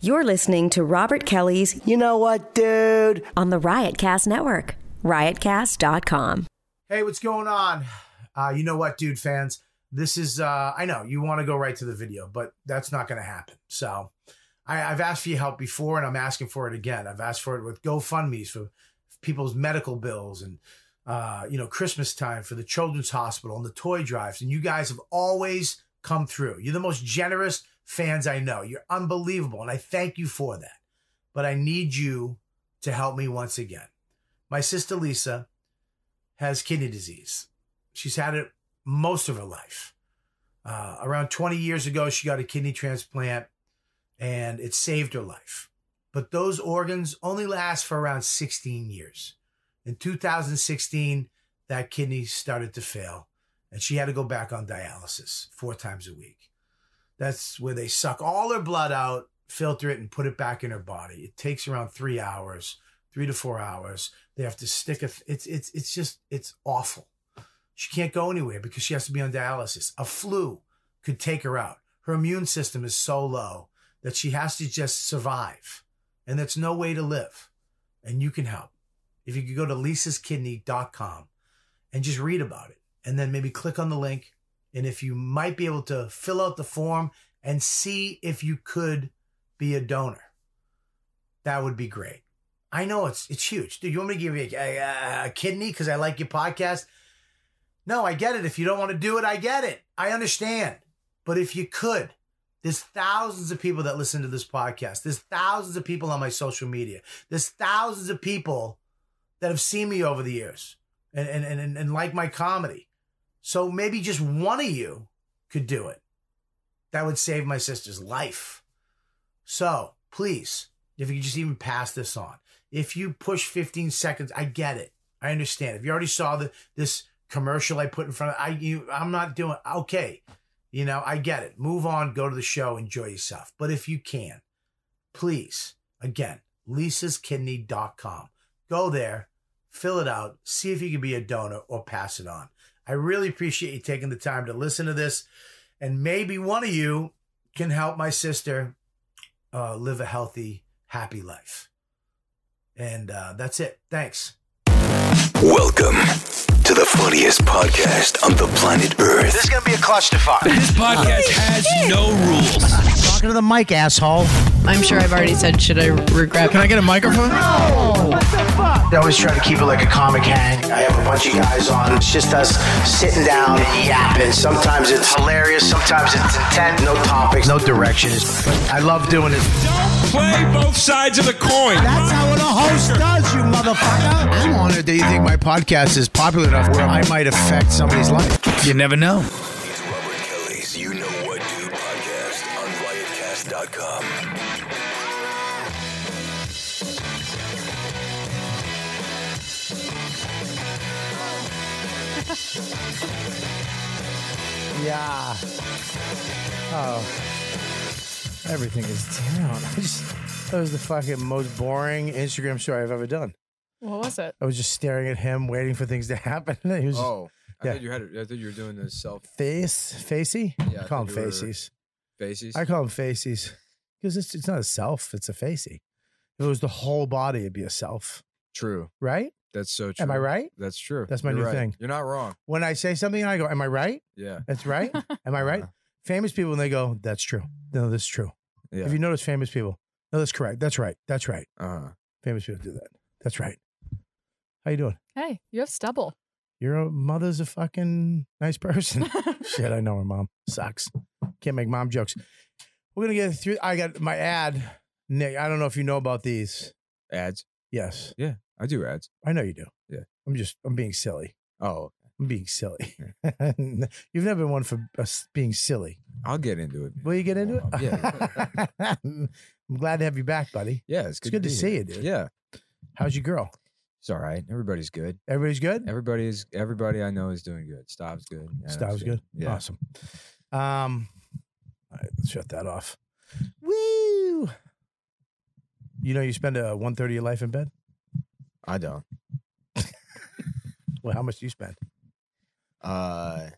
You're listening to Robert Kelly's You know what, dude? on the Riotcast Network, riotcast.com. Hey, what's going on? Uh, you know what, dude fans? This is, uh, I know you want to go right to the video, but that's not going to happen. So I, I've asked for your help before and I'm asking for it again. I've asked for it with GoFundMe's for people's medical bills and, uh, you know, Christmas time for the Children's Hospital and the toy drives. And you guys have always come through. You're the most generous fans I know. You're unbelievable. And I thank you for that. But I need you to help me once again. My sister Lisa has kidney disease. She's had it most of her life. Uh, around 20 years ago, she got a kidney transplant and it saved her life. But those organs only last for around 16 years. In 2016, that kidney started to fail and she had to go back on dialysis four times a week. That's where they suck all her blood out, filter it, and put it back in her body. It takes around three hours, three to four hours. They have to stick a. Th- it's it's it's just it's awful. She can't go anywhere because she has to be on dialysis. A flu could take her out. Her immune system is so low that she has to just survive, and that's no way to live. And you can help if you could go to lisaskidney.com and just read about it, and then maybe click on the link. And if you might be able to fill out the form and see if you could be a donor, that would be great. I know it's it's huge. Dude, you want me to give you a, a, a kidney because I like your podcast? No, I get it. If you don't want to do it, I get it. I understand. But if you could, there's thousands of people that listen to this podcast. There's thousands of people on my social media. There's thousands of people that have seen me over the years and and and, and, and like my comedy. So maybe just one of you could do it. That would save my sister's life. So please, if you could just even pass this on. If you push 15 seconds, I get it. I understand. If you already saw the this commercial I put in front of I you I'm not doing okay. You know, I get it. Move on, go to the show, enjoy yourself. But if you can, please, again, lisaskidney.com. Go there, fill it out, see if you can be a donor or pass it on. I really appreciate you taking the time to listen to this. And maybe one of you can help my sister uh, live a healthy, happy life. And uh, that's it. Thanks. Welcome to the funniest podcast on the planet Earth. This is gonna be a clusterfuck. This podcast has no rules. Talking to the mic, asshole. I'm sure I've already said, should I regret? Can I get a microphone? I always try to keep it like a comic hang. I have a bunch of guys on. It's just us sitting down and yapping. Sometimes it's hilarious. Sometimes it's intent. No topics. No directions. I love doing it. Play both sides of the coin. That's how a host does, you motherfucker. I'm honored that you think my podcast is popular enough where I might affect somebody's life. You never know. It's Robert Kelly's You Know What Do podcast on riotcast.com. Yeah. Oh. Everything is down. I just, that was the fucking most boring Instagram story I've ever done. What was it? I was just staring at him, waiting for things to happen. He was just Oh, I Yeah. thought you had. I thought you were doing the self face, facey. Yeah, I I call him think you were- faces. faces. I call him faces because it's, it's not a self, it's a facey. If it was the whole body, it'd be a self, true. right? That's so true. Am I right? That's true. That's my You're new right. thing. You're not wrong. When I say something, I go, Am I right? Yeah. That's right. Am I right? Uh-huh. Famous people, and they go, That's true. No, that's true. Yeah. If you notice famous people, no, that's correct. That's right. That's right. uh-huh. Famous people do that. That's right. How you doing? Hey, you have stubble. Your uh, mother's a fucking nice person. Shit, I know her mom sucks. Can't make mom jokes. We're gonna get through. I got my ad, Nick. I don't know if you know about these. Ads. Yes, I do ads. I know you do. Yeah. I'm just. I'm being silly. Oh, I'm being silly. You've never been one for us being silly. I'll get into it. man. Will you get into it? Yeah. I'm glad to have you back, buddy. Yeah. It's It's good, good to be see here. you, dude. Yeah. How's your girl? It's all right. Everybody's good. Everybody's good. Everybody is. Everybody I know is doing good. Stop's good. Adam's Style's good. Yeah. Awesome. Um, all right, let's shut that off. Woo! You know, you spend a one third of your life in bed. I don't. Well, how much do you spend? Uh,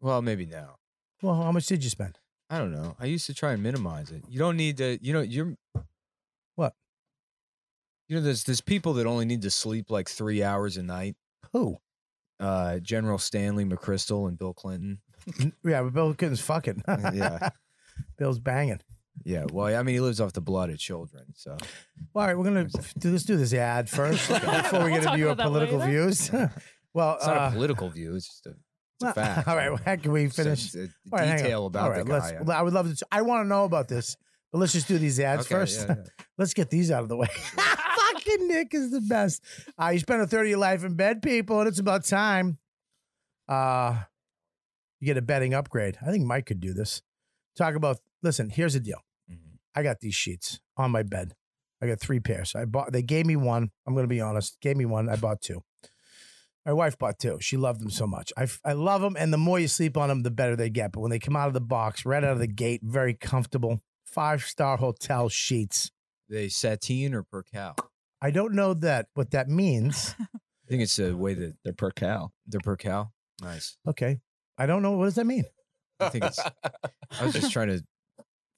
well, maybe now. Well, how much did you spend? I don't know. I used to try and minimize it. You don't need to. You know, you're What? You know, there's there's people that only need to sleep like three hours a night. Who? Uh, General Stanley McChrystal and Bill Clinton. Uh, N- yeah, but Bill Clinton's fucking. Yeah. Bill's banging. Yeah, well, I mean, he lives off the blood of children. So Well, all right, we're gonna do let's do this ad first before we We'll get talk into your about that political later. views. well, it's not uh, a political view. It's just a, it's a well, fact. all right, well, heck, can we It's a- finish? it's a All right, hang on. detail about All right, the let's- guy. I would love to. I want to know about this, but let's just do these ads Okay, first. yeah, yeah. Let's get these out of the way. Fucking Nick is the best. Uh, you spend a third of your life in bed, people, and it's about time. Uh, you get a betting upgrade. I think Mike could do this. Talk about. Listen, here's the deal. Mhm. I got these sheets on my bed. I got three pairs. I bought. They gave me one. I'm going to be honest. Gave me one. I bought two. My wife bought two. She loved them so much. I, f- I love them, and the more you sleep on them, the better they get. But when they come out of the box, right out of the gate, very comfortable. Five star hotel sheets. They sateen or per cow? I don't know that what that means. I think it's the way that They're per cow. they're per cow. Nice. Okay. I don't know. What does that mean? I think it's. I was just trying to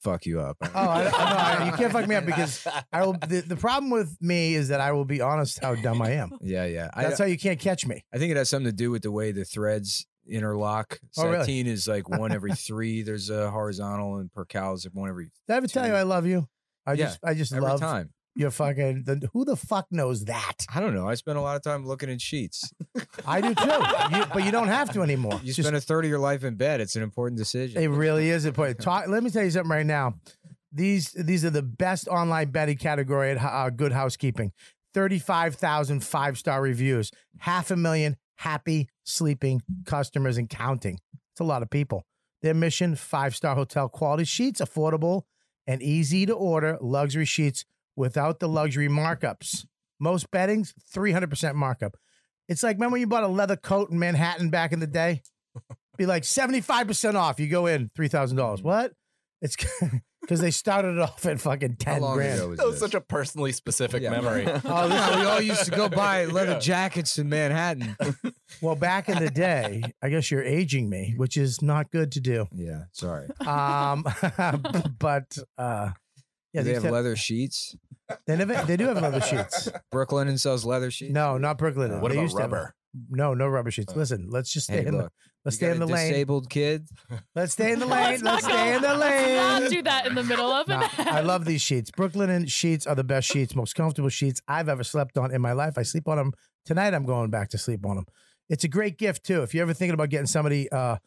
fuck you up. Oh, I, I, no, I- you can't fuck me up because I will. The, the problem with me is that I will be honest how dumb I am. yeah, yeah. I, That's how you can't catch me. I think it has something to do with the way the threads interlock. Oh, really? Sateen is like one every three. There's a horizontal, and per cow is one every Did I ever tell you Dude. I love you? I Yeah, just, I just every love time. your fucking. The, who the fuck knows that? I don't know. I spend a lot of time looking at sheets. I do too. You, but you don't have to anymore. You Just- spend a third of your life in bed. It's an important decision. It really is important. Talk, let me tell you something right now. These these are the best online betting category at uh, Good Housekeeping. 35,000 five-star reviews, half a million happy sleeping customers and counting. It's a lot of people. Their mission, five-star hotel quality sheets, affordable and easy to order luxury sheets without the luxury markups. Most bettings, 300% markup. It's like, remember when you bought a leather coat in Manhattan back in the day? be like 75% off. You go in $3,000. Mm-hmm. What? It's because they started it off at fucking 10 How long grand. ago was That was this? such a personally specific Yeah. memory. Oh, yeah, we all used to go buy leather jackets in Manhattan. Well, back in the day, I guess you're aging me, which is not good to do. Yeah, sorry. Um, but uh, yeah, Do they, they have said- leather sheets. they, never, they do have leather sheets. Brooklyn and sells leather sheets. No, not Brooklyn. What They about used to have- rubber? No, no rubber sheets. Listen, let's just stay Uh, Hey, in the look. let's you stay got in a the lane. Disabled kid. Let's stay in the Let's lane. Let's not stay go- in the lane. Not do that in the middle of an Nah, ad. I love these sheets. Brooklyn and sheets are the best sheets, most comfortable sheets I've ever slept on in my life. I sleep on them tonight. I'm going back to sleep on them. It's a great gift too. If you're ever thinking about getting somebody uh,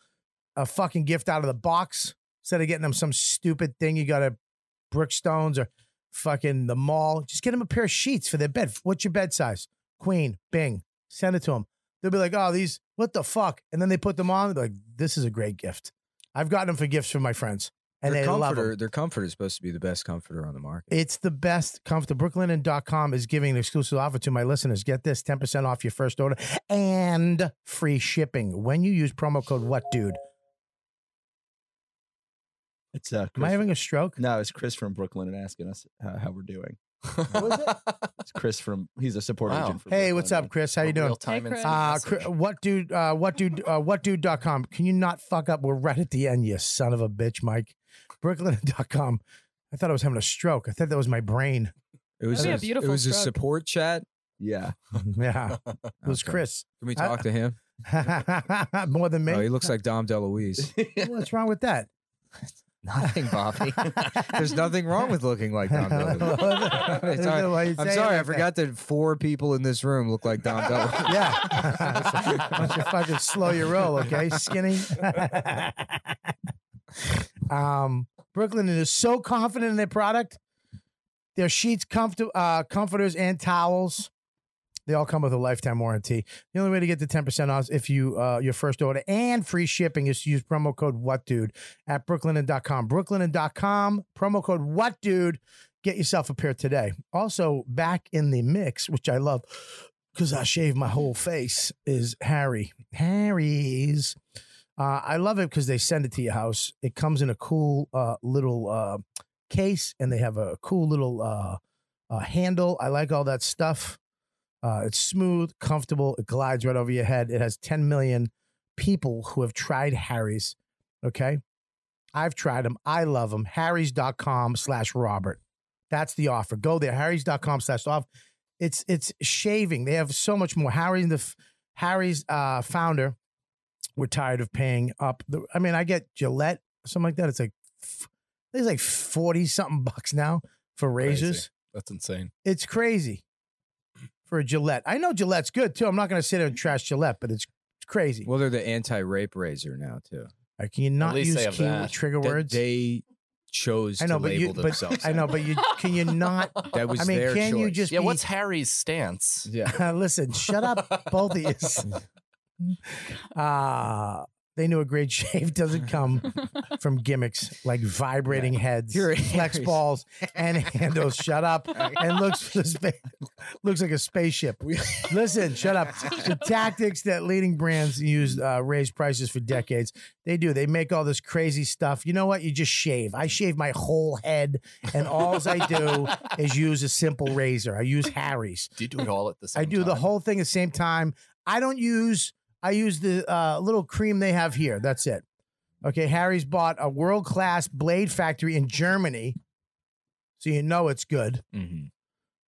a fucking gift out of the box instead of getting them some stupid thing you got at Brookstones or fucking the mall, just get them a pair of sheets for their bed. What's your bed size? Queen, Bing. Send it to them. They'll be like, "Oh, these what the fuck?" And then they put them on. They're like, "This is a great gift." I've gotten them for gifts from my friends, and their they love comforter, them. Their comforter is supposed to be the best comforter on the market. It's the best comfortable. BrooklynN.com is giving an exclusive offer to my listeners. Get this 10% off your first order and free shipping when you use promo code what dude. It's uh, Am Chris- I having a stroke? no, it's Chris from Brooklyn and asking us uh, how we're doing. It's Chris from. He's a support Wow. agent. For Hey, Brooklyn what's up, and- Chris? How you Real doing? time Hey, and- Chris. Uh, message. Chri- what dude, uh, what dude, uh, what dude.com. Can you not fuck up? We're right at the end, you son of a bitch, Mike. Brooklyn.com. I thought I was having a stroke. I thought that was my brain. It was That'd be a, a beautiful It was a stroke. support chat. yeah. yeah, it was Okay. Chris. Can we I- talk to him? More than me. Oh, he looks like Dom DeLuise. What's wrong with that? nothing, Bobby. There's nothing wrong with looking like Dom DeLuise. That's all right. why you I'm say sorry, I like that. forgot that four people in this room look like Dom DeLuise. Yeah. Why don't you fucking slow your roll, okay, skinny? um, Brooklyn is so confident in their product. Their sheets, comfort, uh, comforters, and towels. They all come with a lifetime warranty. The only way to get the 10% off is if you uh, your first order and free shipping is to use promo code WhatDude at brooklinen.com. Brooklinen.com, promo code WhatDude. Get yourself a pair today. Also, back in the mix, which I love because I shave my whole face, is Harry. Harry's. Uh, I love it because they send it to your house. It comes in a cool uh, little uh, case and they have a cool little uh, uh, handle. I like all that stuff. Uh, it's smooth, comfortable. It glides right over your head. It has 10 million people who have tried Harry's. Okay. I've tried them. I love them. Harry's.com slash Robert. That's the offer. Go there, harrys.com slash off. It's it's shaving. They have so much more. Harry's the f- Harry's uh, founder. We're tired of paying up. The, I mean, I get Gillette, something like that. It's like f- I think it's like forty something bucks now for Crazy. razors. That's insane. It's crazy for a Gillette. I know Gillette's good too. I'm not going to sit there and trash Gillette, but it's it's crazy. Well, they're the anti-rape razor now too. I can you not least use they have key that. trigger That words? they chose I know, to but label you, but themselves. I know, but you can you not? that was I mean, their can choice. you just Yeah, be, what's Harry's stance? yeah. listen? Shut up, both of you. Ah, they knew a great shave doesn't come from gimmicks like vibrating heads, You're flex Aries. balls, and handles. Shut up, and looks for the spa- looks like a spaceship. Listen, shut up. The tactics that leading brands used uh, raise prices for decades. They do. They make all this crazy stuff. You know what? You just shave. I shave my whole head, and all I do is use a simple razor. I use Harry's. Do you do it all at the same I do the time? whole thing at the same time. I don't use I use the uh, little cream they have here. That's it. Okay, Harry's bought a world class blade factory in Germany, so you know it's good. Mm-hmm. Mhm.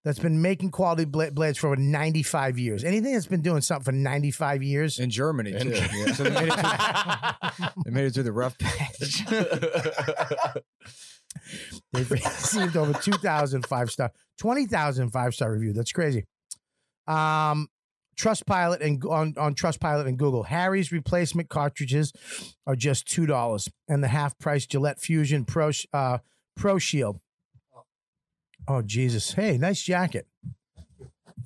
That's been making quality bla- blades for over ninety five years. Anything that's been doing something for ninety five years, In Germany too. In- Yeah. So they made, it through, they made it through the rough patch. they've received over 2,000 five star, 20,000 five star review. That's crazy. Um, Trustpilot and on, on Trustpilot and Google, Harry's replacement cartridges are just two dollars, and the half price Gillette Fusion Pro Sh- uh, Pro Shield. Oh Jesus! Hey, nice jacket.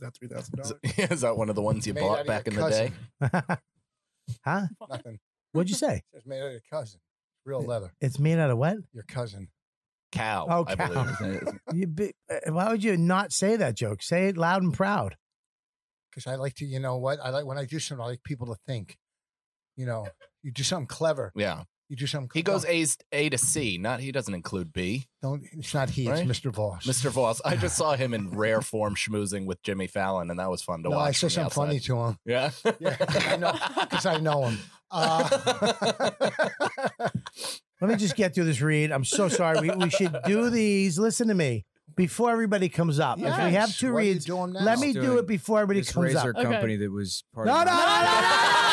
that three thousand dollars? Is that one of the ones you Made out bought of back your in the day? huh? Nothing. What'd you say? It's made out of your cousin. Real leather. It's made out of what? Your cousin. Cow. Oh, I cow. believe. You be, uh, why would you not say that joke? Say it loud and proud. Because I like to, you know what? I like when I do something, I like people to think. You know, you do something clever. Yeah. You do something He goes no, A, A to C, not he doesn't include B. don't, it's not he, Right? it's Mr. Voss. Mr. Voss, I just saw him in rare form schmoozing with Jimmy Fallon, and that was fun to No, watch. I said from something funny the to him. outside. Yeah. Yeah, 'cause I know because I know him. Uh, Let me just get through this read. I'm so sorry. We, we should do these. Listen to me before everybody comes up. If we have yes, two what are you reads, doing let now? me Let's do do it. it before everybody this comes razor up. Okay. company that was part No, no, of no, the- no, no, no,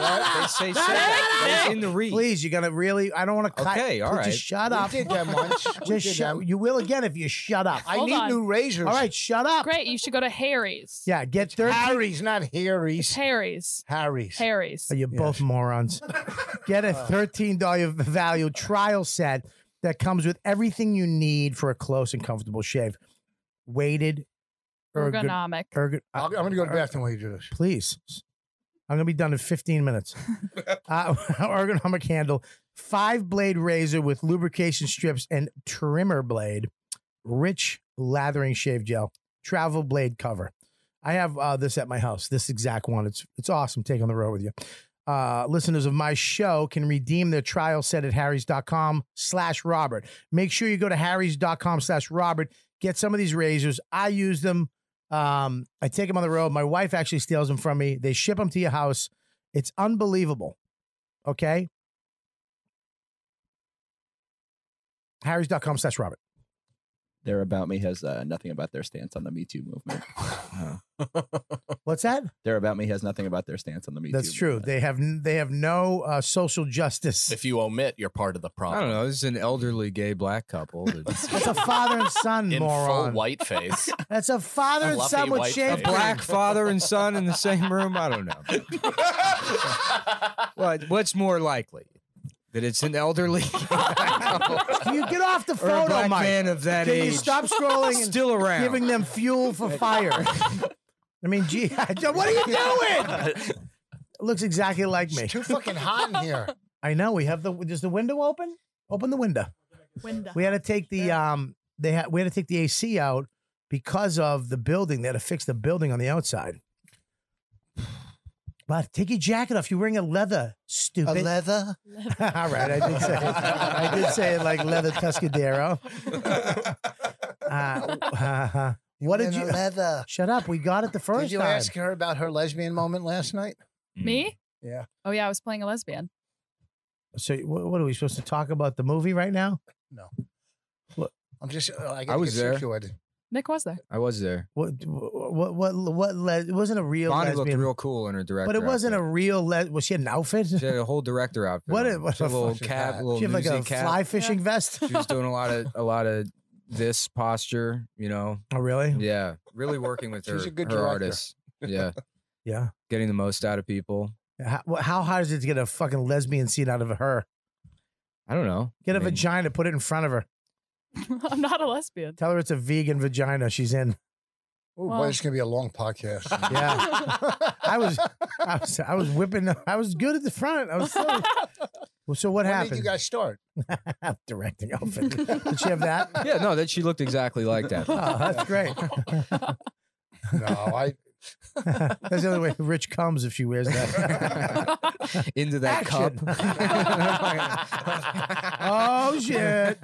What? They say so. It's in the read. Please, you're gonna really. I don't want to cut. Okay, all so right. Just shut up. we did that once. We Just did shut. that. You will again if you shut up. I Hold need on. new razors. all right, shut up. Great. You should go to Harry's. Yeah, get thirteen. Harry's, not Harry's. Harry's. Harry's. Harry's. Oh, you're both morons. Get Oh. a $13 value trial set that comes with everything you need for a close and comfortable shave. Weighted ergo- Ergonomic. ergo- uh, I'll, I'm going to go to the bathroom while you do this. please. I'm gonna be done in 15 minutes. uh, ergonomic handle, five blade razor with lubrication strips and trimmer blade, rich lathering shave gel, travel blade cover. I have uh, this at my house. This exact one. It's it's awesome. Take on the road with you. Uh, listeners of my show can redeem their trial set at harrys.com slash robert make sure you go to harrys.com slash robert get some of these razors i use them um, I take them on the road. My wife actually steals them from me. They ship them to your house. It's unbelievable. Okay. Harry's.com slash Robert. Their about me has uh, nothing about their stance on the Me Too movement. What's that? Their about me has nothing about their stance on the Me Too. That's true. movement. They have they have no uh, social justice. If you omit, you're part of the I problem. don't know. This is an elderly gay black couple. that's- That's a father and son In full moron. white face. That's a father and Fluffy son with white a shaved face. black father and son in the same room. I don't know. What what's more likely that it's an elderly Can you get off or the a photo, black Mike? man of that Can age you stop scrolling and still around? giving them fuel for fire? I mean, gee, what are you doing? Looks exactly like me. It's too fucking hot in here. I know we have the. Does the window open? Open the window. Window. We had to take the um. They had we had to take the AC out because of the building. They had to fix the building on the outside. But take your jacket off. You're wearing a leather, A stupid. leather. All right, I did say it. I did say it like leather Tuscadero. Uh, uh, what did In you? a leather? Shut up. We got it the first Did you time. ask her about her lesbian moment last night? Mm. Me? Yeah. Oh yeah, I was playing a lesbian. so, what, what are we supposed to talk about? The movie right now? I'm just. uh, I, I was there. Nick was there. I was there. What? What? What? What? Le- it wasn't a real Bonnie looked lesbian, real cool in her director. but it wasn't a real. Le- was she had an outfit? She had a whole director outfit. What? on. A, what She had the a little fuck is cap, that? little She had like a nudie cap. fly fishing vest. She was doing a lot of a lot of this posture. You know. Oh really? Yeah, really working with her. She's a good her director. artists. Yeah, Yeah. getting the most out of people. How, wh- how hard is it to get a fucking lesbian scene out of her? I don't know. Get a I mean- vagina, put it in front of her. I'm not a lesbian. Tell her it's a vegan vagina. She's in. Oh, Well- boy, it's gonna be a long podcast. Yeah. I was, I was, I was whipping. the- I was good at the front. I was. Silly. Well, so what When happened? did you guys start? Directing outfit. Did she have that? Yeah, no, that she looked exactly like that. Oh, that's great. No, I. That's the only way Rich comes if she wears that. Into that Action. cup. oh shit.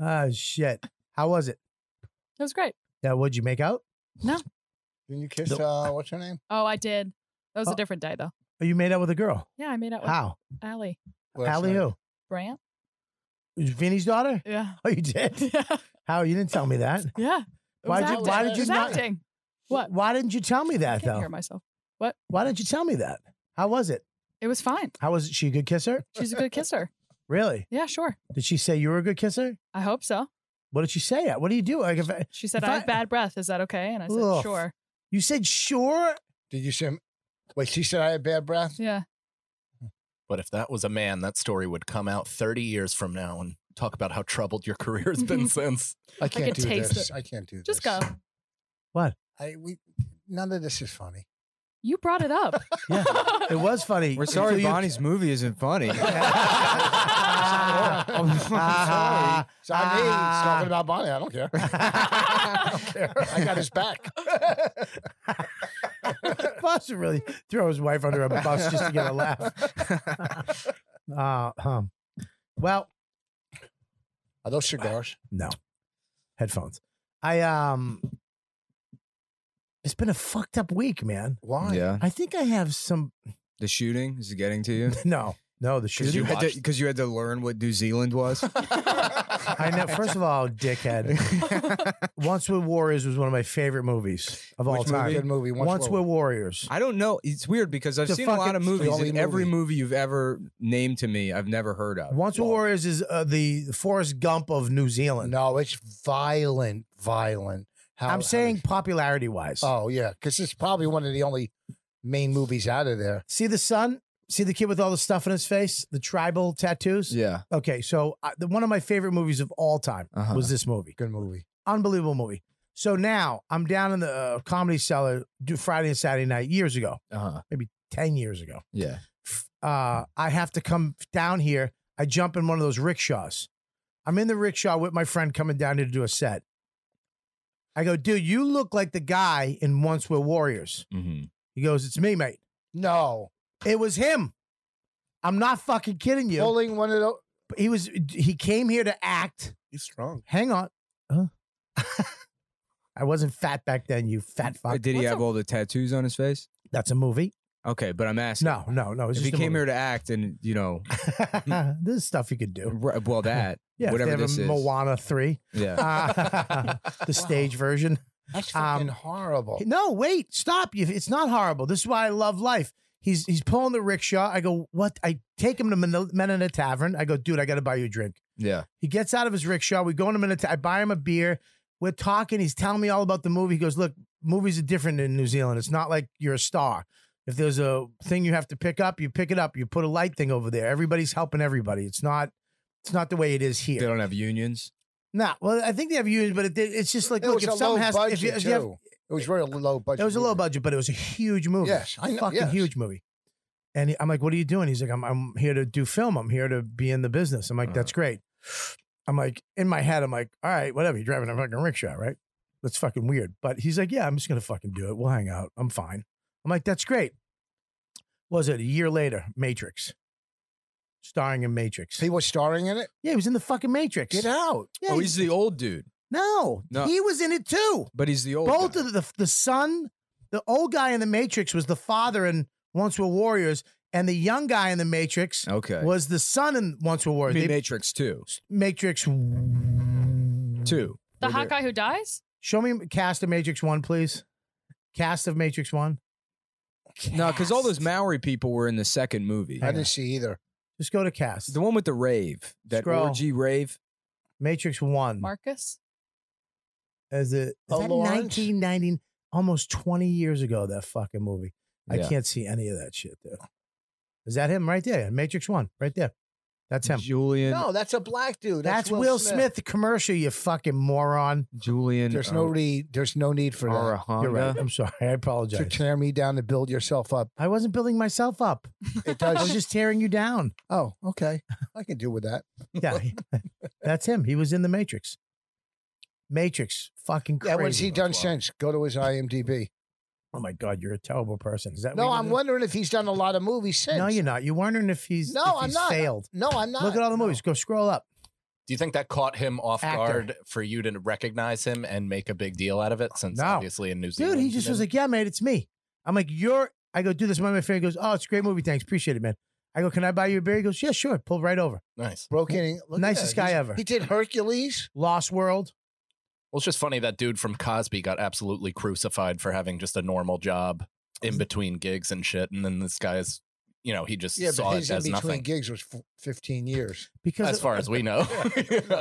oh shit. How was it? It was great. Now, what'd you make out? Didn't you kiss? Nope. Uh, what's her name? Oh, I did. That was Oh. a different day though. Oh, you made out with a girl. Yeah, I made out with How? Allie Allie who? Brandt. Vinny's daughter? Yeah. Oh, you did? Yeah. How? You didn't tell me that. Yeah. It was Why'd you- acting. why It did you was not- acting? What? Why didn't you tell me I that can't though? hear myself. Why didn't you tell me that? How was it? It was fine. How was it? She a good kisser? She's a good kisser. Really? Yeah, sure. Did she say you were a good kisser? I hope so. What did she say? What do you do? Like if I- She said, If I I- have bad breath. Is that okay? And I said, Ugh. sure. you said sure. Did you say? Wait, she said I had bad breath. Yeah. But if that was a man, that story would come out 30 years from now and talk about how troubled your career has Mm-hmm. been since. I can't could do taste this. it. I can't do this. Just go. I we none of this is funny. You brought it up. Yeah. It was funny. We're sorry, Until you- Bonnie's movie isn't funny. Ah, I'm ah, So I mean, ah. it's talking about Bonnie. I don't care. I don't care. I got his back. Boss would really throw his wife under a bus just to get a laugh. uh, um, well, Are those cigars? no, headphones. I um, it's been a fucked up week, man. Why? yeah, I think I have some. the shooting is it getting to you? No, no, the Because shooting. you, had to- 'cause you had to learn what New Zealand was. I know. First of all, dickhead. Once with Warriors was one of my favorite movies of all Which time. movie? Good movie. Once, Once, with Warriors. I don't know. It's weird because I've It's a seen a lot fucking- of it's the movies. only And every movie. movie you've ever named to me, I've never heard of. Once with Warriors is uh, the Forrest Gump of New Zealand. No, it's violent, violent. How, how I'm saying much- popularity wise. Oh yeah, because it's probably one of the only main movies out of there. See the son? See the kid with all the stuff in his face? The tribal tattoos? Yeah. Okay, so uh, the, one of my favorite movies of all time Uh-huh. was this movie. Good movie. Unbelievable movie. So now I'm down in the uh, comedy cellar do Friday and Saturday night years ago, Uh-huh. 10 years ago. Yeah. uh, I have to come down here. I jump in one of those rickshaws. I'm in the rickshaw with my friend coming down here to do a set. I go, dude, you look like the guy in Once Were Warriors. Mm-hmm. He goes, it's me, mate. No, It was him. I'm not fucking kidding you. pulling one of those. He was. He came here to act. He's strong. Hang on. Huh? I wasn't fat back then. You fat fuck. Did he What's have a- all the tattoos on his face? That's a movie. Okay, but I'm asking. No, no, no. It's If he just a came here movie. to act and, you know, this is stuff you could do. r- well, that, Yeah, if whatever they have this a is. Moana three. yeah. Uh, the stage version. That's Um, fucking horrible. No, wait, stop. You- It's not horrible. This is why I love life. He's he's pulling the rickshaw. I go, what? I take him to Men- Men in a Tavern. I go, dude, I got to buy you a drink. Yeah. He gets out of his rickshaw. We go in a minute. I buy him a beer. We're talking. He's telling me all about the movie. He goes, look, movies are different in New Zealand. It's not like you're a star. If there's a thing you have to pick up, you pick it up. You put a light thing over there. Everybody's helping everybody. It's not. It's not the way it is here. They don't have unions. Nah, well, I think they have unions, but it, it's just like it look, was if a some low has, budget if you, if too. you have, it was very low budget. it was a low movie. budget, but it was a huge movie. Yes, I know, fucking yes. huge movie. And he- I'm like, "What are you doing?" He's like, "I'm I'm here to do film. I'm here to be in the business." I'm like, Uh-huh. "That's great." I'm like, in my head, I'm like, "All right, whatever. You're driving a fucking rickshaw, right? That's fucking weird." But he's like, "Yeah, I'm just gonna fucking do it. We'll hang out. I'm fine." I'm like, "That's great." Was it a year later? Matrix, starring in Matrix. He was starring in it. yeah, he was in the fucking Matrix. Get out. Yeah, Oh, he- he's the old dude, no, No. he was in it too but he's the old both guy. of the the son, the old guy in the Matrix was the father in Once Were Warriors, And the young guy in the Matrix Okay. was the son in Once Were I War. mean, They- Matrix two, Matrix. two. The Where hot they're- guy who dies? Show me cast of Matrix One, please. Cast of Matrix One. No, because all those Maori people were in the second movie. I didn't see either. Just go to cast. The one with the rave, that Scroll. orgy rave. Matrix One. Marcus? As it is Oh, that Lawrence? 1990, almost 20 years ago, that fucking movie. I Yeah. can't see any of that shit there. Is that him right there? Matrix One, right there. That's him. Julian. No, that's a black dude. That's, That's, Will, Smith. commercial, you fucking moron. Julian. There's no need. There's no need for that. Arahanga. You're right. I'm sorry. I To apologize. tear me down to build yourself up. I wasn't building myself up. It I was does. just tearing you down. oh, okay. I can deal with that. Yeah. That's him. He was in the Matrix. Matrix. Fucking crazy. Yeah, what's he done since? Go to his IMDb. Oh my God, you're a terrible person. Is that No, what you I'm do? wondering if he's done a lot of movies since. No, you're not. You're wondering if he's No, if I'm he's not. failed. No, I'm not. Look at all the movies. Go scroll up. Do you think that caught him off Actor. guard for you to recognize him and make a big deal out of it? Since No. obviously in New Zealand, Dude, he just you was know? like, "Yeah, mate, it's me." I'm like, "You're." I go, "Dude, this is one of my favorites." He goes, "Oh, it's a great movie. Thanks, appreciate it, man." I go, "Can I buy you a beer?" He goes, "Yeah, sure." Pull right over. nice. Broken. Look at Nicest that. guy He's- ever. He did Hercules. Lost World. Well, it's just funny that dude from Cosby got absolutely crucified for having just a normal job in between gigs and shit, and then this guy is, you know, he just Yeah, saw but it his in as between nothing. gigs was f- 15 years. Because As far as we know,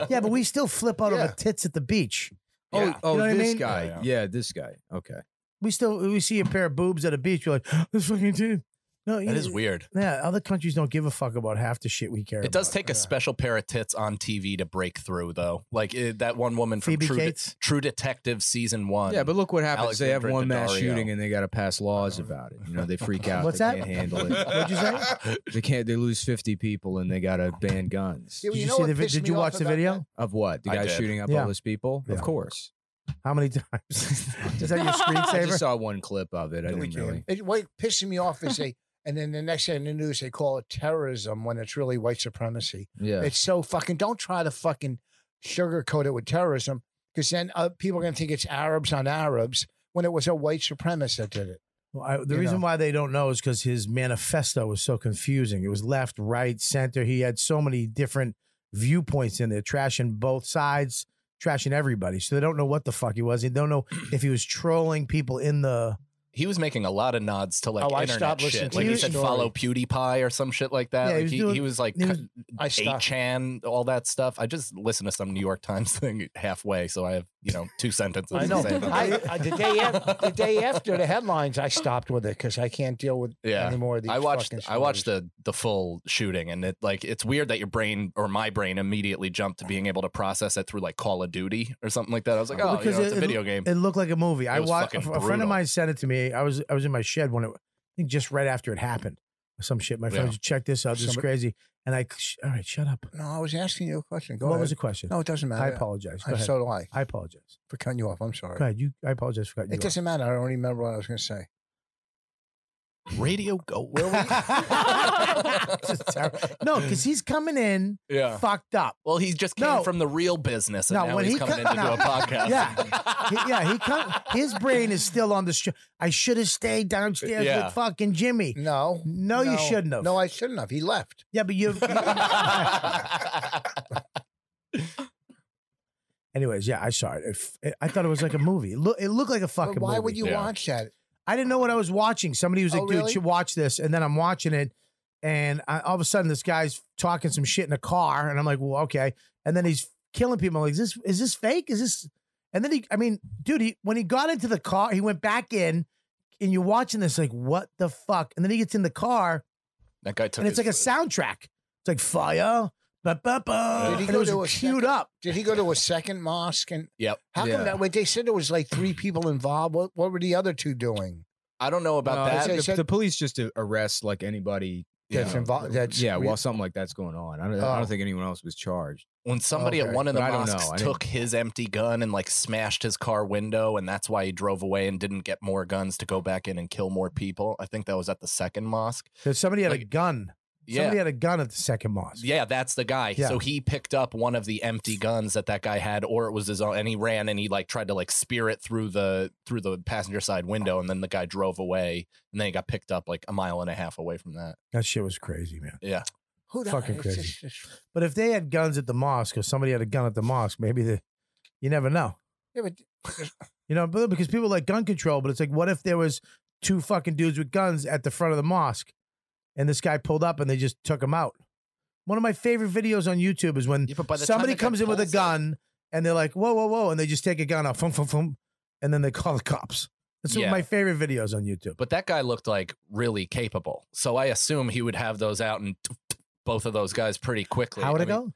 yeah, but we still flip out Yeah. over tits at the beach. Oh, Yeah. oh You know what I this mean? guy. Yeah, Yeah, yeah. this guy. Okay. We still we see a pair of boobs at a beach. We're like, "This fucking dude." No, that is weird. Yeah, other countries don't give a fuck about half the shit we care. It does about. take a special pair of tits on TV to break through, though. Like eh, that one woman from Phoebe True, De- Cates? True Detective season one. Yeah, but look what happens. they have Alexandra one mass Daddario. shooting and they got to pass laws about it. You know, they freak out. What's they that? can't handle it. What'd you say? They can't. They lose fifty people and they got to ban guns. Yeah, well, Did you, know see what the vi- pissed Did me you off watch the about video? that? Of what? The I guy did. shooting up Yeah. all those people? Yeah. Of course. How many times? is that your I screensaver? just saw one clip of it. I didn't really. It, what pissed me off is they, and then the next day in the news, they call it terrorism when it's really white supremacy. Yeah. It's so fucking, don't try to fucking sugarcoat it with terrorism because then uh, people are going to think it's Arabs on Arabs when it was a white supremacist that did it. Well, I, the you reason know. why they don't know is because his manifesto was so confusing. It was left, right, center. He had so many different viewpoints in there, trashing both sides, trashing everybody. So they don't know what the fuck he was. They don't know if he was trolling people in the. he was making a lot of nods to like Oh, I internet stopped listening shit. to Like he his said, story. follow PewDiePie or some shit like that. Yeah, he like was he, doing- he was like he was- I eight stopped. chan, all that stuff. I just listened to some New York Times thing halfway, so I have you know two sentences. I to know. say about I, it. I, uh, the day af- the day after the headlines, I stopped with it because I can't deal with Yeah. any more of these. I watched fucking I watched stories. the the full shooting and it like it's weird that your brain or my brain immediately jumped to being able to process it through like Call of Duty or something like that. I was like, oh, you know, it's a video game. It looked like a movie. I was watched. A, fucking a friend of brutal. mine sent it to me. I was I was in my shed when it. I think just right after it happened. Some shit. My friend Yeah. was, check this out. This is Somebody- crazy. And I sh- all right, shut up. No, I was asking you a question. Go what ahead. was the question? No, it doesn't matter. I apologize. Go I- ahead. so do I I apologize. for cutting you off. I'm sorry. Go ahead. You. I apologize for cutting It you off. doesn't matter. I don't remember what I was going to say. Radio go where were we? Just terrible. no, because he's coming in Yeah. fucked up. Well, he just came No. from the real business and No, now when he's he coming co- in to no. do a podcast. Yeah. He- yeah, he come, his brain is still on the street. I should have stayed downstairs Yeah. with fucking Jimmy. No. No, you shouldn't have. No, I shouldn't have. He left. Yeah, but you. Anyways, yeah, I saw it. If- eh, I thought it was like a movie. It, loo- it looked like a But fucking. why movie. would you Yeah. watch that? I didn't know what I was watching. Somebody was Oh, like, dude, really? you should watch this. And then I'm watching it. And I, all of a sudden, this guy's talking some shit in a car. And I'm like, well, okay. And then he's killing people. I'm like, is this, is this fake? Is this? And then he, I mean, dude, he, when he got into the car, he went back in. And you're watching this, like, what the fuck? And then he gets in the car, That guy took and it's like a his- soundtrack. It's like fire. Ba, ba, ba. Did he and go it was to a queued second- up. Did he go to a second mosque? And Yep. how Yeah. come that? Wait, they said there was like three people involved. What, what were the other two doing? I don't know about No, that. They The, said- the police just uh, arrest like anybody. you That's know, involved. That's yeah, we- while something like that's going on. I don't, I Oh. don't think anyone else was charged. when somebody Okay, at one of the but I don't know. mosques I didn't- took his empty gun and like smashed his car window, and that's why he drove away and didn't get more guns to go back in and kill more people. I think that was at the second mosque. Because somebody had a Like- gun. Yeah. Somebody had a gun at the second mosque. Yeah, that's the guy. Yeah. So he picked up one of the empty guns that that guy had, or it was his own, and he ran and he like tried to like spear it through the through the passenger side window, and then the guy drove away, and then he got picked up like a mile and a half away from that. That shit was crazy, man. Yeah, Who the- Fucking it's crazy. just- it's- But if they had guns at the mosque or somebody had a gun at the mosque, maybe the you never know. yeah, but You know, but- because people like gun control, but it's like what if there was two fucking dudes with guns at the front of the mosque and this guy pulled up and they just took him out. One of my favorite videos on YouTube is when Yeah, but by the time somebody the guy comes in with a pulls up- gun and they're like, whoa, whoa, whoa, and they just take a gun out, fum, fum, fum, and then they call the cops. That's one Yeah. of my favorite videos on YouTube. but that guy looked like really capable, so I assume he would have those out and both of those guys pretty quickly. How would I it mean, go?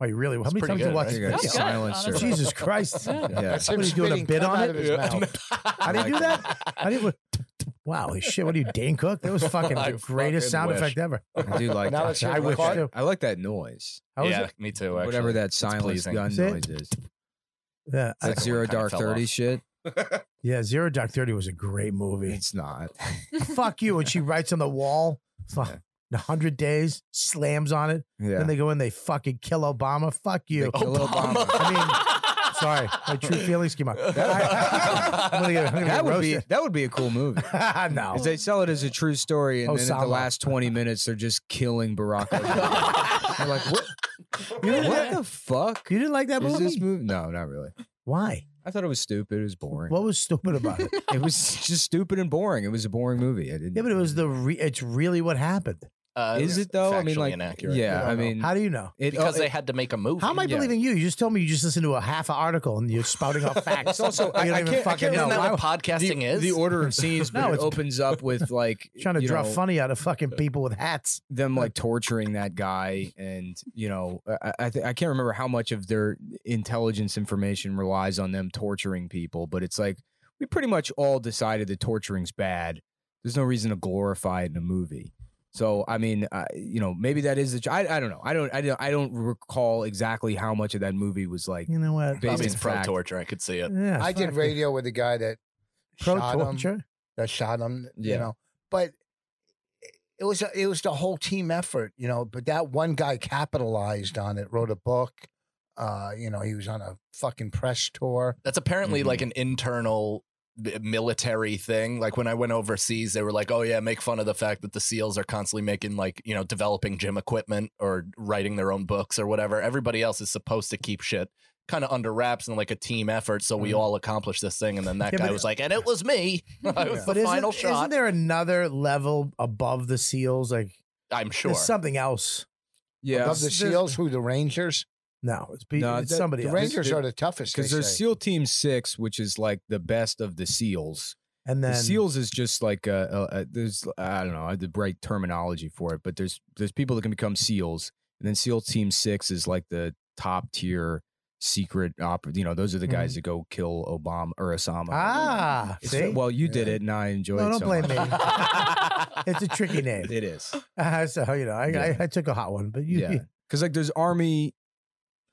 Oh, you really? How It's many pretty times good, you watch right? this That's video? good, honestly. Jesus Christ. Yeah. Somebody's doing a bit on it? How do you do like that? How do you? Wow, holy shit! What are you, Dane Cook? That was fucking I the greatest fucking sound wish. effect ever. I do like Now that. it's your I wish car- too. I like that noise. How was yeah, it? me too. Actually. Whatever that It's silent pleasing. gun See? noise is. Yeah, I- That Second zero one kinda dark fell off. thirty shit. yeah. Zero Dark Thirty was a great movie. It's not. Fuck you! And she writes on the wall, fuck, a hundred days, slams on it. Yeah. Then they go in, they fucking kill Obama. Fuck you. They kill Obama. I mean, sorry, my true feelings came out. I, am gonna get, I'm gonna that get would be roasted. that would be a cool movie. no. Oh, Is they sell it as a true story, and then in the Osama. last twenty minutes, they're just killing Barack. Obama. They're like, what? what the fuck You didn't like that is movie? this movie? No, not really. Why? I thought it was stupid. It was boring. What was stupid about it? it was just stupid and boring. It was a boring movie. I didn't. Yeah, but it was the. Re- it's really what happened. Uh, Is it though? I mean, factually like, inaccurate. yeah. don't I know. mean, how do you know? it, oh, because it- they had to make a movie. How am I Yeah. believing you? You just told me you just listened to a half hour article and you're spouting off facts. It's also- I- you don't I even can't- I fucking can't know. Isn't remember that Why- what podcasting the, is? the order of scenes, but No, it it's- opens up with like trying to you draw know, uh, funny out of fucking people with hats. them like torturing that guy, and you know, I I, th- I can't remember how much of their intelligence information relies on them torturing people, but it's like we pretty much all decided that torturing's bad. There's no reason to glorify it in a movie. So I mean, uh, you know, maybe that is the. Ch- I, I don't know. I don't. I don't. I don't recall exactly how much of that movie was like. You know what? Based Probably in pro fact. torture. I could see it. Yeah, I did fuck. radio with the guy that pro shot 'em. torture. that shot him. Yeah. You know, but it was a, it was the whole team effort. You know, but that one guy capitalized on it, wrote a book. Uh, you know, he was on a fucking press tour. That's apparently Mm-hmm. Mhm. like an internal b- military thing. Like when I went overseas, they were like, "Oh yeah, make fun of the fact that the SEALs are constantly making like you know developing gym equipment or writing their own books or whatever." Everybody else is supposed to keep shit kind of under wraps and like a team effort, so we all accomplish this thing. And then that Mm-hmm. Yeah, guy but- was like, "And it was me. I was But the isn't, final isn't shot." there another level above the seals? Like I'm sure. there's something else. Yeah, Above the SEAls, who the Rangers. No, it's, be, No, it's that- somebody The else. Rangers there- are the toughest. because they there's say. SEAL Team Six, which is like the best of the SEAls. and then the SEALs is just like a, a, a there's I don't know the right terminology for it, but there's there's people that can become SEALs, and then SEAL Team Six is like the top tier secret oper. You know, those are the guys that go kill Obama or Osama. Hmm. ah, It's- see, well, you did Yeah. it, and I enjoyed. No, it don't so blame much. me. it's a tricky name. It is, so you know, I, Yeah. I, I took a hot one, but you, yeah, because like there's Army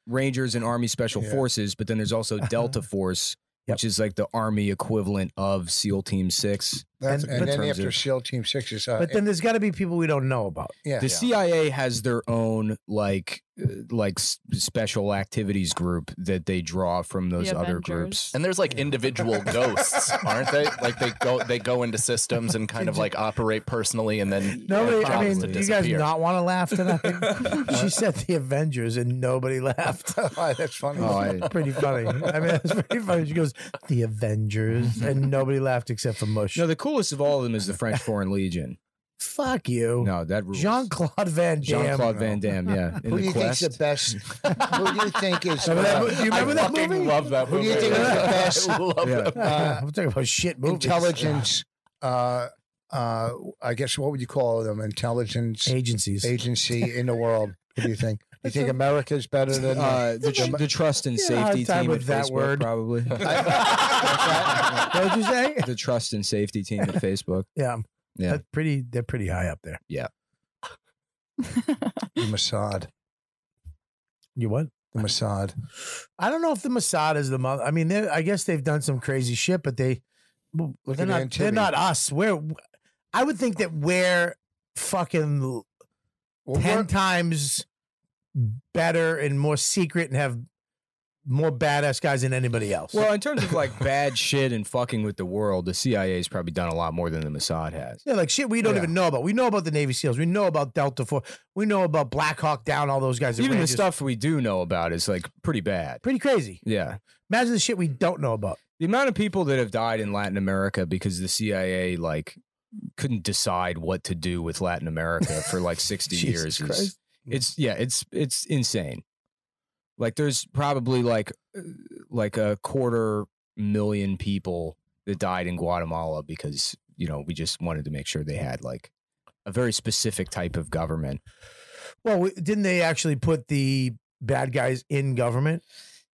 Rangers and Army Special Yeah. Forces, but then there's also Delta Force. Yep. Which is like the army equivalent of SEAL Team Six. That's- and- and, in then terms after of- SEAL Team Six is uh, but then there's got to be people we don't know about. yeah. the Yeah. CIA has their own like uh, like s- special activities group that they draw from those other Avengers. groups. And there's like individual ghosts, aren't they? Like they go they go into systems and kind of like operate personally and then Nobody. have I problems mean, to do you guys disappear. not want to laugh tonight? she said the Avengers, and nobody laughed. that's funny. Oh, I- pretty funny. I mean, that's pretty funny. She goes, "The Avengers," and nobody laughed except for Mush. no, the coolest of all of them is the French Foreign Legion. Fuck you, No, that rules. Jean Claude Van Damme. Jean Claude Van Damme. Yeah, in who do the you think's quest. the best? who do you think is? Remember that uh, mo- you remember that fucking movie? love that Who do movie. you think is the best? I love Yeah. that. uh, I'm talking about shit movies. intelligence. Uh, uh, I guess what would you call them? Intelligence agencies. agency in the world. What do you think? You think America's better than? Uh, uh, the, tr- the trust and You had a hard safety time team with at that Facebook, word. probably. what did you say? the trust and safety team at Facebook. Yeah, Yeah. That's pretty. They're pretty high up there. the Mossad. You what? The Mossad. I don't know if the Mossad is the mother. I mean, they're- I guess they've done some crazy shit, but they well, Look they're at not. They're Antibi. not us. We're. I would think that we're fucking ten times better and more secret and have more badass guys than anybody else. Well, in terms of like bad shit and fucking with the world, the CIA's probably done a lot more than the Mossad has. Yeah, like shit we don't Yeah. even know about. We know about the Navy SEALs. We know about Delta Force. We know about Black Hawk Down, all those guys. that Even the Rangers- stuff we do know about is like pretty bad. Pretty crazy. Yeah. Imagine the shit we don't know about. The amount of people that have died in Latin America because the CIA like couldn't decide what to do with Latin America for like 60 Jesus years. is- Christ. It's yeah, it's it's insane. Like there's probably like uh, like a quarter million people that died in Guatemala because, you know, we just wanted to make sure they had like a very specific type of government. Well, we- didn't they actually put the bad guys in government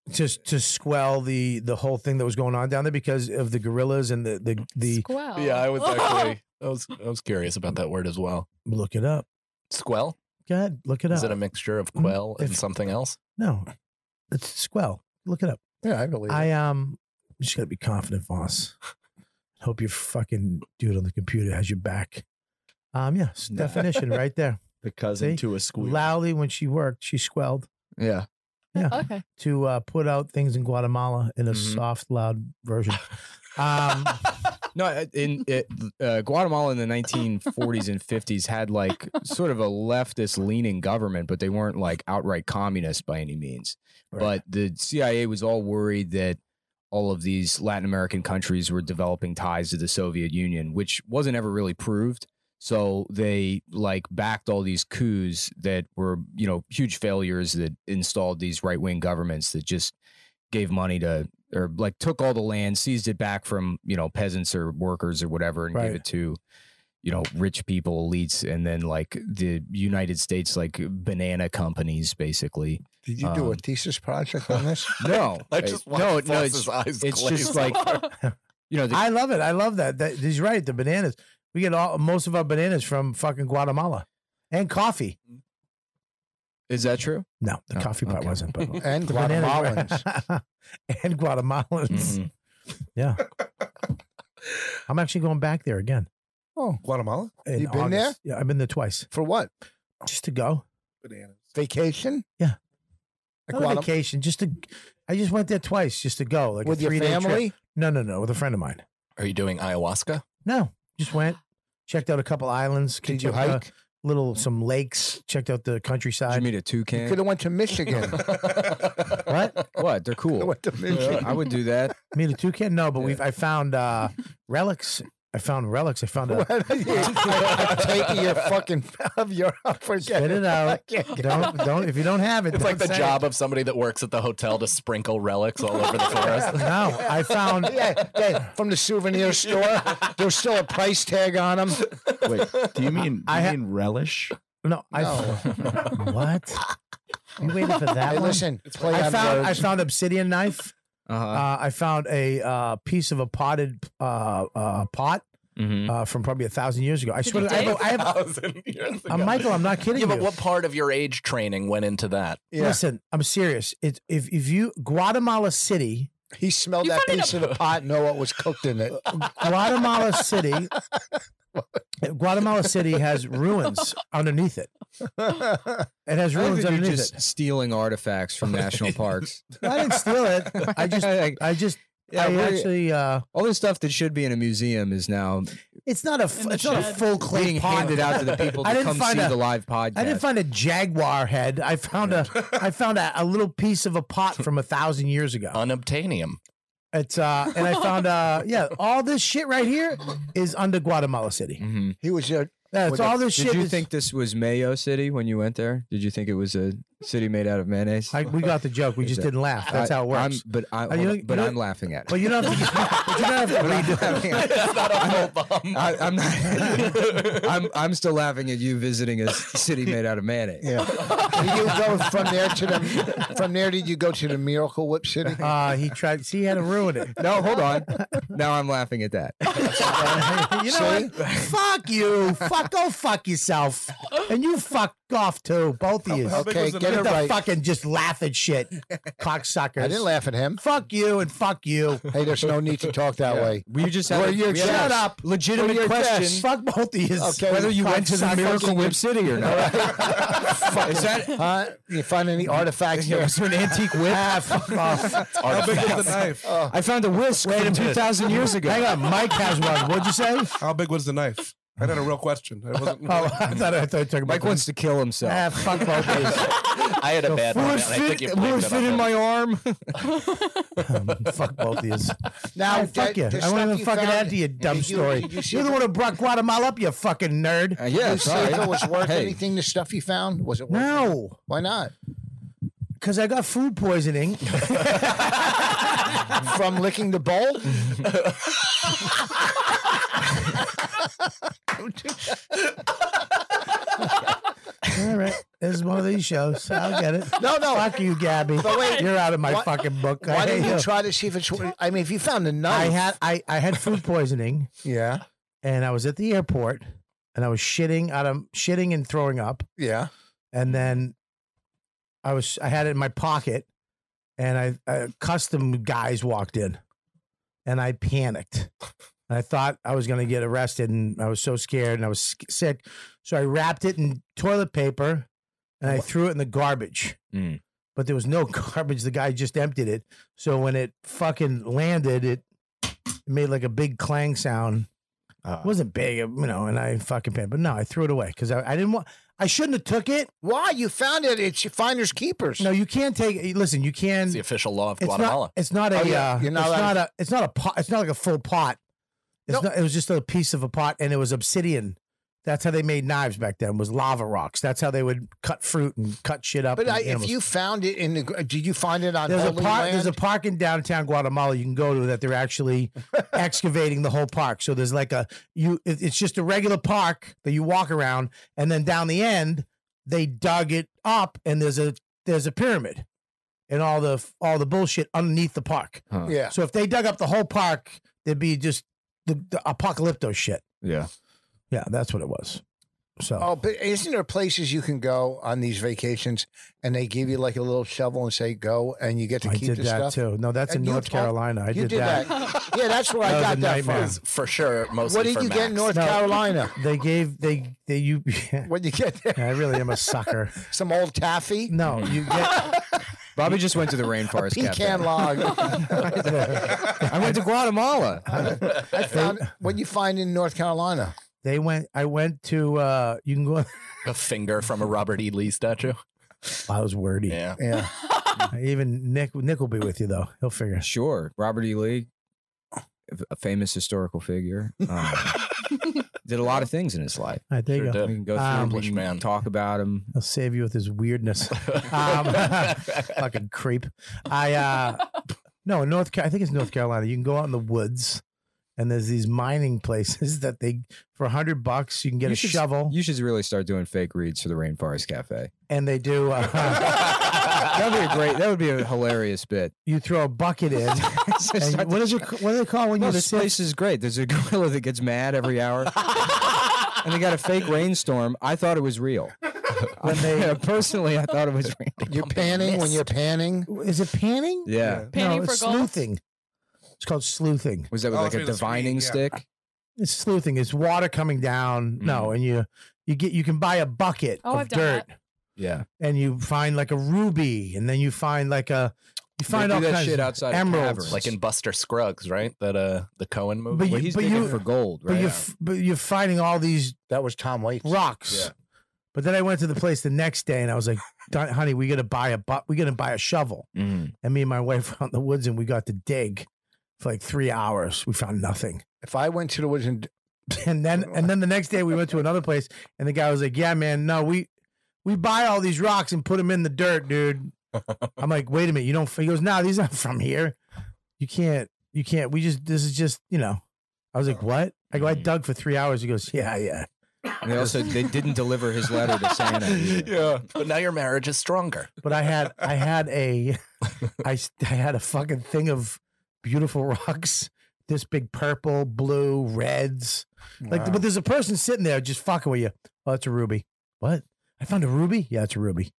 just to squell the the whole thing that was going on down there because of the guerrillas and the the the Squell. Yeah, I was actually. I was I was curious about that word as well. look it up. Squell. Go ahead, look it up. Is Mm-hmm. it a mixture of quell and something else? no, it's squell. Look it up. Yeah, I believe. I um, you just gotta be confident, Voss. Hope your fucking dude on the computer has your back. Um, yes, Nah. definition right there. The cousin See? to a squeal. Loudly, when she worked, she squelled. Yeah. Yeah. Okay. To uh, put out things in Guatemala in a Mm-hmm. Mhm. soft, loud version. Um, No, uh, in it, uh, Guatemala in the 1940s and 50s had like sort of a leftist leaning government, but they weren't like outright communist by any means. But Uh, the CIA was all worried that all of these Latin American countries were developing ties to the Soviet Union, which wasn't ever really proved. So they like backed all these coups that were, you know, huge failures that installed these right wing governments that just gave money to or like took all the land, seized it back from, you know, peasants or workers or whatever and Right. gave it to, you know, rich people, elites, and then like the United States like banana companies basically. Did you do a Um, thesis project on this? No. I just Uh, watched no, no, Voss's it's, eyes it's glaze just like you know, the, I love it. I love that. that. He's right. The bananas. We get all most of our bananas from fucking Guatemala, and coffee. is that true? No, the Oh, coffee part okay. wasn't. But And the bananas Guatemalans. Mm-hmm. were- and Guatemalans. Mhm. Yeah. I'm actually going back there again. Oh, Guatemala. in you been there August. Yeah, I've been there twice for what? just to go. Vacation? Yeah. Not Like a Guatem- vacation, just to. I just went there twice just to go, like With a your three family? No, no, no, with a friend of mine. Are you doing ayahuasca? No, just went, checked out a couple islands. Did you checked out a hike? little some lakes. Checked out the Did you countryside. meet a You could toucan? have went to Michigan. what? What? They're I cool. went to Michigan. I would do that. Meet a toucan? No, but we've. I found uh, relics. I found relics. I found. A, I'm taking your fucking of your forget spit it I out. can't get- Don't don't. If you don't have it, It's like don't the say job of somebody that works at the hotel to sprinkle relics all over the it. forest. No, I found. Yeah, yeah, from the souvenir store. There's still a price tag on them. Wait, do you mean, do I you ha- mean relish? No, I. what? You waited for that Hey, one? listen, play I on found I words. found obsidian knife. Uh-huh. Uh, I found a uh, piece of a potted uh, uh, pot Mhm. Mm-hmm. uh, from probably a thousand years ago. I Did swear, you to, I have, a, I have a- Thousand years uh, ago. Michael. I'm not kidding Yeah, but you. what part of your age training went into that? Yeah. Listen, I'm serious. It's if if you Guatemala City, He smelled You that found it piece of the pot and know what was cooked in it. Guatemala City, Guatemala City has ruins underneath it. It has I think that ruins you're underneath just it. stealing artifacts from national parks. I didn't steal it. I just, Like, I just, Yeah, I we're- actually. Uh, all this stuff that should be in a museum is now it's not a, f- In the it's not a shed. full clay being pot. handed out to the people I to didn't come find see a- the live podcast. I didn't find a jaguar head. I found a I found a, a little piece of a pot from a thousand years ago. Unobtainium. It's uh and I found uh yeah, all this shit right here is under Guatemala City. Mhm. He was there. Yeah, it's With all the- this Did shit. you is- think this was Mayo City when you went there? Did you think it was a city made out of mayonnaise? I, we got the joke. We just didn't laugh. That's how it I- I'm- works. but I, Are you- hold on, but you- I'm laughing at. But it. you don't have to but you don't have to redo it. It's not a I, I'm not. I'm I'm still laughing at you visiting a city made out of mayonnaise. Yeah. Did you go from there to the from there? Did you go to the Miracle Whip City? Uh, he tried. See, he had to ruin it. No, hold on. Now I'm laughing at that. you know what? Fuck you. Fuck. Go fuck yourself. And you fuck off too. Both of you. Okay, get Get it the right. fucking just laugh at shit, cocksuckers. I didn't laugh at him. Fuck you and fuck you. Hey, there's no need to talk talk that Yeah. way. We just had Were a- you we had shut a up. legitimate Were you question. just- Fuck both of you. Okay, whether you went to the fucking- Miracle Whip City or not. Is that Huh? You find any artifacts Yeah, here? was there an antique whip? Ah, fuck off. How big is the knife? Uh, I found a whisk Wait a from minute. 2,000 years ago. Hang on, Mike has one. What'd you say? How big was the knife? I had a real question. I wasn't. Oh, I thought I thought you were talking about Mike the- wants to kill himself. Ah, fuck both of you. I had a bad Will one. it and I think fit, you will blamed it it fit on in me. my arm? fuck both of you. Now, Now, fuck the- you. the I stuff won't even fucking you found- add to your dumb you- story. you Uh, see You, are the the- one who brought Guatemala up, you fucking nerd. Did you see if it was worth anything, the stuff you found? Was it worth No, Why not? because I got food poisoning. From licking the bowl? All right. This is one of these shows. I'll get it. No, no. Fuck you, Gabby. But wait. You're out of my Why- fucking book. I Why didn't hate you try to see if it's worth I mean, if you found a I knife. had I, I had food poisoning. yeah. And I was at the airport and I was shitting out of shitting and throwing up. Yeah. And then I was I had it in my pocket and I, I custom guys walked in and I panicked. And I thought I was going to get arrested and I was so scared and I was sc- sick. So I wrapped it in toilet paper and I threw it in the garbage. Mm. But there was no garbage. The guy just emptied it. So when it fucking landed, it made like a big clang sound. Uh. Uh-huh. it wasn't big, you know, and I fucking panicked. But no, I threw it away because I, I didn't want, I shouldn't have took it. Why? You found it. It's your finders keepers. No, you can't take. Listen, you can. It's the official law of It's Guatemala. not. It's not a. Oh, yeah. uh, You're not it's allowed not a. It's not a pot. It's not like a full pot. It's Nope. not. It was just a piece of a pot, and it was obsidian. That's how they made knives back then. Was lava rocks. That's how they would cut fruit and cut shit up. But and I, if animals. you found it in the, gr- did you find it on there's a holy park, land? there's a park in downtown Guatemala you can go to that they're actually excavating the whole park. So there's like a you. it- It's just a regular park that you walk around, and then down the end they dug it up, and there's a there's a pyramid, and all the all the bullshit underneath the park. yeah. So if they dug up the whole park, there'd be just the, the apocalypto shit. Yeah. Yeah, that's what it was. So Oh, but isn't there places you can go on these vacations and they give you like a little shovel and say go and you get to I keep did the that stuff? too. No, that's in And you North talk- Carolina. I you did, that. yeah, that's where That I was got a that nightmare. from. It's for sure. Mostly What did for you Max. get in North No. Carolina? They gave they they you. What did you get there? I really am a sucker. Some old taffy? No, you get. Bobby just went to the rainforest Pecan cafe. log. I went to Guatemala. I found what you find in North Carolina. They went. I went to. uh You can go. a finger from a Robert E. Lee statue. I was wordy. Yeah. Yeah. Even Nick Nick will be with you though. He'll figure. it. Sure. Robert E. Lee, a famous historical figure, um, did a lot of things in his life. All right, there you Sure go. did. We can go Um, through, we can Englishman. talk about him. He'll save you with his weirdness. Um, fucking creep. I uh no North. Ca- I think it's North Carolina. You can go out in the woods, and there's these mining places that they for a hundred bucks you can get You a should- shovel, You should really start doing fake reads for the Rainforest Cafe. and they do. Uh, That would be a great. That would be a hilarious bit. you throw a bucket in. And what is it? What do they call when No, you this sift? place is great. There's a gorilla that gets mad every hour. and they got a fake rainstorm. I thought it was real. when they? Personally, I thought it was real. You're panning when you're panning. Is it panning? Yeah. Panning no, for it's golf? sleuthing. It's called sleuthing. Was that with Oh, like through a the screen, divining yeah. stick? Mm. It's sleuthing. It's water coming down. No, and you you get you can buy a bucket Oh, of I've done dirt, that. Yeah. and you find like a ruby, and then you find like a you find do all that kinds shit of outside of emeralds. caverns. like in Buster Scruggs, right? That uh, the Cohen movie. But Well, you- he's but digging you- for gold, but right? you're f- but you're finding all these That was Tom Waits. rocks. Yeah. But then I went to the place the next day, and I was like, "Don- "Honey, we gotta buy a bu- we gotta buy a shovel." Mm. And me and my wife were out in the woods, and we got to dig for like three hours. We found nothing. If I went to the woods and and then and then the next day we went to another place and the guy was like yeah man no we we buy all these rocks and put them in the dirt dude i'm like wait a minute you don't he goes no these aren't from here you can't you can't we just this is just you know i was like what i go i dug for three hours he goes yeah yeah And they also they didn't deliver his letter to Santa. either. yeah. But now your marriage is stronger. but i had i had a I, s- I had a fucking thing of beautiful rocks this big purple blue reds Like, Wow. but there's a person sitting there just fucking with you. Oh, that's a ruby. What? I found a ruby. Yeah, it's a ruby.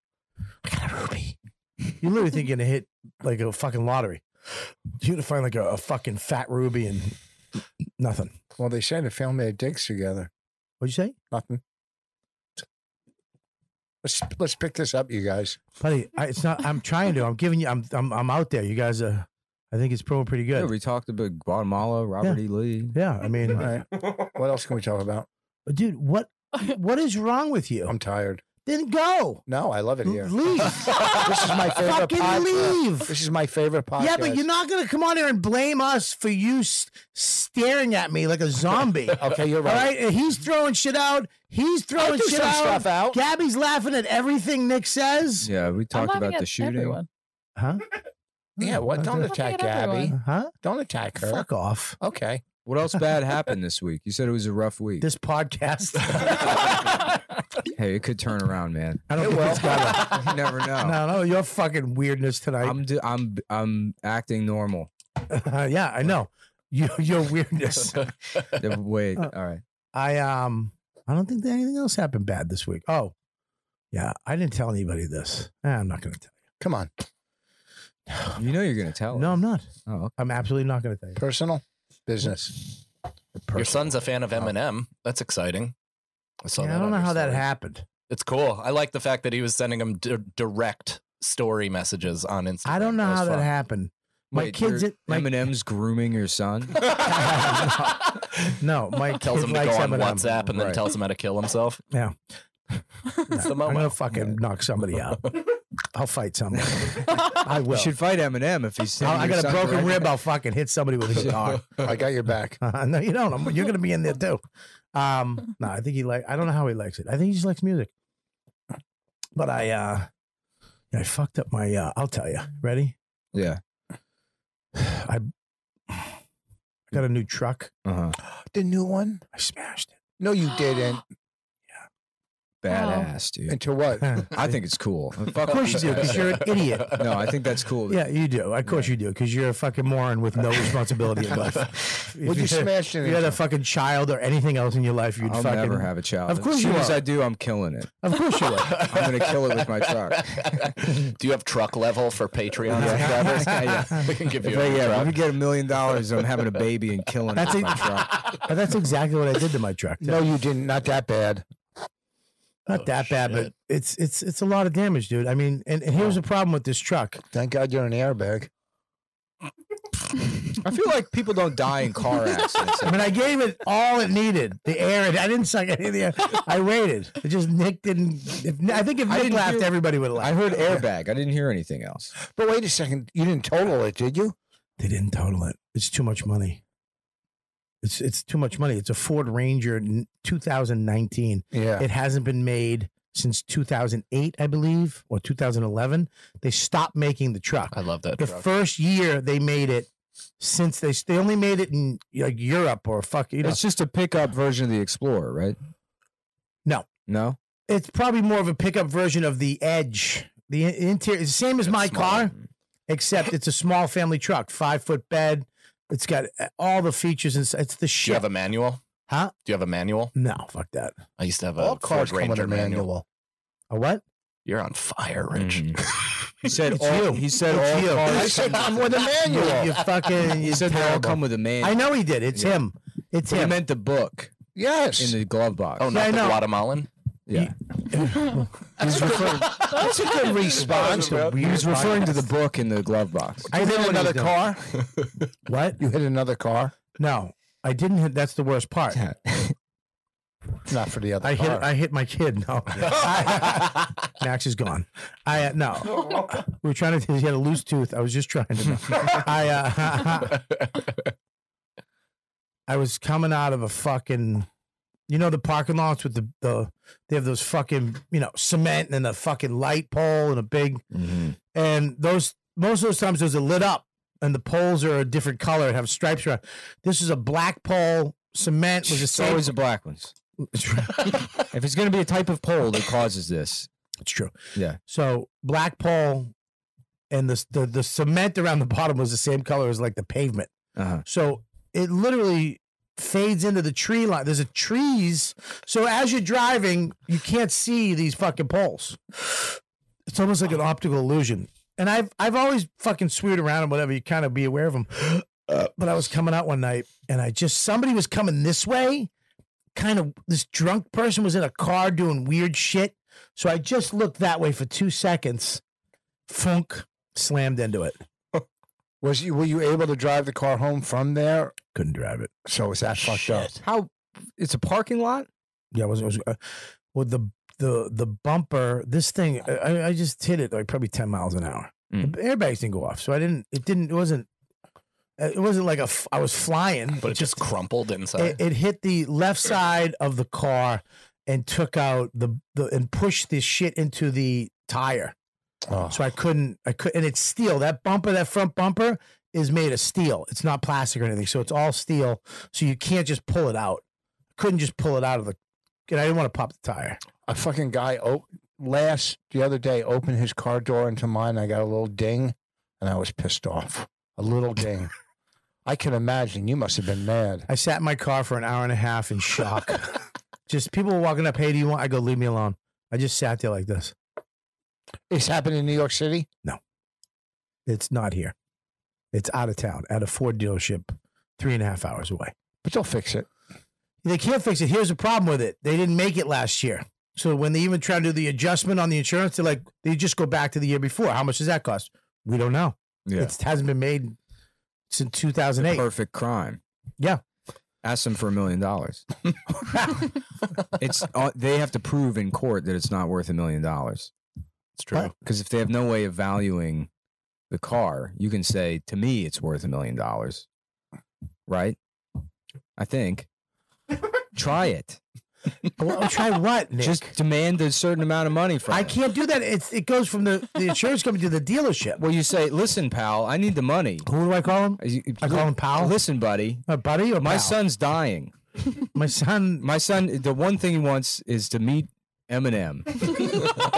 I got a ruby. You literally think you're gonna hit like a fucking lottery. You'd have find like a, a fucking fat ruby and nothing. Well, they said the film had dicks together. What'd you say? Nothing. Let's let's pick this up, you guys. Buddy, I, it's not. I'm trying to. I'm giving you. I'm. I'm. I'm out there. You guys are. I think it's proving pretty Yeah, good. we talked about Guatemala, Robert E. Lee. Yeah, I mean, All right. What else can we talk about? dude, what what is wrong with you? I'm tired. Then go. No, I love it here. Oh, Leave. this is my favorite Fucking podcast. leave. This is my favorite podcast. Yeah, but you're not gonna come on here and blame us for you s- staring at me like a zombie. Okay, you're right. All right, and he's throwing shit out. He's I throwing do shit some out. stuff out. Gabby's laughing at everything Nick says. Yeah, we talked laughing about the at shooting. Hmm, everyone. Huh? Yeah, what? Don't Look attack at Gabby. everyone. Huh? Don't attack her. Fuck off. Okay. What else bad happened this week? You said it was a rough week. This podcast. hey, it could turn around, man. I don't think it's got a- You never know. No, no, your fucking weirdness tonight. Oh. I'm do- I'm I'm acting normal. yeah, I know. Your your weirdness. Uh, Wait, uh, all right. I um I don't think that anything else happened bad this week. Oh, yeah, I didn't tell anybody this. Eh, I'm not going to tell Come on. You know you're gonna tell. you. No, I'm not. Oh, okay. I'm absolutely not going to tell you. Personal business. Your son's a fan of Eminem. That's exciting. I saw Oh. Yeah, that. I don't on know your how that story. happened. It's cool. I like the fact that he was sending him di- direct story messages on Instagram. I don't know That was how that fun. happened. My Wait, kids, you're- it, my, Eminem's grooming your son. no, my kid Tells him to likes go on Eminem. WhatsApp and then Right. tells him how to kill himself. Yeah, It's the I'm moment. gonna fucking knock somebody out. I'll fight somebody. I will. You should fight Eminem if he's. I, sending I your got a son broken direct- rib. I'll fucking hit somebody with a guitar. Uh, I got your back. no, you don't. I'm- you're gonna be in there too. Um, no, I think he like. I don't know how he likes it. I think he just likes music. But I, uh I fucked up my. uh I'll tell you. Ready? Yeah. I got a new truck. Uh huh. The new one? I smashed it. No, you didn't. Badass, dude. Into what? I think it's cool. Fuck Of course you do, because you're an idiot. No, I think that's cool. Yeah, you do. Of course you do, because you're a fucking moron with no responsibility in life. If Would you had- smash it If you had a fucking child or anything else in your life, you'd I'll fucking never have a child. Of course as you soon as are. I do, I'm killing it. Of course you would. I'm gonna kill it with my truck. Do you have truck level for Patreon subscribers? We can give If you I, a yeah, if truck. we get a million dollars, I'm having a baby and killing That's it it. with my truck. But that's exactly what I did to my truck. No, you didn't. Not that bad. Not that bad, but it's it's it's a lot of damage, dude. I mean, and, and here's the problem with this truck. Thank God you're an airbag. I feel like people don't die in car accidents. I mean, I gave it all it needed. The air, I didn't suck any of the air. I waited. It just Nick didn't. If, I think if I Nick didn't laughed, hear- everybody would laugh. I heard airbag. I didn't hear anything else. But wait a second. You didn't total it, did you? They didn't total it. It's too much money. It's it's too much money. It's a Ford Ranger n- 2019. Yeah. It hasn't been made since 2008, I believe, or 2011. They stopped making the truck. I love that the truck. first year they made it. Since they they only made it in like Europe or fuck you know It's just a pickup version of the Explorer, right? no No. it's probably more of a pickup version of the Edge. The in- interior is the same as my car, except it's a small family truck, five foot bed. It's got uh, all the features and s- it's the Do you shit. have a manual? huh? Do you have a manual? No, fuck that. I used to have a All cars Ford come with Ranger a manual. manual. A what? You're on fire, Rich. Mm. He said It's all. you. He said It's all you. cars. I said I'm with a You, manual. you fucking. he you said they all terrible. come with a man. I know he did. It's him. It's He him. meant the book in Yes. the glove box. Oh, Yeah, not I the know. Guatemalan. yeah. That's a good response. He was referring to the book in the glove box. I know what he's doing. What? You hit another car. No, I didn't hit. That's the worst part. Not for the other I hit. car. I hit my kid. No, I- Max is gone. I uh, no. We were trying to. He had a loose tooth. I was just trying to. I uh, I was coming out of a fucking. You know the parking lots with the, the they have those fucking you know cement and a fucking light pole and a big and those most of those times those are lit up and the poles are a different color and have stripes around. This is a black pole cement was the It's same. always the black ones. it's right. If it's going to be a type of pole that causes this, It's true. Yeah. So black pole and the, the the cement around the bottom was the same color as like the pavement. uh-huh. So it literally fades into the tree line. There's a trees. So as you're driving, you can't see these fucking poles. It's almost like an optical illusion. and I've I've always fucking swewed around and whatever. You kind of be aware of them. but I was coming out one night, and I just somebody was coming this way. Kind of this drunk person was in a car doing weird shit. So I just looked that way for two seconds. Funk slammed into it. Was you were you able to drive the car home from there? Couldn't drive it. So is that fucked up? How? It's a parking lot. Yeah, it was. It was uh, well, the the the bumper. This thing, I- I, I just hit it like probably ten miles an hour. The airbags didn't go off, so I didn't. It didn't. It wasn't. uh, It wasn't like a. f- I was flying. But it just crumpled inside. It, it hit the left side of the car and took out the, the and pushed this shit into the tire. So I couldn't. I could, and it's steel. That bumper, that front bumper, is made of steel. It's not plastic or anything. So it's all steel. So you can't just pull it out. couldn't just pull it out of the. And I didn't want to pop the tire. a fucking guy op- last the other day opened his car door into mine. I got a little ding, and I was pissed off. A little ding. I can imagine you must have been mad. I sat in my car for an hour and a half in shock. just people were walking up. Hey, do you want? I go, leave me alone. I just sat there like this. It's happened in New York City. No, it's not here. It's out of town at a Ford dealership, three and a half hours away. But they'll fix it. They can't fix it. Here's the problem with it: they didn't make it last year. So when they even try to do the adjustment on the insurance, they're like, they just go back to the year before. How much does that cost? We don't know. Yeah. It hasn't been made since The 2008. perfect crime. Yeah. Ask them for a million dollars. It's uh, they have to prove in court that it's not worth a million dollars. It's true. Because if they have no way of valuing the car, you can say to me it's worth a million dollars, right? I think. Try it. well, try what? Nick? Just demand a certain amount of money from. I them. can't do that. It's, it goes from the, the insurance company to the dealership. Well, you say, listen, pal, I need the money. Who do I call him? I call him pal. Listen, buddy, My buddy or my pal? son's dying. My son. My son. The one thing he wants is to meet Eminem.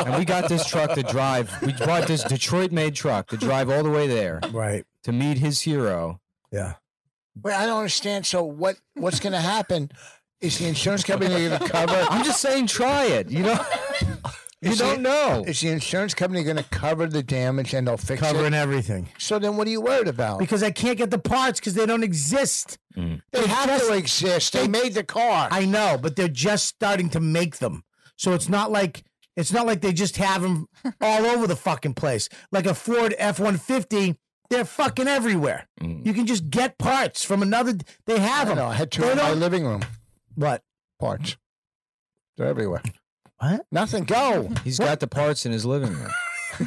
and we got this truck to drive. We bought this Detroit-made truck to drive all the way there Right. to meet his hero. Yeah. Wait, I don't understand. So what? What's going to happen? Is the insurance company going to cover? I'm just saying, try it. You know, you Is the- don't know. Is the insurance company going to cover the damage and they'll fix it? Covering everything. So then, what are you worried about? Because I can't get the parts because they don't exist. they have to exist. They made the car. I know, but they're just starting to make them. So it's not like it's not like they just have them all over the fucking place. Like a Ford F-150, they're fucking everywhere. You can just get parts from another they have I them. know. I had two in my living room. What? Parts. They're everywhere. What? Nothing. Go. He's got the parts in his living room.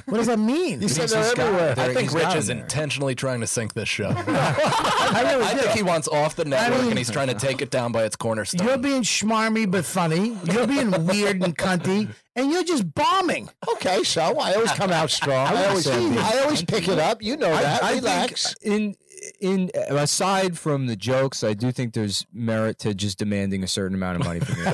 What does that mean? He said He's they're just got- everywhere. they're- I think he's got Rich 'em is there. intentionally trying to sink this show. I really I do. think he wants off the network mean- and he's trying to take it down by its cornerstone. You're being schmarmy but funny. You're being weird and cunty, and you're just bombing. Okay, so I always come out strong. I, always, I always pick it up. You know that. I Relax. think in in aside from the jokes, I do think there's merit to just demanding a certain amount of money from you.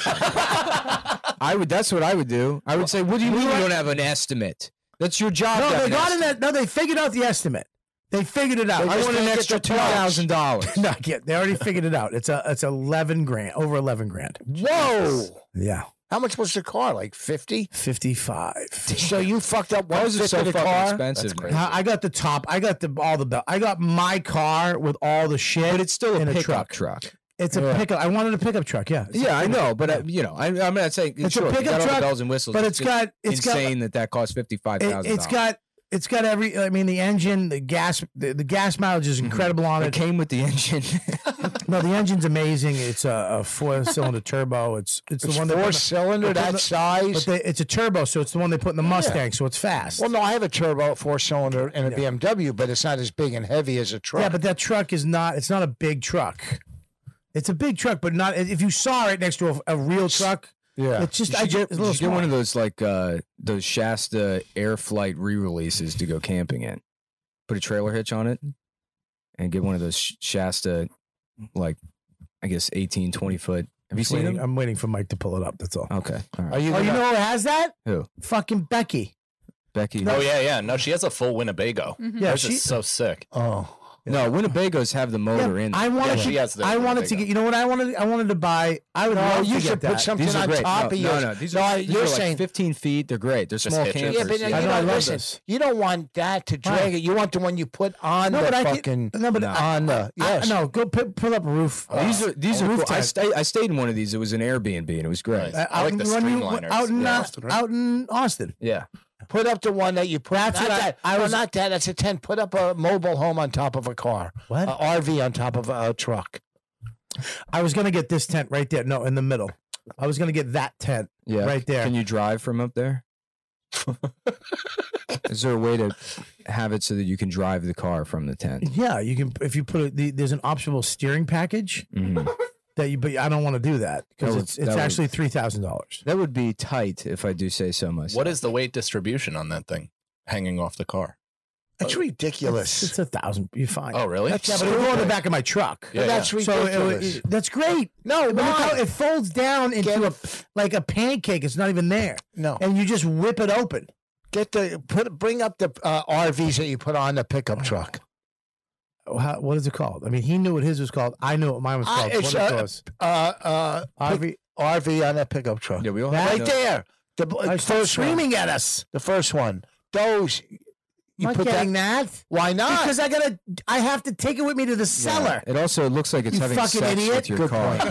I would. That's what I would do. I would say, "What do you mean you don't have an estimate? That's your job." No, to have they an got estimate. in that. No, they figured out the estimate. They figured it out. I want an extra two thousand dollars. No, I can't. They already figured it out. It's a it's eleven grand, over eleven grand. Whoa. Yeah, How much was the car? Like 50? fifty five. So you fucked up one Those are fifth so of the fucking car? expensive, man. I got the top. I got the all the belt. I got my car with all the shit. But it's still a in pickup a truck. truck. It's a pickup. I wanted a pickup truck. Yeah. It's a Yeah, I pickup. know, but uh, you know, I, I'm not saying It's a sure, you pickup got all the truck, bells and whistles, but it's it's got- it's got- insane that that costs fifty five It, thousand. has got it's got every. I mean, the engine, the gas, the, the gas mileage is incredible on Mm-hmm. It it. came with the engine. No, the engine's amazing. It's a, a four cylinder turbo. It's it's, It's the one that four put in cylinder, they're putting that the- the- but size. they, it's a turbo, so it's the one they put in the Mustang, so it's fast. Well, no, I have a turbo four cylinder and a BMW, but it's not as big and heavy as a truck. Yeah, but that truck is not. It's not a big truck. It's a big truck, but not. If you saw it next to a, a real truck, Yeah. it's just. You I should ju- get, it's a you little should get small. one of those like uh, those Shasta Air Flight re-releases to go camping in. Put a trailer hitch on it, and get one of those Sh- Shasta, like I guess 18, 20 foot. Have you seen Waiting- them? I'm waiting for Mike to pull it up. That's all. Okay, all Are right. you Oh, you gonna- know who has that? Who? Oh, Fucking Becky. Becky. oh yeah, yeah. No, she has a full Winnebago. Mm-hmm. Yeah, Hers she. is so sick. Oh. No, Winnebago's have the motor in. I wanted to. I wanted to get. You know what? I wanted. I wanted to buy. I would. No, love you to should get put that. something These are on great. top no, of no, yours. No, these No, are, I- these you're are saying- like 15 feet. They're great. They're small campers. Yeah, but then you don't, listen, you don't want that to drag Why? it. You want the one you put on No, the but I fucking. no, but on the. I, Yes. no, go pu- pull up a roof. Oh, these are these a are roof cool. I tent. stayed I stayed in one of these. It was an Airbnb and it was great. Nice. I like the when you- streamliners. Out in Yeah. uh, Austin, right? out in Austin. Yeah. Put up the one that you put. That's not what I- that. I no, was- not that. That's a tent. Put up a mobile home on top of a car. What? A RV on top of a, a truck. I was gonna get this tent right there. No, in the middle. I was gonna get that tent. Yeah. Right there. Can you drive from up there? Is there a way to have it so that you can drive the car from the tent? Yeah, you can if you put a, the, there's an optional steering package Mhm. that you. But I don't want to do that That because would- it's that it's would- actually three thousand dollars. That would be tight if I do say so myself. What is the weight distribution on that thing hanging off the car? That's ridiculous. Uh, It's a thousand. You're fine. Oh, really? That's, yeah, but it'll go in the back of my truck. Yeah, That's yeah. So it- ridiculous. it- that's great. No, but look why? how it folds down into a like a pancake. It's not even there. No. and you just whip it open. Get the put. Bring up the uh, RVs that you put on the pickup truck. Oh. How, what is it called? I mean, he knew what his was called. I knew what mine was Ah, called. it's, what it uh, was. Uh, uh, RV. RV on that pickup truck. Yeah, we all uh, right have no- there. The b- I stop first screaming one. at us. The first one. Those. You not put getting that. that, Why not? because I gotta. I have to take it with me to the Yeah. cellar. It also looks like it's You having fucking sex idiot. with your Good car. you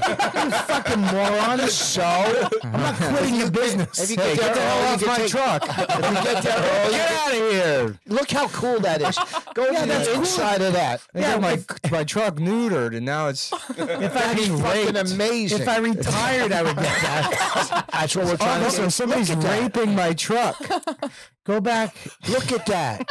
fucking moron. so I'm not quitting the business. If you get there early, you can take- If you get there early, you Get out of here. Look how cool that is. Go yeah, that's the cool. inside of that. I got my my truck neutered and now it's If I That's re- fucking amazing. if I retired, I would get that. that's what we're trying oh, to so do. somebody's Look at raping my truck. Go back. that. Look at that.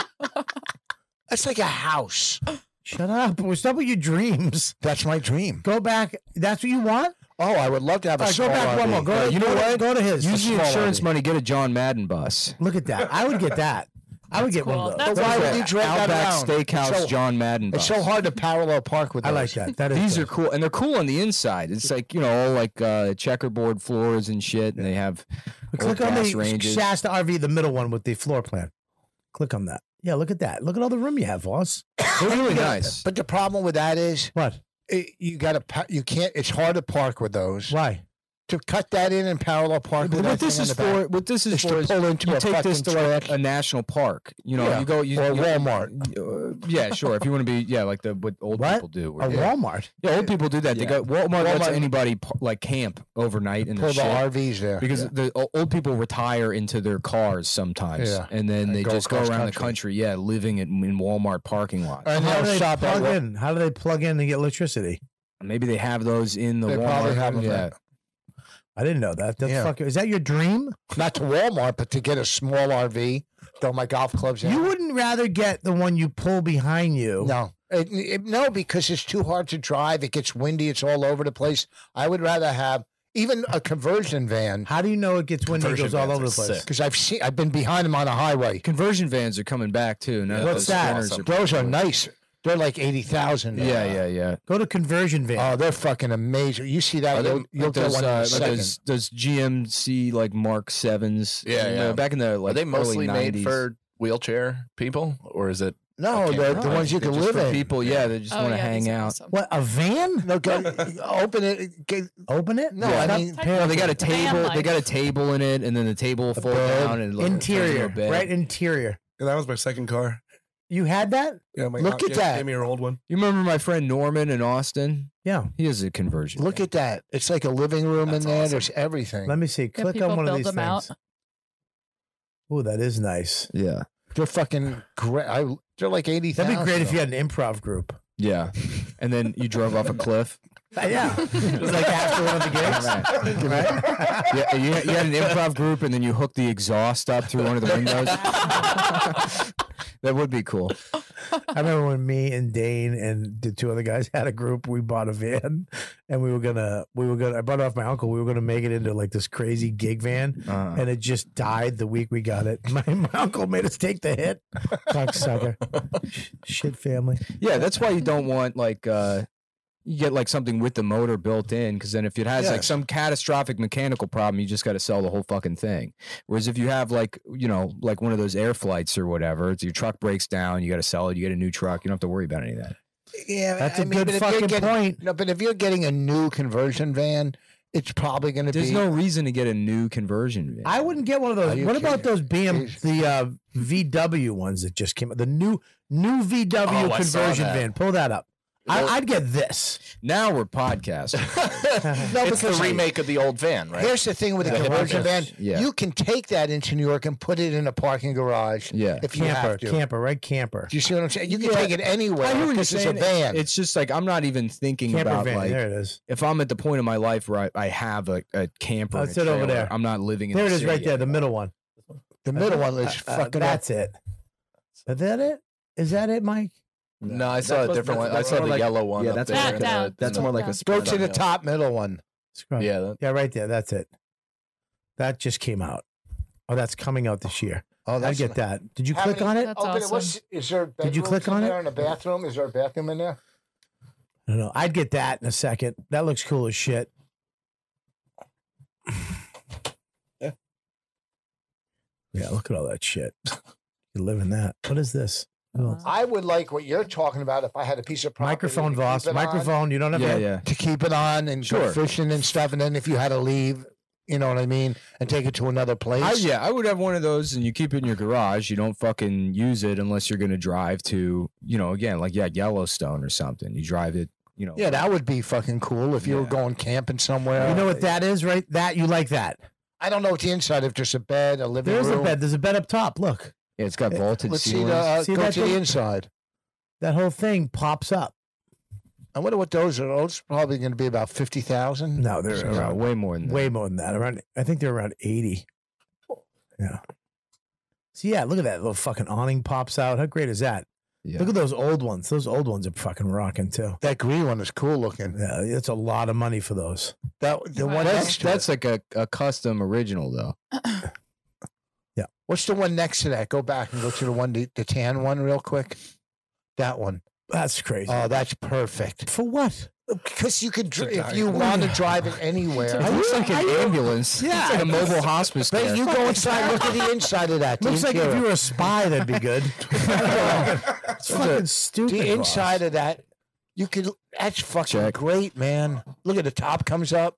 That's like a house. Shut up. What's up with your dreams? That's my dream. Go back. That's what you want. Oh, I would love to have a All right, go small back one RV. more. Go. Yeah, you know what? Go to his. Use your small insurance RV. money. Get a John Madden bus. Look at that. I would get that. I would get one of That's those. But why would you drag that Outback around? Steakhouse So- John Madden bus. It's so hard to parallel park with. I Those. like that. That is. These good. are cool, and they're cool on the inside. It's like you know, all like uh, checkerboard floors and shit, and they have old Click on gas the ranges. Shasta RV, the middle one with the floor plan. Click on that. Yeah, look at that. Look at all the room you have, Voss. They're really nice. But the problem with that is What? it, you got to. You can't. It's hard to park with those. Why? To cut that in and parallel park with But that what this thing is in the back. for? What this is Is to for is pull into you a take this to fucking like truck. a national park. You know, Yeah. you go you, or you- Walmart. uh, yeah, sure. If you want to be, yeah, like the what old What? people do. A yeah. Walmart. Yeah, old people do that. They Yeah. go Walmart, lets Walmart- anybody par- like camp overnight and Pull the shit. RVs there. because Yeah. the o- old people retire into their cars sometimes, Yeah. and then And they go just go across around the country. country. Yeah, living in, in Walmart parking lots. and How do they'll they shop at plug Wal- in? How do they plug in and get electricity? Maybe they have those in the They Walmart. probably have them yeah. there. I didn't know that. That's Yeah. fucking, is that your dream? not to Walmart, but to get a small RV. Throw my golf clubs in. You wouldn't rather get the one you pull behind you. No. It, it- no, because it's too hard to drive. It gets windy. It's all over the place. I would rather have even a conversion van How do you know it gets windy? It Conversion goes all vans over are the place. sick. because I've seen I've been behind them on a highway. Conversion vans are coming back too. Now those What's that? spinners Those are nice. They're like eighty thousand. Yeah, yeah, yeah. Go to conversion van. Oh, they're fucking amazing. You see Are that? they- You'll, you'll like get those, one in uh, a like second. those, those GMC like Mark Sevens. Yeah, you yeah. know, back in the like Are they early mostly made 90s. for wheelchair people, or is it? no, Okay. the, No, the ones you they're can just live for in. people? Yeah, they just Oh, want to yeah, hang these are out. awesome. what, a van? No, go, open it. Get, Open it? no, Yeah. I mean Technically, No, they got a table. They life. got a table in it, and then the table fold bed. down and like, turns into a interior. bed. Right interior. Yeah, that was my second car. You had that? Yeah, my Look aunt at gave, that. Gave me your old one. You remember my friend Norman in Austin? Yeah. He has a conversion. look at that. It's like a living room in there. There's everything. Let me see. Yeah, Click people on one of build these them out. things. Oh, that is nice. yeah, They're fucking great. I, they're like eighty thousand. That'd be great if you had an improv group. yeah. And then you drove off a cliff. Yeah. it's like after one of the gigs. Right? Yeah, you, you had an improv group, and then you hooked the exhaust up through one of the windows. that would be cool. I remember when me and Dane and the two other guys had a group, we bought a van and we were gonna we were gonna I bought it off my uncle. We were gonna make it into like this crazy gig van Uh-huh. and it just died the week we got it. My, my uncle made us take the hit. Cocksucker. Shit family. Yeah, that's why you don't want like uh you get like something with the motor built in because then if it has like Yes. some catastrophic mechanical problem, you just got to sell the whole fucking thing. Whereas if you have like you know like one of those air flights or whatever, it's your truck breaks down, you got to sell it, you get a new truck, you don't have to worry about any of that. Yeah, That's a a good fucking point. No, but if you're getting a new conversion van, it's probably going to be. There's no reason to get a new conversion. van. I wouldn't get one of those. you What about those BM the uh, VW ones that just came out? The new new VW Oh, I saw conversion that. van. Pull that up. I, Well- I'd get this. Now we're podcasting. No, it's the because- remake of the old van, right? Here's the thing with a Yeah. conversion Yeah. van. Yeah. You can take that into New York and put it in a parking garage. Yeah. If you Camper, have to. camper, right? Camper. Do you see what I'm saying? You can Yeah. take it anywhere I hear what because you're it's a saying. van. It's just like I'm not even thinking Camper about van, like there it is. if I'm at the point in my life where I, I have a, a camper. Oh, and a it's it over trailer, there. I'm not living in There the it is, city right there, the anymore. middle one. The middle one is Uh, uh, fucking That's it. Is that it? Is that it, Mike? No, I saw a different one. I saw the yellow one. Yeah, up that's there. more like a, that's more like a Go spread to on the the- top middle one. Yeah, yeah, right there. That's it. That just came out. Oh, that's coming out this year. Oh, I that's get nice. that. Did you How click many- on it? open What's, is there Did you bedrooms click in on it? There in a bathroom? Is there a bathroom in there? I don't know. I'd get that in a second. That looks cool as shit. Yeah. Yeah, look at all that shit. You live in that. What is this? Oh, I would like what you're talking about if I had a piece of property. Microphone, to keep Voss. it on- Microphone. You don't have to. To keep it on and go Sure. fishing and stuff. And then if you had to leave, you know what I mean, and take it to another place. I, yeah, I would have one of those, and you keep it in your garage. You don't fucking use it unless you're going to drive to, you know, again, like yeah, Yellowstone or something. You drive it, you know. Yeah, that would be fucking cool if you were going camping somewhere. You know what that is, right? That you like that. I don't know what the inside of just a bed, a living There's room. a bed. There's a bed up top. Look. Yeah, it's got vaulted Eh, Let's see ceilings. the uh, See go that to the thing? inside. That whole thing pops up. I wonder what those are. Those are probably going to be about fifty thousand. No, they're No, around, way more than that. way more than that. Around, I think they're around eighty. Yeah. So yeah, look at that little fucking awning pops out. How great is that? Yeah. Look at those old ones. Those old ones are fucking rocking too. That green one is cool looking. Yeah, it's a lot of money for those. That the one that's next to it. that's like a, a custom original though. What's the one next to that? Go back and go to the one, the, the tan one, real quick. That one. That's crazy. Oh, that's perfect. For what? Because you could, dri- if diet. you want to drive it anywhere. It looks like an ambulance. Yeah. It's like a mobile hospice. But care. you go inside, look at the inside of that. the Looks like if interior. you were a spy, that'd be good. it's fucking stupid. the Ross. inside of that, you could. That's fucking great, man. Look at the top comes up.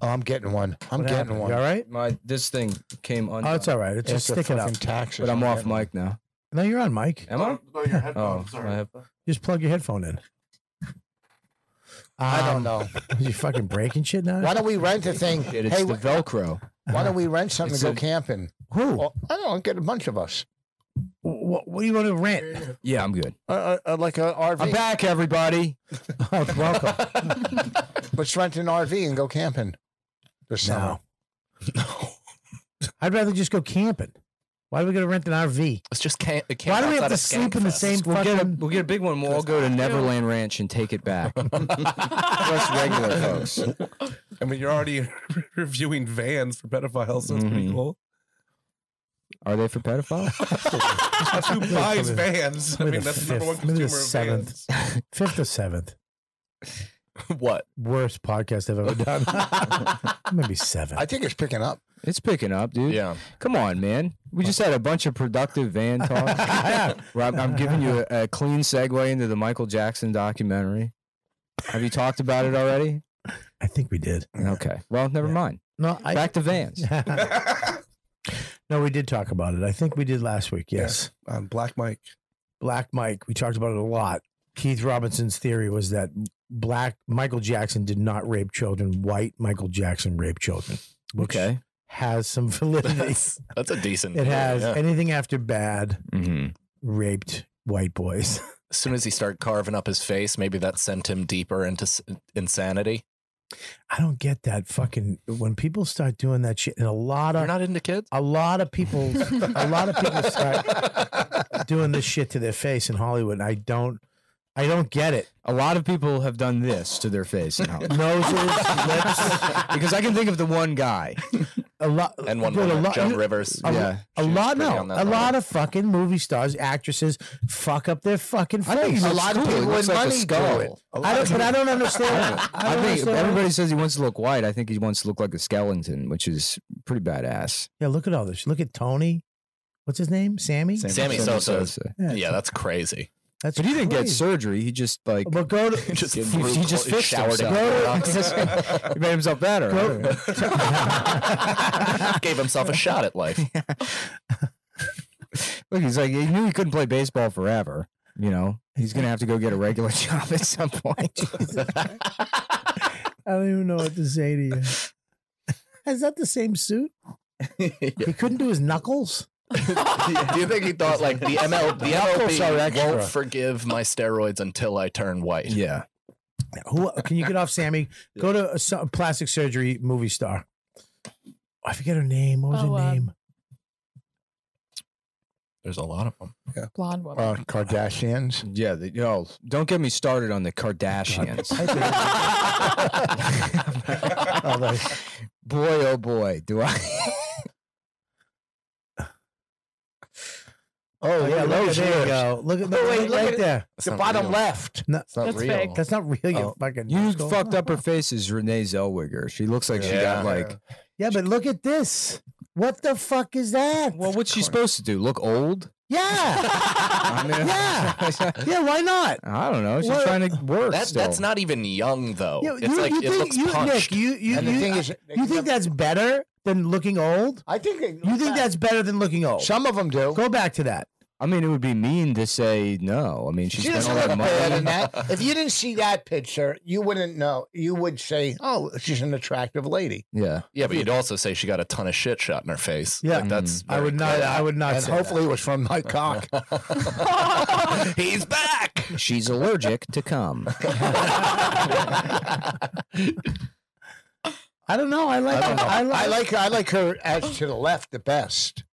Oh, I'm getting one. I'm What getting happened? one. You all right? My this thing came on. Oh, it's all right. It's just the sticking up. fucking taxes. But I'm off getting one. mic now. No, you're on, Mike. Am I? Oh, your Oh, headphones. I have. Just plug your headphone in. I don't Um, know. You fucking breaking shit now? Why don't we rent a thing? Shit, it's Hey, the Velcro. why don't we rent something It's to go a- camping? Uh-huh. Who? Well, I don't know, get a bunch of us. What, what do you want to rent? Yeah, I'm good. Uh, uh, like a RV. I'm back, everybody. Oh, welcome. Let's rent an RV and go camping. This summer. No. I'd rather just go camping. Why are we going to rent an RV? It's just can't. Why do we have to sleep in the same We'll get a, fucking? we'll get a big one. We'll all go to Neverland Ranch and take it back. Us regular folks. I mean, you're already reviewing vans for pedophiles. So that's Mm-hmm. pretty cool. Are they for pedophiles? Who buys vans? I Maybe mean, the that's the number one fifth, maybe consumer the of vans. seventh, fifth or seventh What? worst podcast I've ever done. maybe seven. I think it's picking up. it's picking up, dude. Yeah. Come on, man. We just had a bunch of productive van talk. Where I'm, I'm giving you a, a clean segue into the Michael Jackson documentary. Have you talked about it already? I think we did. Okay. Well, never mind. No, I. Back to vans. no, we did talk about it. I think we did last week. Yes. Um, Black Mike. Black Mike. We talked about it a lot. Keith Robinson's theory was that black Michael Jackson did not rape children. White Michael Jackson raped children. Which Okay. Has some validity. That's, that's a decent. it has yeah. anything after bad Mm-hmm. raped white boys. As soon as he started carving up his face, maybe that sent him deeper into s- insanity. I don't get that fucking when people start doing that shit and a lot You're of not into kids. a lot of people a lot of people start doing this shit to their face in Hollywood. And I don't I don't get it. A lot of people have done this to their face in Hollywood. Noses, lips, because I can think of the one guy. Uh, a lot And one dude, woman, Joan you- Rivers. A, Yeah, a she was lot, pretty no, a on that level. lot of fucking movie stars, actresses, fuck up their fucking face. a lot of people with money do it. I don't, but I don't understand. I, don't think understand why- everybody says he wants to look white. I think he wants to look like a skeleton, which is pretty badass. Yeah, look at all this. Look at Tony. What's his name? Sammy. Sammy Sammy Sosa. Sosa. Yeah, that's crazy. That's but he didn't get crazy. surgery. He just like But go to just he threw clo- just fixed showered himself. up Go to- he made himself better. Go- Gave himself a shot at life. Look, he's like he knew he couldn't play baseball forever. You know, he's gonna have to go get a regular job at some point. I don't even know what to say to you. Is that the same suit? He couldn't do his knuckles. do, you, do you think he thought like the ML the Knuckles are MLB extra. won't forgive my steroids until I turn white? yeah, Who can you get off Sammy? Go to a, so- plastic surgery movie star. I forget her name. What was Oh, her um, name? There's a lot of them. Blonde woman. Uh, Kardashians. yeah. The, yo, don't get me started on the Kardashians. Oh, they- boy, oh boy, do I. oh, yeah, look at- those there you ears. go. Look at the Oh, wait, right, look right at it. there. The bottom left. No, not That's real. fake. that's not real. You Oh. fucking You knuckle. fucked up her face is Renee Zellweger. She looks like she Yeah. got like. Yeah, but look at this. What the fuck is that? Well, what's she supposed to do? Look old? Yeah, I mean, Yeah. yeah. Why not? I don't know. She's Well, trying to work. That, still. that's not even young Oh, though. Yeah, it's like it looks you, Nick, punched. you, you, And the you, thing is, you think that's better than looking old? I think it- You think that's better than looking old? some of them do. Go back to that. I mean, it would be mean to say no. I mean, she, She spent doesn't all look that better money. than that. If you didn't see that picture, you wouldn't know. You would say, "Oh, she's an attractive lady." Yeah. yeah, but you'd also say she got a ton of shit shot in her face. Yeah. like, Mm. that's. I would not. I would not. and Say that. hopefully, it was from my cock. He's back. She's allergic to cum. I don't know. I like. I, like. I like I like her as to the left the best.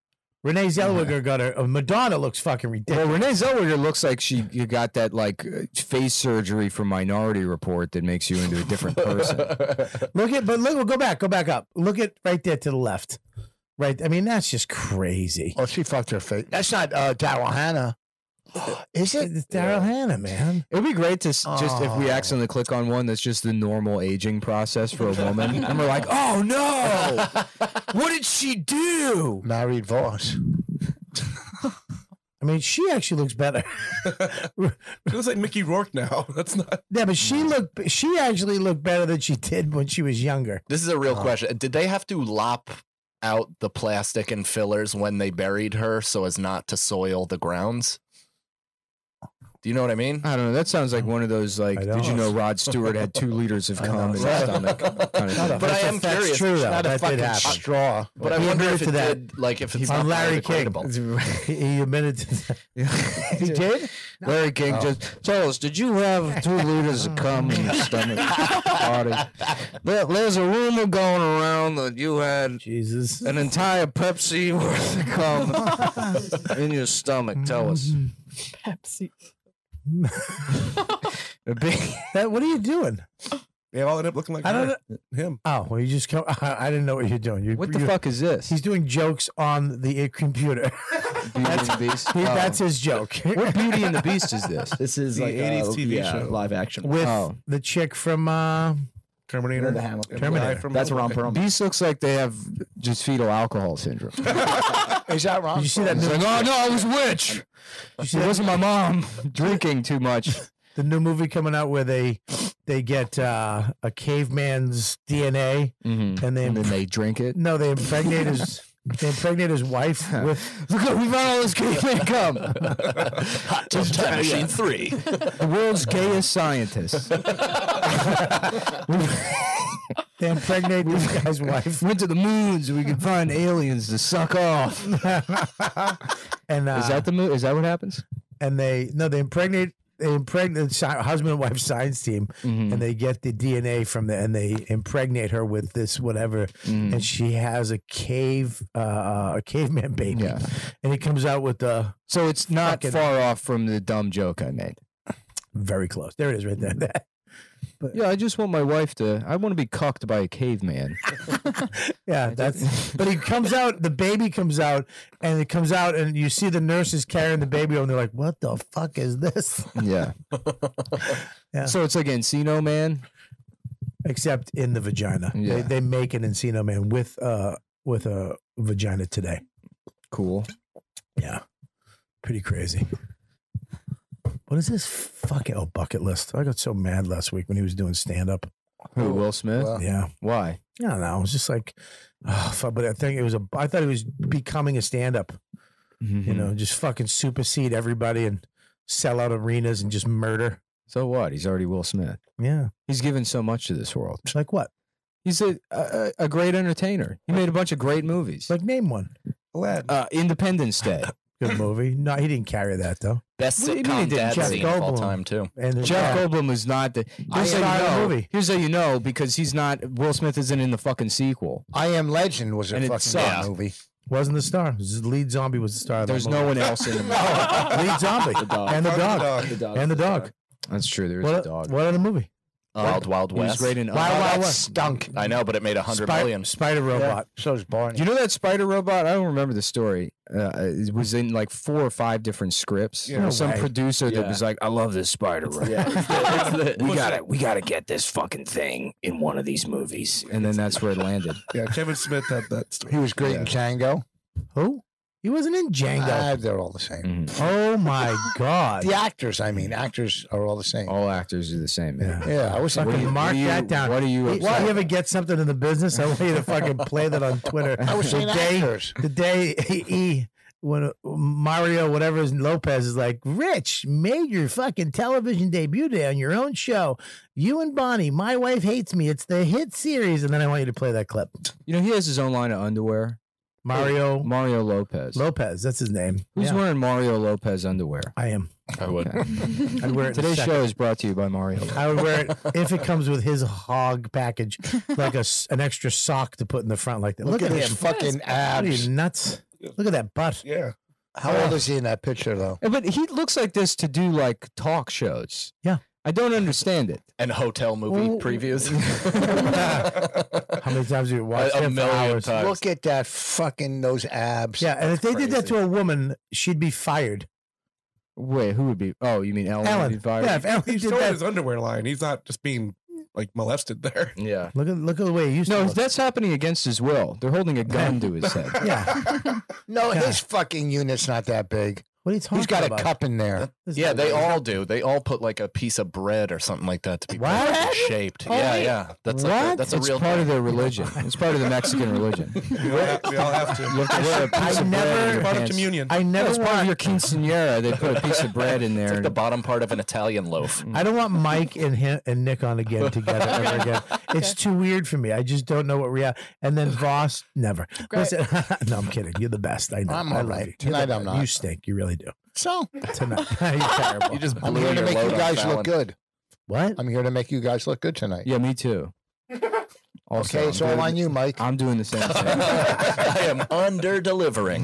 Renee Zellweger got her. uh, Madonna looks fucking Well, ridiculous. Renee Zellweger looks like she you got that like uh, face surgery from Minority Report that makes you into a different person. Look at. But look. Go back. Go back up. Look at right there to the left. Right. I mean, that's just crazy. Oh, she fucked her face. That's not uh, Daryl Hannah. Is it? It's Daryl Hannah, man. It would be great to s just if we Oh. accidentally click on one that's just the normal aging process for a woman, and we're like, oh no, what did she do? Married Voss. I mean, she actually looks better. It looks like Mickey Rourke now. That's not. yeah, but she looked. She actually looked better than she did when she was younger. This is a real question. Did they have to lop out the plastic and fillers when they buried her so as not to soil the grounds? Do you know what I mean? I don't know. That sounds like one of those like, I did you don't. know Rod Stewart had two liters of cum in his stomach? Kind of thing. But I am That's curious. true though. Not a that did fucking happen. straw. But I He wonder admitted if it to that. did, like, if it's He's on not Larry King. biodegradable. He he admitted to that. he did. Larry Oh. King just tell us, did you have two liters of cum in your stomach? Party. There, there's a rumor going around that you had Jesus. an entire Pepsi worth of cum in your stomach. Tell us. Mm-hmm. Pepsi. A big- That, what are you doing? They all end up looking like I don't her. him. Oh, well, you just come. I, I didn't know what you're doing. You, what the you- fuck is this? He's doing jokes on the uh, computer. Beauty and the Beast. Oh. He- That's his joke what Beauty and the Beast is this? This is The like 80s uh, TV yeah, show. live action. with Oh. the chick from. Uh, Terminator. the Hamilton. Guy Terminator. from That's Ron Hellboy. Perlman. Beast looks like they have just fetal alcohol syndrome. Is that wrong? did you see that? He's New, like, oh no, I was a witch. you see It that- wasn't my mom drinking too much. the new movie coming out where they they get uh, a caveman's DNA and they Mm-hmm. And then they drink it. no they impregnate his they impregnate his wife with Look, we found all this gay man cum. Hot Tub Time Machine 3. The world's gayest scientist. they impregnate this guy's wife Went to the moon so we could find aliens to suck off. and uh, Is that the moon? Is that what happens? and they no they impregnate they impregnate si- husband and wife science team Mm. and they get the DNA from the and they impregnate her with this whatever and she has a cave uh, a caveman baby Yeah. and he comes out with the So it's not Fucking- far off from the dumb joke I made. Mm-hmm. very close there it is right there Yeah, I just want my wife to. I want to be cucked by a caveman. yeah that's but he comes out the baby comes out and it comes out and you see the nurses carrying the baby over and they're like what the fuck is this Yeah. Yeah. So it's like Encino Man. except in the vagina Yeah. they, they make an Encino man with uh with a vagina today Cool. Yeah. Pretty crazy. What is this fucking oh bucket list? I got so mad last week when he was doing stand up. Who, Will Smith? Yeah. Why? I don't know. It was just like, oh, fuck, but I think it was a. I thought he was becoming a stand up. You Hmm. know, Mm-hmm. just fucking supersede everybody and sell out arenas and just murder. So what? He's already Will Smith. Yeah. He's given so much to this world. Like what? He's a a, a great entertainer. He made a bunch of great movies. Like name one. Uh, Independence Day. Good movie. No, he didn't carry that though. Best What do you mean he sitcom didn't? dad Jeff scene of all Goldblum. time too. And Jeff Goldblum was not the. I Here's how, you am not a know, movie. here's how you know because he's not. Will Smith isn't in the fucking sequel. I Am Legend was a And it fucking sucked. great movie. Wasn't the star. It was The lead zombie was the star. Of that There's movie. no one else in the movie. lead zombie and the dog. and the dog. That's true. There is What, a dog. what other movie? Wild Wild He was West. great in- Wild Wild Wild Wild West. West stunk. I know, but it made a hundred Spy- million. Spider Robot. So is Barney. You know that spider robot? I don't remember the story. Uh, it was in like four or five different scripts. Yeah. No Some way. producer that Yeah. was like, "I love this spider robot. we got to We got to get this fucking thing in one of these movies." And then that's where it landed. Yeah, Kevin Smith had that story. He was great in Django. Who? He wasn't in Django. Ah, they're all the same. Oh my god. The actors, I mean, actors are all the same. All actors are the same. Man. Yeah, I was What Fucking do you- what mark do you- that down. What are you? If upset you ever get something in the business, I want you to fucking play that on Twitter. I was saying the day, actors. the day E when Mario whatever is Lopez is like, Rich made your fucking television debut day on your own show. You and Bonnie, my wife hates me. It's the hit series, and then I want you to play that clip. You know, he has his own line of underwear. Mario Mario Lopez. Lopez, that's his name. Who's Yeah. wearing Mario Lopez underwear? I am. I would. I'd wear it in a Today's second. show is brought to you by Mario. Lopez. I would wear it if it comes with his hog package, like a s an extra sock to put in the front, like that. Look, at, his him. fucking What Are abs. you nuts? Look at that butt. Yeah. How old is he in that picture, though? Yeah, But he looks like this to do like talk shows. Yeah. I don't understand it. And hotel movie previews. How many times have you watched A- a him for million hours? times. Look at that fucking those abs. Yeah, and if they did that to a woman, she'd be fired. Wait, who would be? Oh, you mean Ellen? Ellen. Would be fired? Yeah, if Ellen He's did still in his that. underwear line. He's not just being like molested there. Yeah. Look at look at the way he used No, to. Look. that's happening against his will. They're holding a gun to his head. yeah. No, his fucking unit's not that big. What are you talking He's got about? a cup in there. There's yeah, no they way. all do. They all put like a piece of bread or something like that to be What? perfectly shaped. Oh, yeah, wait. yeah. That's like a, What? that's a it's real part thing. of their religion. It's part of the Mexican religion. We all have, we all have to. You have to wear a piece I of bread. in never- your Part of pants. communion. I No, never it's part of want. your quinceanera. They put a piece of bread in there. It's like and- the bottom part of an Italian loaf. I don't want Mike and him and Nick on again together ever again. It's too weird for me. I just don't know what real. And then Voss, never. Listen, no, I'm kidding. You're the best. I know. I'm I all love you. You're right. the Tonight I'm best. not. You stink. You really do. So Tonight, you're terrible. You just I'm blew here to your make load you on guys that look one. good. What? I'm here to make you guys look good tonight. yeah, me too. Also, Okay, it's I'm all doing- on you, Mike. I'm doing the same thing. I am under delivering.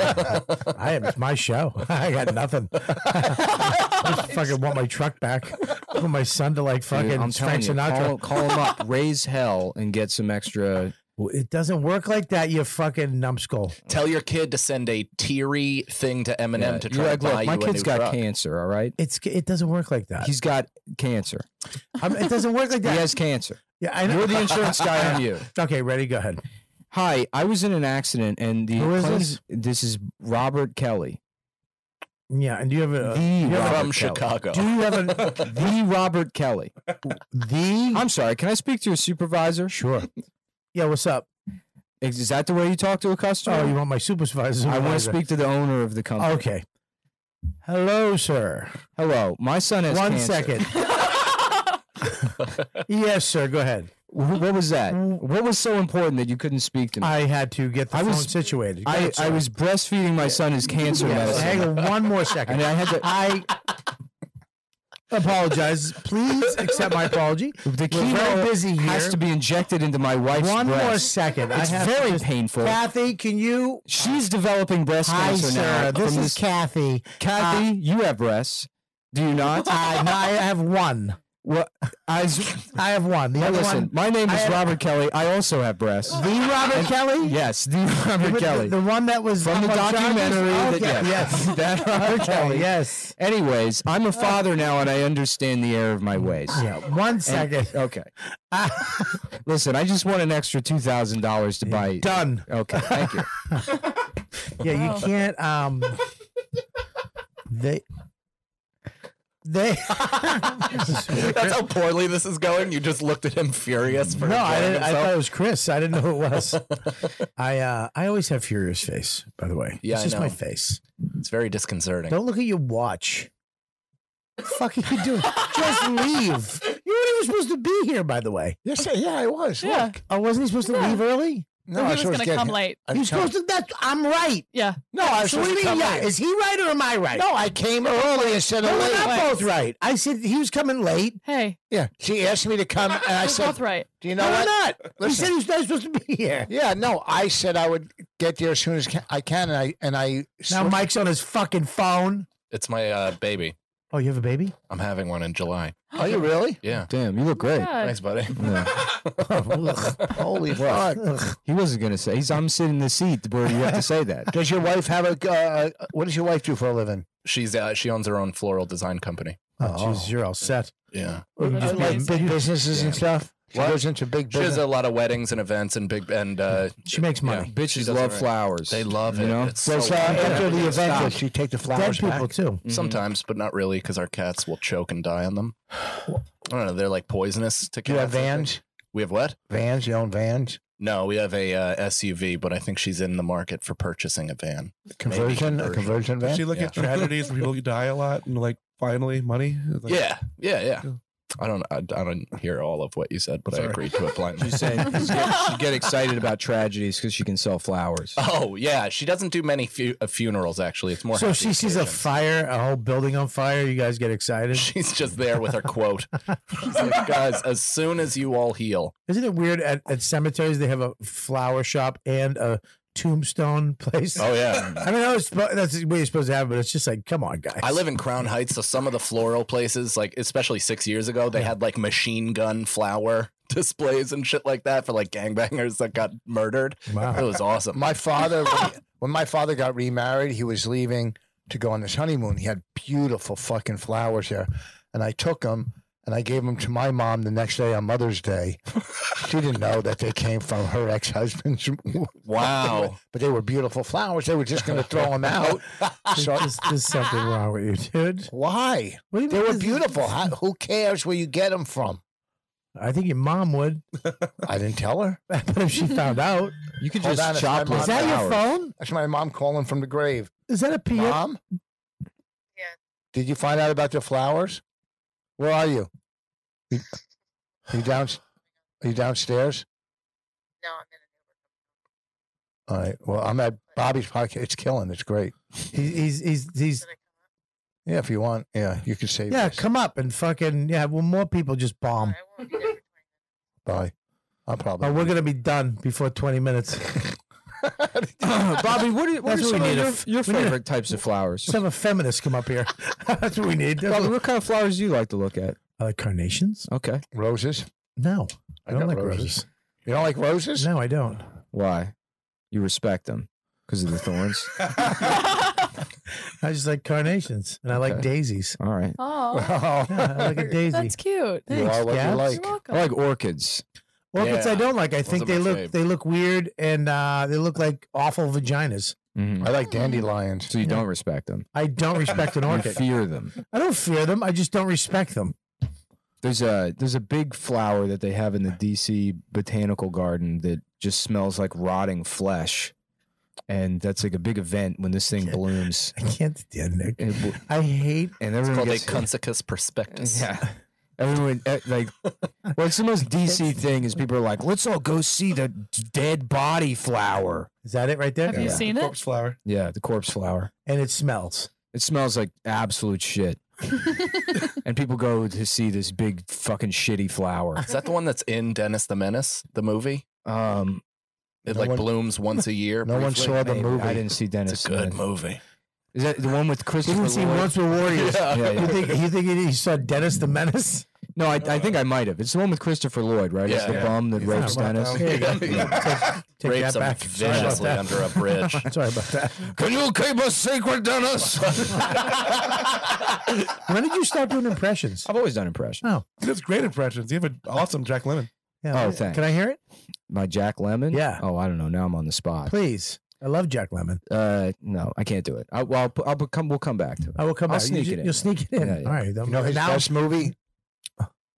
I am. It's my show. I got nothing. I just fucking want my truck back. I want my son to like fucking Dude, I'm telling Frank you, Sinatra. call, call him up, raise hell, and get some extra. Well, It doesn't work like that, you fucking numbskull. Tell your kid to send a teary thing to Eminem Yeah, to you're try like, to buy look, my you a kid's new got truck. cancer. All right, It's it doesn't work like that. he's got cancer. I mean, it doesn't work like He that. has cancer. yeah, I know. You're the insurance guy on you. Okay, ready. Go ahead. Hi, I was in an accident, and the Who is claims- this is Robert Kelly, Yeah, and do you have a The you have Robert Kelly. a- from Chicago. do you have a the Robert Kelly. the? I'm sorry, can I speak to your supervisor? sure. Yeah, what's up? Is, is that the way you talk to a customer? Oh, you want my supervisor? I want to speak to the owner of the company. Okay. Hello, sir. Hello, my son has One cancer. second. yes, sir. Go ahead. Wh- What was that? What was so important that you couldn't speak to me? I had to get the I phone was- situated. Go I, ahead, I sir. was breastfeeding my son his cancer Yes, medicine. Hang on one more second. And I had to- I apologize. Please accept my apology. The We're very chemo busy here. has to be injected into my wife's one more breast. second. It's I have very to just- painful. Kathy, can you? She's developing breast Hi, cancer now. sir. This from is Kathy. Kathy. you have breasts, do you not? I, no, I have one. what? I, s- I have one. The now other listen, one. my name I is had- Robert Kelly. I also have breasts. The Robert Kelly. Yes, the The- Robert Kelly The, one that was from the up on Johnny's? documentary. Okay, That, Yes. that Robert Okay, Kelly. Yes. Oh. Anyways, I'm a father now, and I understand the error of my ways. Yeah. One second. Okay. Listen, I just want an extra two thousand dollars to buy. Done. Okay, thank you. Oh. um, Yeah, you can't. Um, they They That's how poorly this is going. You just looked at him furious for no, I, enjoying didn't, I himself. thought it was Chris. I didn't know who it was. I uh, I always have furious face. By the way, Yeah, it's I just my know. face. It's very disconcerting. Don't look at your watch. The fuck are you doing? just leave. You weren't even supposed to be here. By the way, Yes, I- yeah, I was. Yeah. Look. oh, wasn't he supposed to leave early? No, He I was supposed gonna get come him- late. I You're was supposed to. That's, I'm right. Yeah. No, I was So what do supposed you to mean? come Yeah, late. is he right or am I right? No, I came early instead of No, late. we're not both right. I said he was coming late. Hey, Yeah, she asked me to come, and I we're said, both right. "Do you know No, we're what? not. He Listen. said he was not supposed to be here. Yeah, no, I said I would get there as soon as ca- I can, and I and I Now switched- Mike's on his fucking phone. It's my uh, baby. Oh, you have a baby? I'm having one in July. Are you really? Oh, Yeah. Damn, you look great. God. Thanks, buddy. Holy fuck! He wasn't gonna say. He's, I'm sitting in the seat where you have to say that. Does your wife have a? Uh, what does your wife do for a living? She's uh, she owns her own floral design company. Oh, jeez, you're all set. Yeah. Just big, big businesses and stuff. She What? goes into big She has business. a lot of weddings and events and big and uh, She makes money. yeah, she Bitches does love it right. flowers. They love You it. know? It's so so uh, good. after the event, Stop. does she take the Dead flowers people back? too. Sometimes, but not really, because our cats will choke and die on them. I don't know. They're like poisonous to cats. Do you have I think. vans? We have what? Vans? You own vans? No, we have a uh, SUV, but I think she's in the market for purchasing a van. Conversion? A conversion Does van? she look at Yeah. tragedies where people die a lot and like finally money? It's like- yeah, yeah, yeah. Yeah. I don't, I, I don't hear all of what you said, but I Sorry. agreed to it blindly. She's saying she's get, she get excited about tragedies because she can sell flowers. oh yeah, she doesn't do many fu- uh, funerals actually. It's more. So if happy she sees a occasions. fire, a whole building on fire, you guys get excited. She's just there with her quote. She's like, guys, as soon as you all heal, Isn't it weird at, at cemeteries they have a flower shop and a tombstone place? oh yeah, I mean, I was, suppo- that's what you're supposed to have, but it's just like, come on, guys. I live in Crown Heights, so some of the floral places, like especially six years ago, they had like machine gun flower displays and shit like that for like gangbangers that got murdered. Wow. It was awesome. My father, when, when my father got remarried, he was leaving to go on his honeymoon. He had beautiful fucking flowers there. And I took them and I gave them to my mom the next day on Mother's Day. she didn't know that they came from her ex husband's. wow. But they were beautiful flowers. They were just going to throw them out. So There's, there's something wrong with you, dude. why? What do you They mean were this- beautiful. How, who cares where you get them from? I think your mom would, I didn't tell her. but if she found out, You could Hold on, just it's chop my up mom. is that your flowers. phone? That's my mom calling from the grave. Is that a PO? Mom? Yeah. Did you find out about the flowers? Where are you? You, you down? Are you downstairs? No, I'm in a All right. Well, I'm at Bobby's podcast. It's killing. It's great. He's, he's, he's, he's Yeah, if you want. Yeah, you can save. yeah, this. come up and fucking, yeah, well, more people just bomb. Bye. I'm probably. Oh, we're going to be done before 20 minutes. Bobby, what are, what are That's what we some of need your, if- your we need a- favorite types of flowers? Let's have a feminist come up here. That's what we need. That's Bobby, what- what kind of flowers do you like to look at? I like carnations. Okay, roses. No, I, don't got like roses. roses. You don't like roses? No, I don't. why? You respect them because of the thorns. I just like carnations, and I like Okay. daisies. All right, Oh, Wow. Yeah, I like a daisy. that's cute. you Thanks. are what Gabs. you You're like. welcome. I like orchids. Orchids Yeah. I don't like. I Those think are they my look fave. they look weird and uh, they look like awful vaginas. Mhm. I like dandelions. So you don't respect them. I don't respect an You orchid. fear them. I don't fear them. I just don't respect them. There's a there's a big flower that they have in the DC botanical garden that just smells like rotting flesh, and that's like a big event when this thing blooms. I can't stand Nick. It bl- I hate. and It's everyone called a gets cunsicus prospectus. Yeah. Everyone eh, like what's the most DC thing is people are like, let's all go see the d- dead body flower. Is that it right there? Have you Yeah. seen it? Corpse flower. Yeah, the corpse flower. And it smells. It smells like absolute shit. and people go to see this big fucking shitty flower. Is that the one that's in Dennis the Menace, the movie? Um It No like one- blooms once a year. no one briefly? saw the maybe. movie. I didn't see Dennis. It's a good Smith. movie. Is that the one with You Christopher? didn't see Lloyd? Once with Warriors. Yeah. Yeah, You yeah. think you think he saw Dennis the Menace? No, I, I think I might have. It's the one with Christopher Lloyd, right? It's Yeah, the yeah. bum that He's rapes not Dennis. about Take Rapes that him back. Sorry about viciously that. under a bridge. Sorry about that. Can you keep a secret, Dennis? When did you start doing impressions? I've always done impressions. Oh, That's great impressions. You have an awesome Jack Lemon. yeah. Oh, thanks. Can I hear it? My Jack Lemon? Yeah. Oh, I don't know. Now I'm on the spot. Please. I love Jack Lemon. Uh, no, I can't do it. I, well, I'll, put- I'll put- come. We'll come back to it. I will come I'll back. You Sneak ju- it in. you'll sneak it in. All right, then- You know his now- best movie?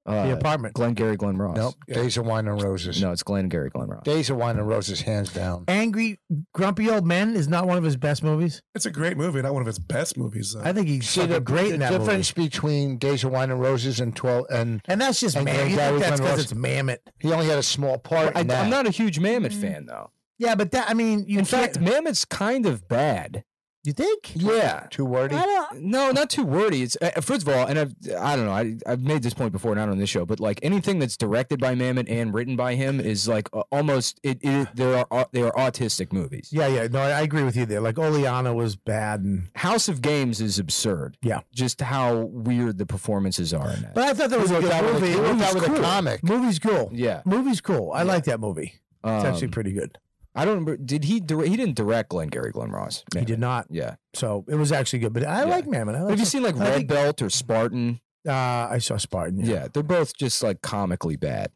Uh, The apartment. Glenn Gary Glenn Ross. Nope. Days of Wine and Roses. No, it's Glenn Gary Glenn Ross. Days of Wine and Roses, hands down. Angry, grumpy old men is not one of his best movies. It's a great movie, not one of its best movies. Though. I think he's See fucking the great in the that movie. difference between Days of Wine and Roses and twelve and and that's just Mammoth. You think that's 'cause it's Mammoth. He only had a small part. I, in that. am not a huge Mammoth fan though. Yeah, but that I mean, you In fact, Mammoth's kind of bad. You think? Yeah. Too wordy. I don't, no, not too wordy. It's uh, first of all, and I've, I don't know. I, I've made this point before, not on this show, but like anything that's directed by Mamet and written by him is like uh, almost it. it there are they are autistic movies. Yeah, yeah. No, I, I agree with you there. Like Oleana was bad, and House of Games is absurd. Yeah, just how weird the performances are in that. but I thought that was a Who wrote good that with a- movie. who wrote Movie's that with a cool. comic? Movie's cool. Yeah. movie's cool. I like that movie. It's actually Um, pretty good. I don't remember. Did he? Direct, he didn't direct Glenn Gary Glenn Ross. He did not. Yeah. So it was actually good. But I like Mammon. I like Have you seen like I Red think- Belt or Spartan? Uh, I saw Spartan. Yeah. they're both just like comically bad.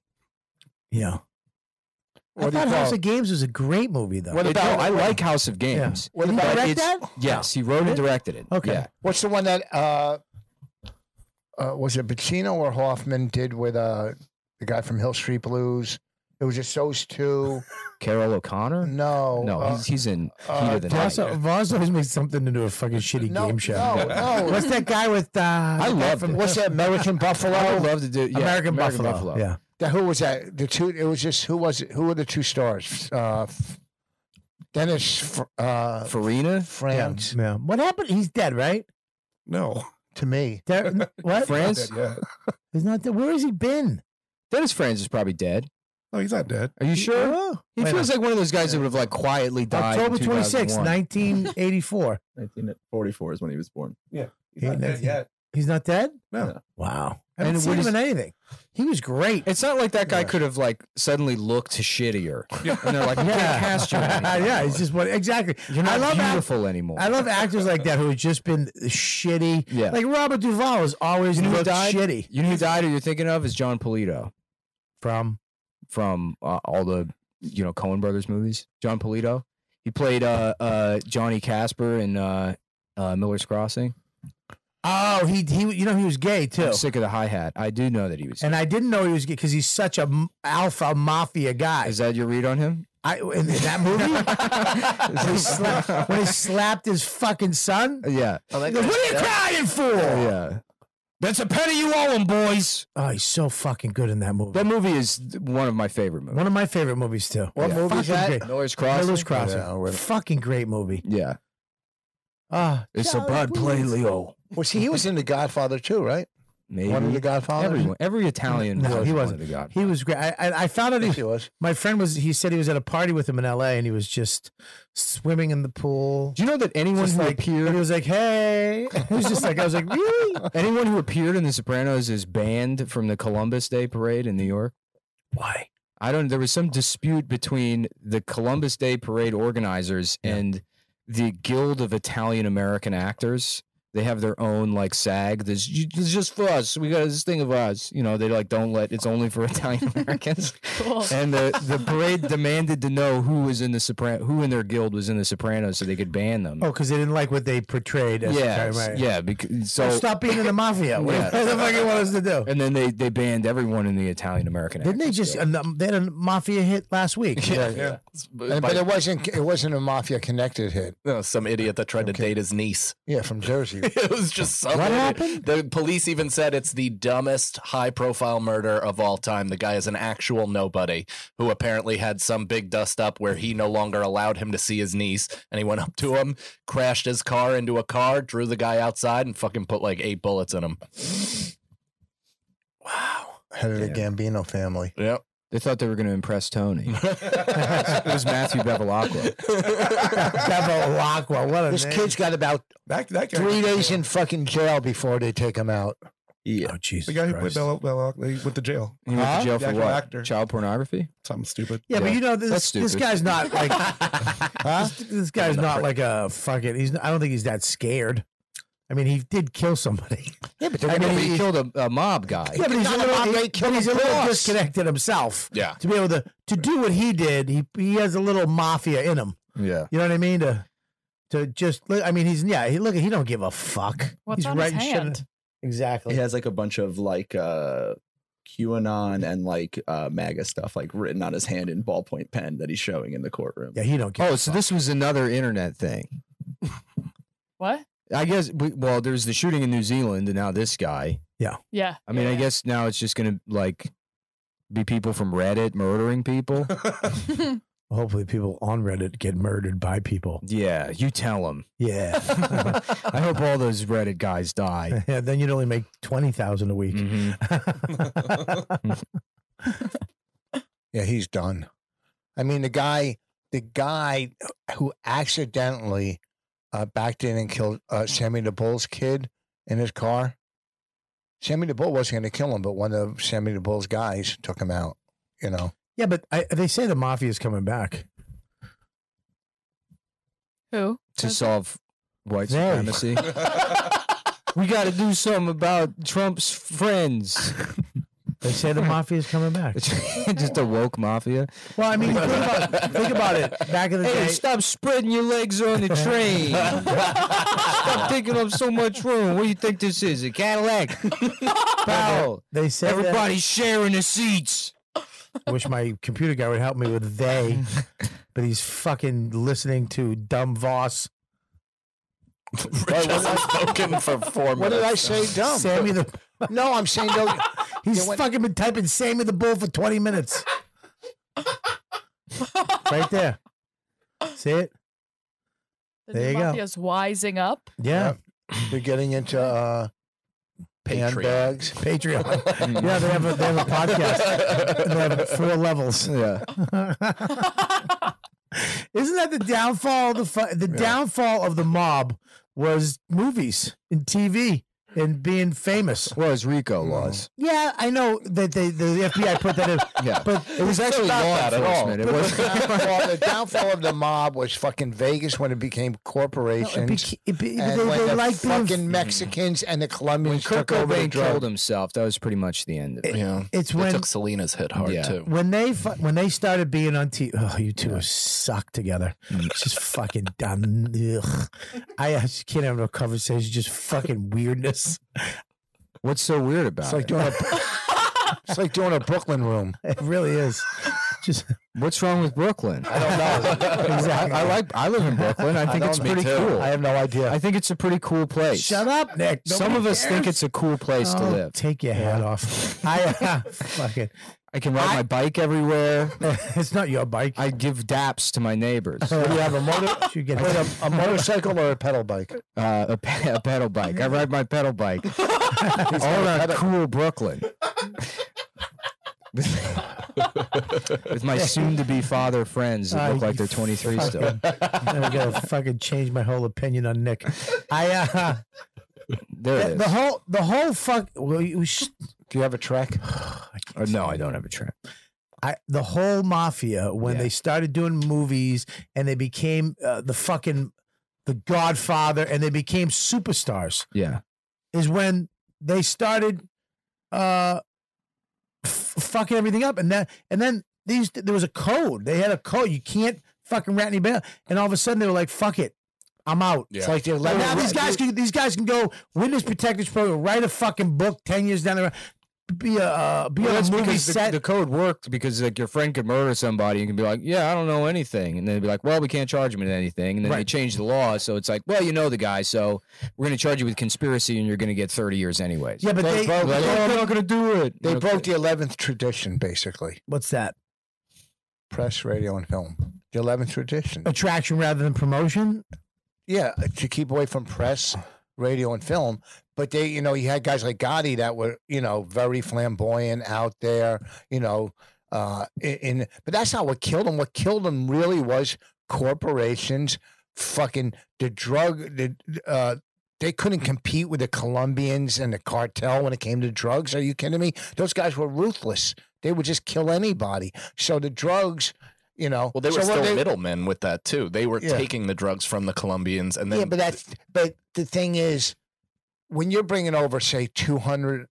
Yeah. I What do you thought House call- of Games was a great movie, though. It- no, I like House of Games. What But about- direct it's- that? Yes, he wrote and directed it. Okay. Yeah. What's the one that uh, uh, was it Pacino or Hoffman did with uh, the guy from Hill Street Blues? It was just those two. Carol O'Connor. No, No, uh, he's, he's in uh, Heat of the Night. Voss, Voss always makes something into a fucking shitty No, game show. no, no. What's that guy with? Uh, I loved it. What's that American Buffalo? I would love to do yeah, American, Buffalo. Yeah. That- who was that? The two. It was just who was it? Who were the two stars? Uh, F- Dennis Fr- uh, Farina, France yeah, What happened? He's dead, right? No. to me. Dead- what? France. Yeah. He's not dead. Where has he been? Dennis Franz is probably dead. No, he's not dead. Are you sure? Oh, He wait a feels like one of those guys that would have like quietly died. October in twenty sixth, 2001. 1984. 1944 is when he was born. He's not dead yet. He's not dead? No. Wow. I And haven't what seen is- him in anything. He was great. It's not like that guy could have like suddenly looked shittier, and they're like, "We can't cast you." anymore." yeah, he's just what exactly. You're not I love act- beautiful anymore. I love actors like that who have just been shitty. Yeah. Like Robert Duvall has always you know who looked died? shitty. You know who died? Or you're thinking of is John Polito From from uh, all the you know Coen Brothers movies. John Polito. He played uh, uh, Johnny Casper in uh, uh, Miller's Crossing. oh, he he you know he was gay too, I'm sick of the hi hat. I do know that he was. and I didn't know he was gay because he's such a m- alpha mafia guy. Is that your read on him? I in, in that movie when, he slapped, when he slapped his fucking son. Yeah. Oh, He goes, what are you crying for? Yeah. That's a penny you owe him, boys. Oh, he's so fucking good in that movie. That movie is one of my favorite movies. One of my favorite movies too. What Yeah. movie is Fucking that? Great. Miller's Crossing. Miller's Crossing. Yeah, with- fucking great movie. Yeah. Ah, It's a bad play, Leo. Well, see, he was in The Godfather too, right? Maybe. One of the Godfathers. Everyone, every Italian. no, he one wasn't. of the God. He was great. I, I, I found out Yes, he, he was. my friend was. He said he was at a party with him in L.A. and he was just swimming in the pool. Do you know that anyone Just who like, appeared, and he was like, "Hey," he was just like, "I was like, really?" anyone who appeared in The Sopranos is banned from the Columbus Day Parade in New York? Why? I don't. There was some dispute between the Columbus Day Parade organizers and the Guild of Italian American Actors. They have their own like SAG. This you- this is just for us. We got this thing of us. You know, they like don't let. It's only for Italian Americans. Cool. and the, the parade demanded to know who was in the Sopran who in their guild was in the Sopranos, so they could ban them. Oh, because they didn't like what they portrayed. As yeah, right, right. yeah. Because, So so stop being in the mafia. What Oh, Yeah. what the fuck you want us to do? and then they they banned everyone in the Italian American. Didn't they just? and, um, they had a mafia hit last week. Yeah, yeah. And- but it wasn't. It wasn't a mafia connected hit. No, some idiot that tried to date his niece. Yeah, from Jersey. It was just something. What happened? The police even said it's the dumbest high profile murder of all time. The guy is an actual nobody who apparently had some big dust up where he no longer allowed him to see his niece. And he went up to him, crashed his car into a car, drew the guy outside, and fucking put like eight bullets in him. Head of the Gambino family. Yep. They thought they were going to impress Tony. it was Matthew Bevilacqua. Devil Aqua. What a This name. kid's got about That, that guy. three days in fucking jail before they take him out. Yeah. Oh Jesus The guy who Christ. played Bell, Bell, he went to jail. He went Huh? to jail The for actual what? actor. Child pornography? Something stupid. Yeah, but Yeah. you know That's this this stupid. guy's not like this, this guy's not like a fucking. He's I don't think he's that scared. I mean, he did kill somebody. Yeah, but I mean, he, killed a, a mob guy. Yeah, but he's a got a little, mob, he- they killed but he's a him little for us. disconnected himself. Yeah. To be able to to do what he did, he he has a little mafia in him. Yeah. You know what I mean? To to just look. I mean, he's yeah. He look. He don't give a fuck. What's he's on his writing shit- hand? Exactly. He has like a bunch of like uh QAnon and like uh MAGA stuff like written on his hand in ballpoint pen that he's showing in the courtroom. Yeah, he don't. Oh, so this was another internet thing. What? I guess. We, well, there's the shooting in New Zealand, and now this guy. Yeah. Yeah. I mean, I guess now it's just gonna like be people from Reddit murdering people. Hopefully, people on Reddit get murdered by people. yeah, you tell them. Yeah. I hope all those Reddit guys die. Mm-hmm. yeah. Then you'd only make twenty thousand a week. Yeah, he's done. I mean, the guy, the guy who accidentally uh, backed in and killed uh, Sammy the Bull's kid in his car. Sammy the Bull wasn't going to kill him, but one of Sammy the Bull's guys took him out. You know, Yeah, but I, they say the mafia is coming back. Who? to solve white Right. supremacy. we got to do something about Trump's friends. They say the mafia is coming back. Just a woke mafia. Well, I mean, think about, think about it. Back in the Hey, day, stop spreading your legs on the train. stop taking up so much room. What do you think this is? A Cadillac? Powell. they said that- Everybody's sharing the seats. I wish my computer guy would help me with they, but he's fucking listening to dumb Voss. Rich hasn't spoken for four What did I say, dumb? Sammy the. No, I'm saying no. He's fucking been typing Sammy the Bull for 20 minutes. right there. See it? The There new you go. mafia's wising up. Yeah. They're getting into uh, handbags. Patreon. yeah, they have a, they have a podcast. And they have four levels. Yeah. Isn't that the downfall? Of the fu- the downfall of the mob was movies and TV and being famous. Well, it's Rico laws. Yeah, I know that they the FBI put that in. Yeah. but It was actually Not law that at all. enforcement. It was the, downfall, the downfall of the mob was fucking Vegas when it became corporations. beca- it be- and they- when they the like being- fucking Mexicans and the Colombians Kurt took over the Cobain drug. killed himself. That was pretty much the end of it. Yeah. it's They when- took Selena's hit hard Yeah. too. when they fu- when they started being on TV, oh, you two are suck together. It's just fucking dumb. Ugh. I, I just can't have no conversation. Just fucking weirdness. What's so weird about It's it? like doing a, it's like doing a Brooklyn room. It really is. Just What's wrong with Brooklyn? I don't know. exactly. I, like. I live in Brooklyn. I think it's don't- me pretty too. cool. I, I have no idea. think it's a pretty cool place. shut up, Nick. Some Nobody of us think cares. it's a cool place to Oh, live. Take your hat off. I uh, fucking. I can ride my bike everywhere. It's not your bike. I give daps to my neighbors. Do you have a motor? You get Wait, a, a motorcycle or a pedal bike? Uh, a, pe- a pedal bike. I ride my pedal bike all around cool Brooklyn. With my soon-to-be father friends that look Oh, like they're you 23 still. I'm gonna fucking change my whole opinion on Nick. I uh, There it the, is. the whole the whole fuck. Well, you, sh- Do you have a track? Uh, no, I don't have a trap. I, the whole mafia when they started doing movies and they became uh, the fucking the Godfather and they became superstars Yeah. is when they started uh f- fucking everything up and that and then these there was a code they had a code you can't fucking rat any bail and all of a sudden they were like fuck it I'm out It's like they're But letting now these guys can these guys can go witness protectors program write a fucking book ten years down the road be a uh, be Well, on that's a movie because the- set The, code worked because like your friend could murder somebody and can be like, yeah, I don't know anything, and then they'd be like, well, we can't charge him with anything, and then they Right. change the law, so it's like, well, you know the guy, so we're gonna charge you with conspiracy, and you're gonna get 30 years anyways. yeah but They they, broke- Like, they oh, I'm broke- not gonna do it. They You know, broke the eleventh tradition, basically. what's that Press, radio, and film. The eleventh tradition. attraction rather than promotion Yeah, to keep away from press, radio, and film. But they, you know, you had guys like Gotti that were, you know, very flamboyant out there, you know, uh, in, in but that's not what killed him. What killed him really was corporations, fucking the drug, the, uh, they couldn't compete with the Colombians and the cartel when it came to drugs. Are you kidding me? Those guys were ruthless. They would just kill anybody. So the drugs, you know, Well, they were so what still they- middlemen with that too. They were Yeah. taking the drugs from the Colombians and then yeah, but that's but the thing is, when you're bringing over say two hundred,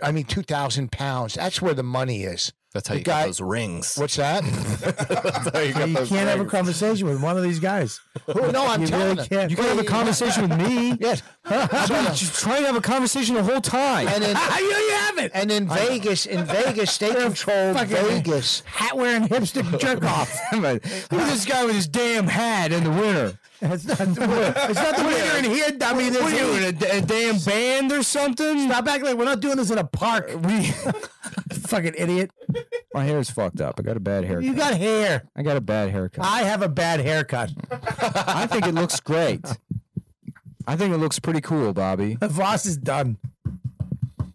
I mean two thousand pounds, that's where the money is. That's how The you get guy- those rings. What's that? you got uh, you those can't have a rings. conversation with one of these guys. Who- no, I'm you telling really you. can't. You can have a conversation with me. Yes. I've been trying to have a conversation the whole time. And in, I know you haven't. And in Vegas, in Vegas, they control Vegas. Hat wearing hipster jerk off. Look at this guy with his damn hat in the winter. It's not the winter. It's not the winter in here, dummy. This What are you is- in a, d- a damn band or something? Stop acting like we're not doing this in a park. Fucking idiot. My hair's fucked up. I got a bad haircut. You got hair. I got a bad haircut. I have a bad haircut. I think it looks great. I think it looks pretty cool, Bobby. Voss is done.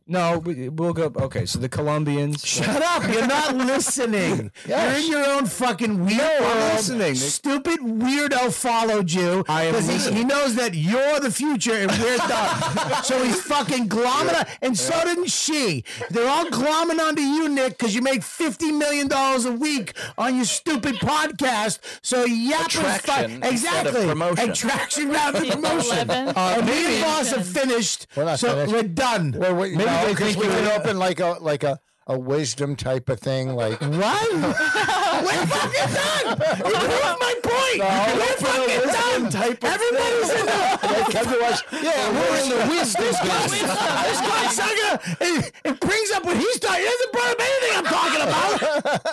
No, we, we'll go. Okay, so the Colombians. Shut up. You're not listening. Yes. You're in your own fucking weird I'm world. listening. Stupid weirdo followed you. I am 'cause he, listening. he knows that you're the future and we're not. so he's fucking glomming on. And so didn't she. They're all glomming onto you, Nick, because you make $50 million a week on your stupid podcast. So yappers Attraction fuck. instead of Exactly. promotion. Attraction rather than People promotion. eleven. and me and Attraction. Boss have finished. We're not so finished. we're done. Well, wait, Maybe no, they 'cause think we we can were- open like a like a, a wisdom type of thing. Like What? We're fucking done. You proved my point. We're fucking done. Everybody's in the. they come to us. Yeah, we're in the wisdom. This cocksucker, this cocksucker, it, it brings up what he's talking. He doesn't bring up anything I'm talking about.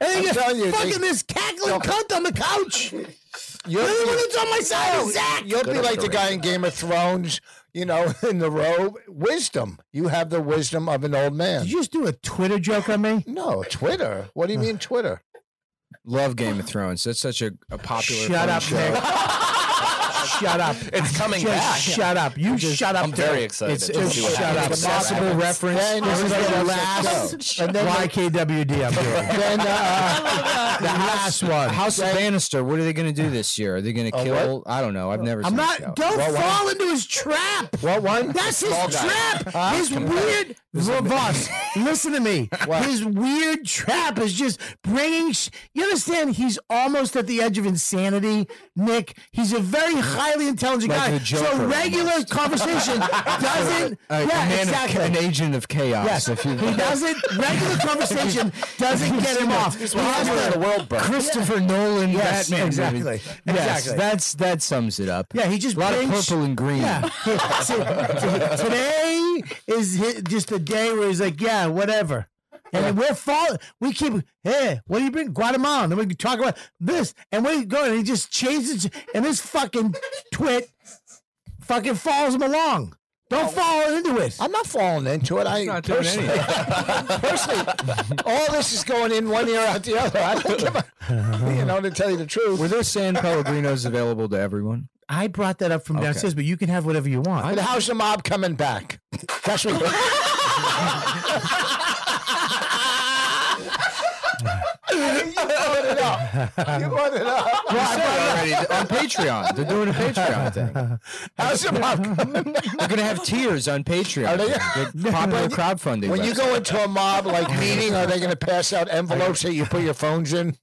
And he I'm just telling you, fucking they- this cackling cunt on the couch. You'll The only be, one that's on my side is Zach. you'll be like the guy in Game of Thrones, you know, in the robe. Wisdom. You have the wisdom of an old man. Did you just do a Twitter joke on me? no, Twitter. What do you mean Twitter? Love Game of Thrones. That's such a, a popular. Shut fun up, show. Nick. Shut up. It's coming Just back. shut up. You shut up. I'm too. very excited. It's, to it's see what shut up. happens. Possible reference. Then This is everybody the else last says no. And then YKWd I'm doing. then uh, The last one. House of Bannister. What are they going to do this year? Are they going to kill? I don't know. I've never. I'm seen the not. show. Don't fall into his trap. what one? That's his Small guy. trap. his weird. Voss, listen to me. His weird trap is just bringing. Sh- you understand? He's almost at the edge of insanity, Nick. He's a very highly intelligent Like guy. the Joker So regular conversation doesn't. A- a yeah, man of exactly. ca- an agent of chaos. Yes, If you, he doesn't. Regular conversation doesn't get him off. He has to- Christopher Nolan Yes, Batman. exactly. movie. Yes, Exactly. that's that sums it up. Yeah, he just a lot of brings- purple and green. Yeah. So, t- today is hi- just a day where he's like, yeah, whatever. And then we're fall. We keep, hey, what do you bring? Guatemala. Then we can talk about this. And we go, and he just changes. And this fucking twit fucking follows him along. Don't fall into it. I'm not falling into it. I not doing personally, personally, all this is going in one ear out the other. I don't give a, you know, to tell you the truth. Were there San Pellegrinos available to everyone? I brought that up from downstairs, but you can have whatever you want. And how's the mob coming back? That's what. you brought it up. You brought it up. Already on Patreon. They're doing a Patreon thing. How's the mob coming back? They're gonna have tiers on Patreon. Are they- They're popular crowdfunding. When you website. go into a mob like meeting, are they going to pass out envelopes that you put your phones in?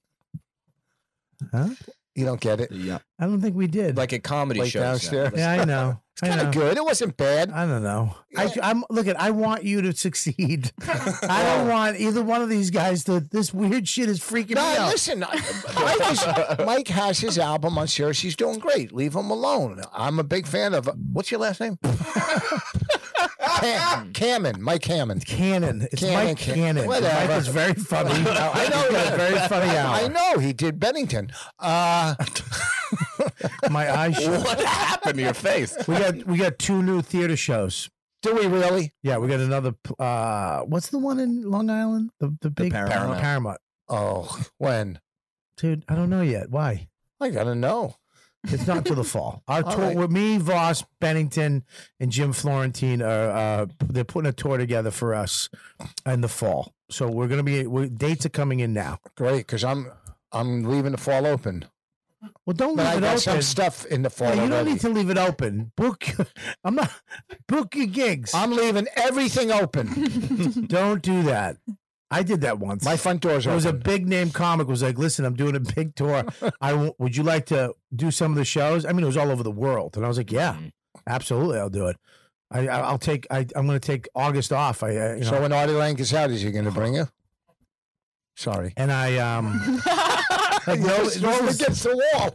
Huh? You don't get it. Yeah. I don't think we did. like a comedy Like show. now. downstairs. yeah, I know. It's kind of good. It wasn't bad. I don't know. I, am look at. I want you to succeed. I don't want either one of these guys to. This weird shit is freaking me No, out. listen. I- Mike, is, Mike has his album on Sirius. He's doing great. Leave him alone. I'm a big fan of. What's your last name? Cam, Cameron. Mike Cameron. Cannon. It's Cannon, Mike Can- Cannon. whatever. Mike is very funny. I know He's got a that. very funny I hour. know he did Bennington. Uh, My eyes. shut. What happened to your face? We got we got two new theater shows. do we really? Yeah, we got another. uh What's the one in Long Island? The the big Paramount. Paramount. Paramount. Oh, when? Dude, I don't know yet. Why? I gotta know. It's not till the fall. Our All tour right. with me, Voss, Bennington, and Jim Florentine are uh, they're putting a tour together for us in the fall. So we're gonna be we dates are coming in now. Great, because I'm I'm leaving the fall open. Well, don't But I leave got it some open. stuff in the fall. Yeah, you don't already. need to leave it open. Book, I'm not book your gigs. I'm leaving everything open. don't do that. I did that once. My front door's There was a open. big name comic was like, "Listen, I'm doing a big tour. I w- would you like to do some of the shows? I mean, it was all over the world." And I was like, "Yeah, Mm-hmm. absolutely, I'll do it. I, I I'll take. I, I'm going to take August off. I, I you know, so when Artie Lang gets out, is he going to bring you? Sorry. And I um like, no, no, against the wall.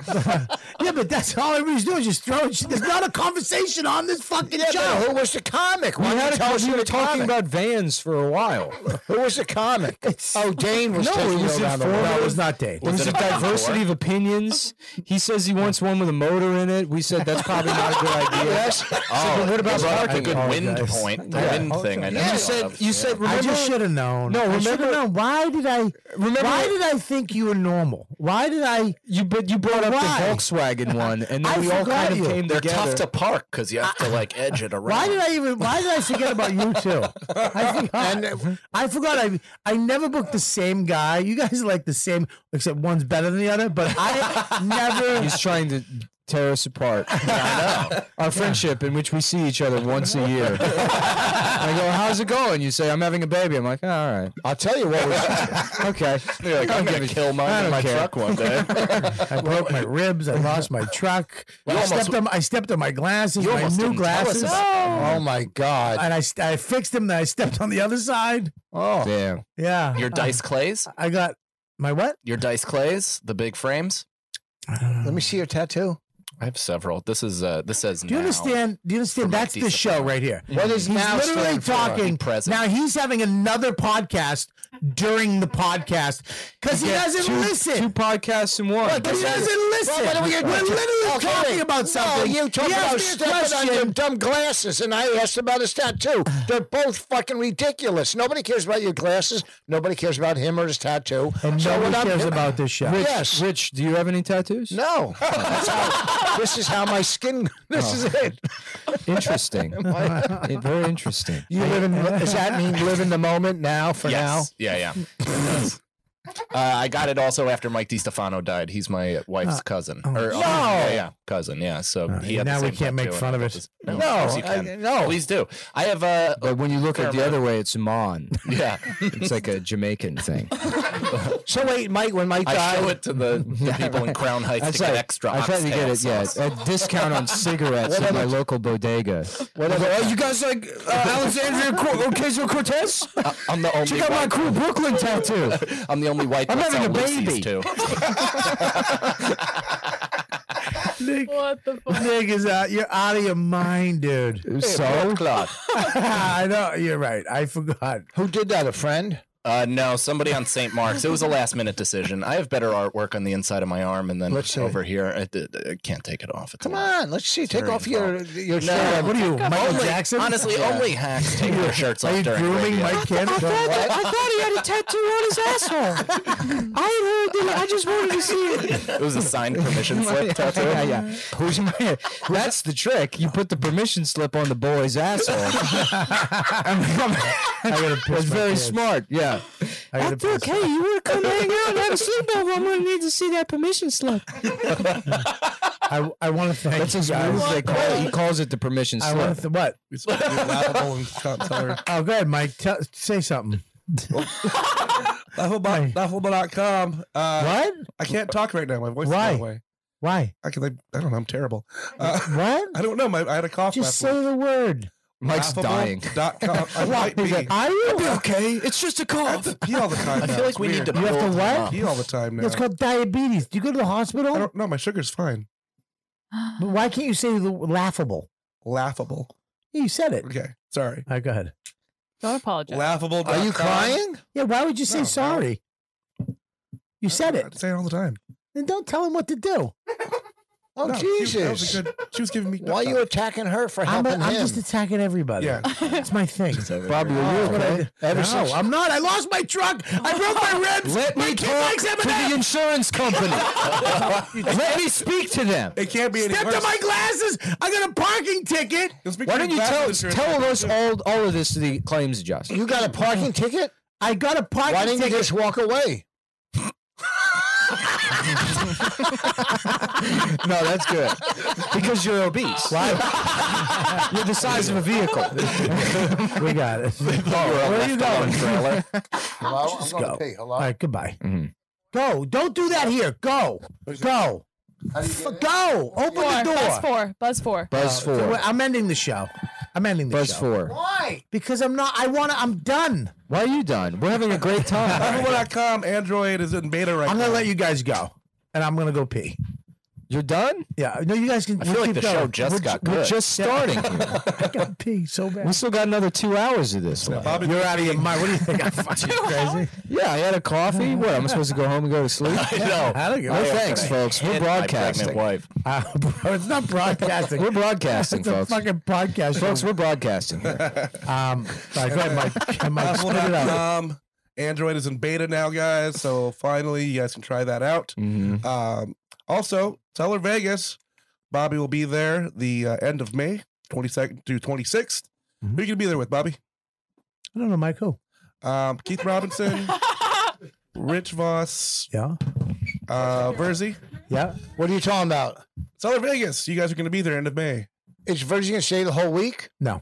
yeah, but that's all everybody's doing is just throwing shit. There's not a conversation on this fucking Yeah, show. but who was the comic? We Why had don't a- you tell us we who were the talking comic? about vans for a while. Who was the comic? oh, Dane was no, taking it was you around the informative. world. No, it was not It Dave. was a diversity of opinions. He says he wants one with a motor in it. We said that's probably not a good idea. Yes. I Oh, said, but what about Oh, you brought up parking? A good wind Apologize. point. The Yeah. wind thing. I You never thought said- of. you said I remember- just should have known. No, I should have remember- known. Why did I Remember- Why did I think you were normal? Why did I? You but you brought up Why? the Volkswagen one, and then I we all forgot kind of you. came They're together. tough to park because you have to like edge it around. Why did I even? Why did I forget about you two? I forgot. I forgot. I I never booked the same guy. You guys are like the same, except one's better than the other. But I never. He's trying to tear us apart. Our friendship, in which we see each other once a year. I go, "How's it going?" You say, "I'm having a baby." I'm like, "Oh, "All right." I'll tell you what was okay. You're like, I'm I don't gonna give a- kill mine I in don't my care. truck one day. I broke my ribs. I lost my truck. I You almost- stepped on. I stepped on my glasses. You My almost new didn't tell us glasses. about Oh my god. And I st- I fixed them. Then I stepped on the other side. Oh Damn. yeah. Your Uh, dice clays. I got my what? Uh, Your dice clays. The big frames. Let me see your tattoo. I have several. This is uh. This says. Do you understand? Do you understand? That's the show right here. What is he's now literally stand for? talking. Present. Now he's having another podcast during the podcast because he Yeah, doesn't two- listen. Two podcasts in one. but he doesn't listen. Well, what are we we are gonna do? literally Okay, talking wait. about something. No, you talk He asked me about a stepping on question. your dumb glasses, and I asked about his tattoo. They're both fucking ridiculous. Nobody cares about your glasses. Nobody cares about him or his tattoo. And So when I'm- nobody cares about this show. Rich, Yes. Rich, do you have any tattoos? No. That's how- this is how my skin. This is it. Interesting. Eh, Very interesting. Oh, You live in. Does that mean live in the moment now? For Yes. Yeah. Yeah. It does. Uh, I got it also after Mike DiStefano died. He's my Uh, wife's cousin. oh. Or, oh, No! yeah, yeah, cousin. Yeah. So he had the now we same can't make tattoo and fun of I it. just- now? No, No. of course you I- can. no. Please do. I have uh, But when you look at the other way, it's Mon. yeah. It's like a Jamaican thing. So wait, Mike. When Mike I died, show it to the, the people in Crown Heights I to tried- get extra. I tried to get oxtail it, yeah, sauce. a discount on cigarettes at my local bodega. What other- you guys like uh, Alexandria Cor- Ocasio Cortez? Uh, I'm the only. Check out my white- cool Brooklyn tattoo. I'm the only white. I'm that's having on a Lucy's, baby. Too. Nick, What the fuck? Nick is out. You're out of your mind, dude. So I know. You're right. I forgot. who did that? A friend? Uh, no, somebody on St. Mark's. It was a last minute decision. I have better artwork on the inside of my arm, and then Let's see. over here, I, d- I can't take it off. It's a Come lot. on, let's see. Take very off your your No. shirt. What are you, Michael Only- Jackson? Honestly, only hacks take their shirts Are off you during grooming radio. Mike Cannon? What? I thought he had a tattoo on his asshole. I heard that. I just wanted to see it. It was a signed permission slip tattoo. Yeah, yeah. Who's my, that's the trick. You put the permission slip on the boy's asshole. I gotta That's piss my very pants. smart. Yeah. I gotta piss. you want to come hang out and have a sleepover? I'm going to need to see that permission slip. I, I want to thank That's you his guys. move. They call it. He calls it the permission I slip. want to what? It's laughable and can't tell her. Oh, go ahead, Mike. Tell, say something. Laughable, laughable.com. Uh, What? I can't talk right now. My voice Why? is that way. Why? I can. Like, I don't know. I'm terrible. Uh, What? I don't know. My, I had a cough. Just last say the word. Mike's Laughable dying. Dot com. I might be. I Are you? okay. It's just a cough. pee all the time. I now. feel like It's we weird. need to. You have pull to them what? up. pee all the time now. It's called diabetes. Do you go to the I hospital? don't know. My sugar's fine. But why can't you say the laughable? Laughable. You said it. Okay. Sorry. All right, go ahead. Don't apologize. Oh, Laughable. Are you crying? Yeah, why would you say No, no. sorry? You said I it. say it all the time. Then don't tell him what to do. Oh No, She, that was Jesus! a good, she was giving me. Why are you attacking her for I'm, helping I'm him? just attacking everybody. Yeah. It's my thing. Bobby, are Oh, you okay? Ever no, since- I'm not. I lost my truck. I broke my ribs. Let me talk to the insurance company. Let me speak to them. It can't be any Stepped worse. on my glasses. I got a parking ticket. Let's make Why sure don't you laugh tell at the tell insurance us all all of this to the claims adjuster? You got a parking ticket? I got a parking Why didn't you ticket. just walk away? No, that's good because you're obese. Why? you're the size of a vehicle. we got it. Where are you going? Hello, I'm go. Hello. All right, goodbye. Mm-hmm. Go. Don't do that here. Go. Go. F- go. Four. Open the Buzz door. four. Buzz four. Buzz four. I'm ending the show. I'm ending the Buzz show. four. Why? Because I'm not. I want to. I'm done. Why are you done? We're having a great time. Everyone.com, Android is in beta right I'm gonna let you guys go, and I'm gonna go pee. You're done? Yeah. No, you guys can. I feel we'll like keep the going. show just We're got ju- good. we're Just starting. here. I got pee so bad. we still got another two hours of this. left. You're out of your mind. What do you think? I'm fucking crazy. Yeah, I had a coffee. What? I'm supposed to go home and go to sleep? I know. I don't give a No, fuck. thanks, folks. We're Hit my pregnant broadcasting. wife. Uh, bro, it's not broadcasting. We're broadcasting, it's folks. a fucking podcast. Folks, we're broadcasting. here. Um, all right, go ahead, Mike. Mike, spit it out. Apple.com. Android is in beta now, guys. So finally, you guys can try that out. Mm-hmm. Um, also, Teller Vegas. Bobby will be there the uh, end of May, 22nd to 26th. Who are you going to be there with, Bobby? Mm-hmm. I don't know, Mike. Who? Um, Keith Robinson, Rich Voss, Yeah. uh, Verzi. Yeah. What are you talking about? Teller Vegas. You guys are going to be there end of May. Is Virgin gonna stay the whole week? No.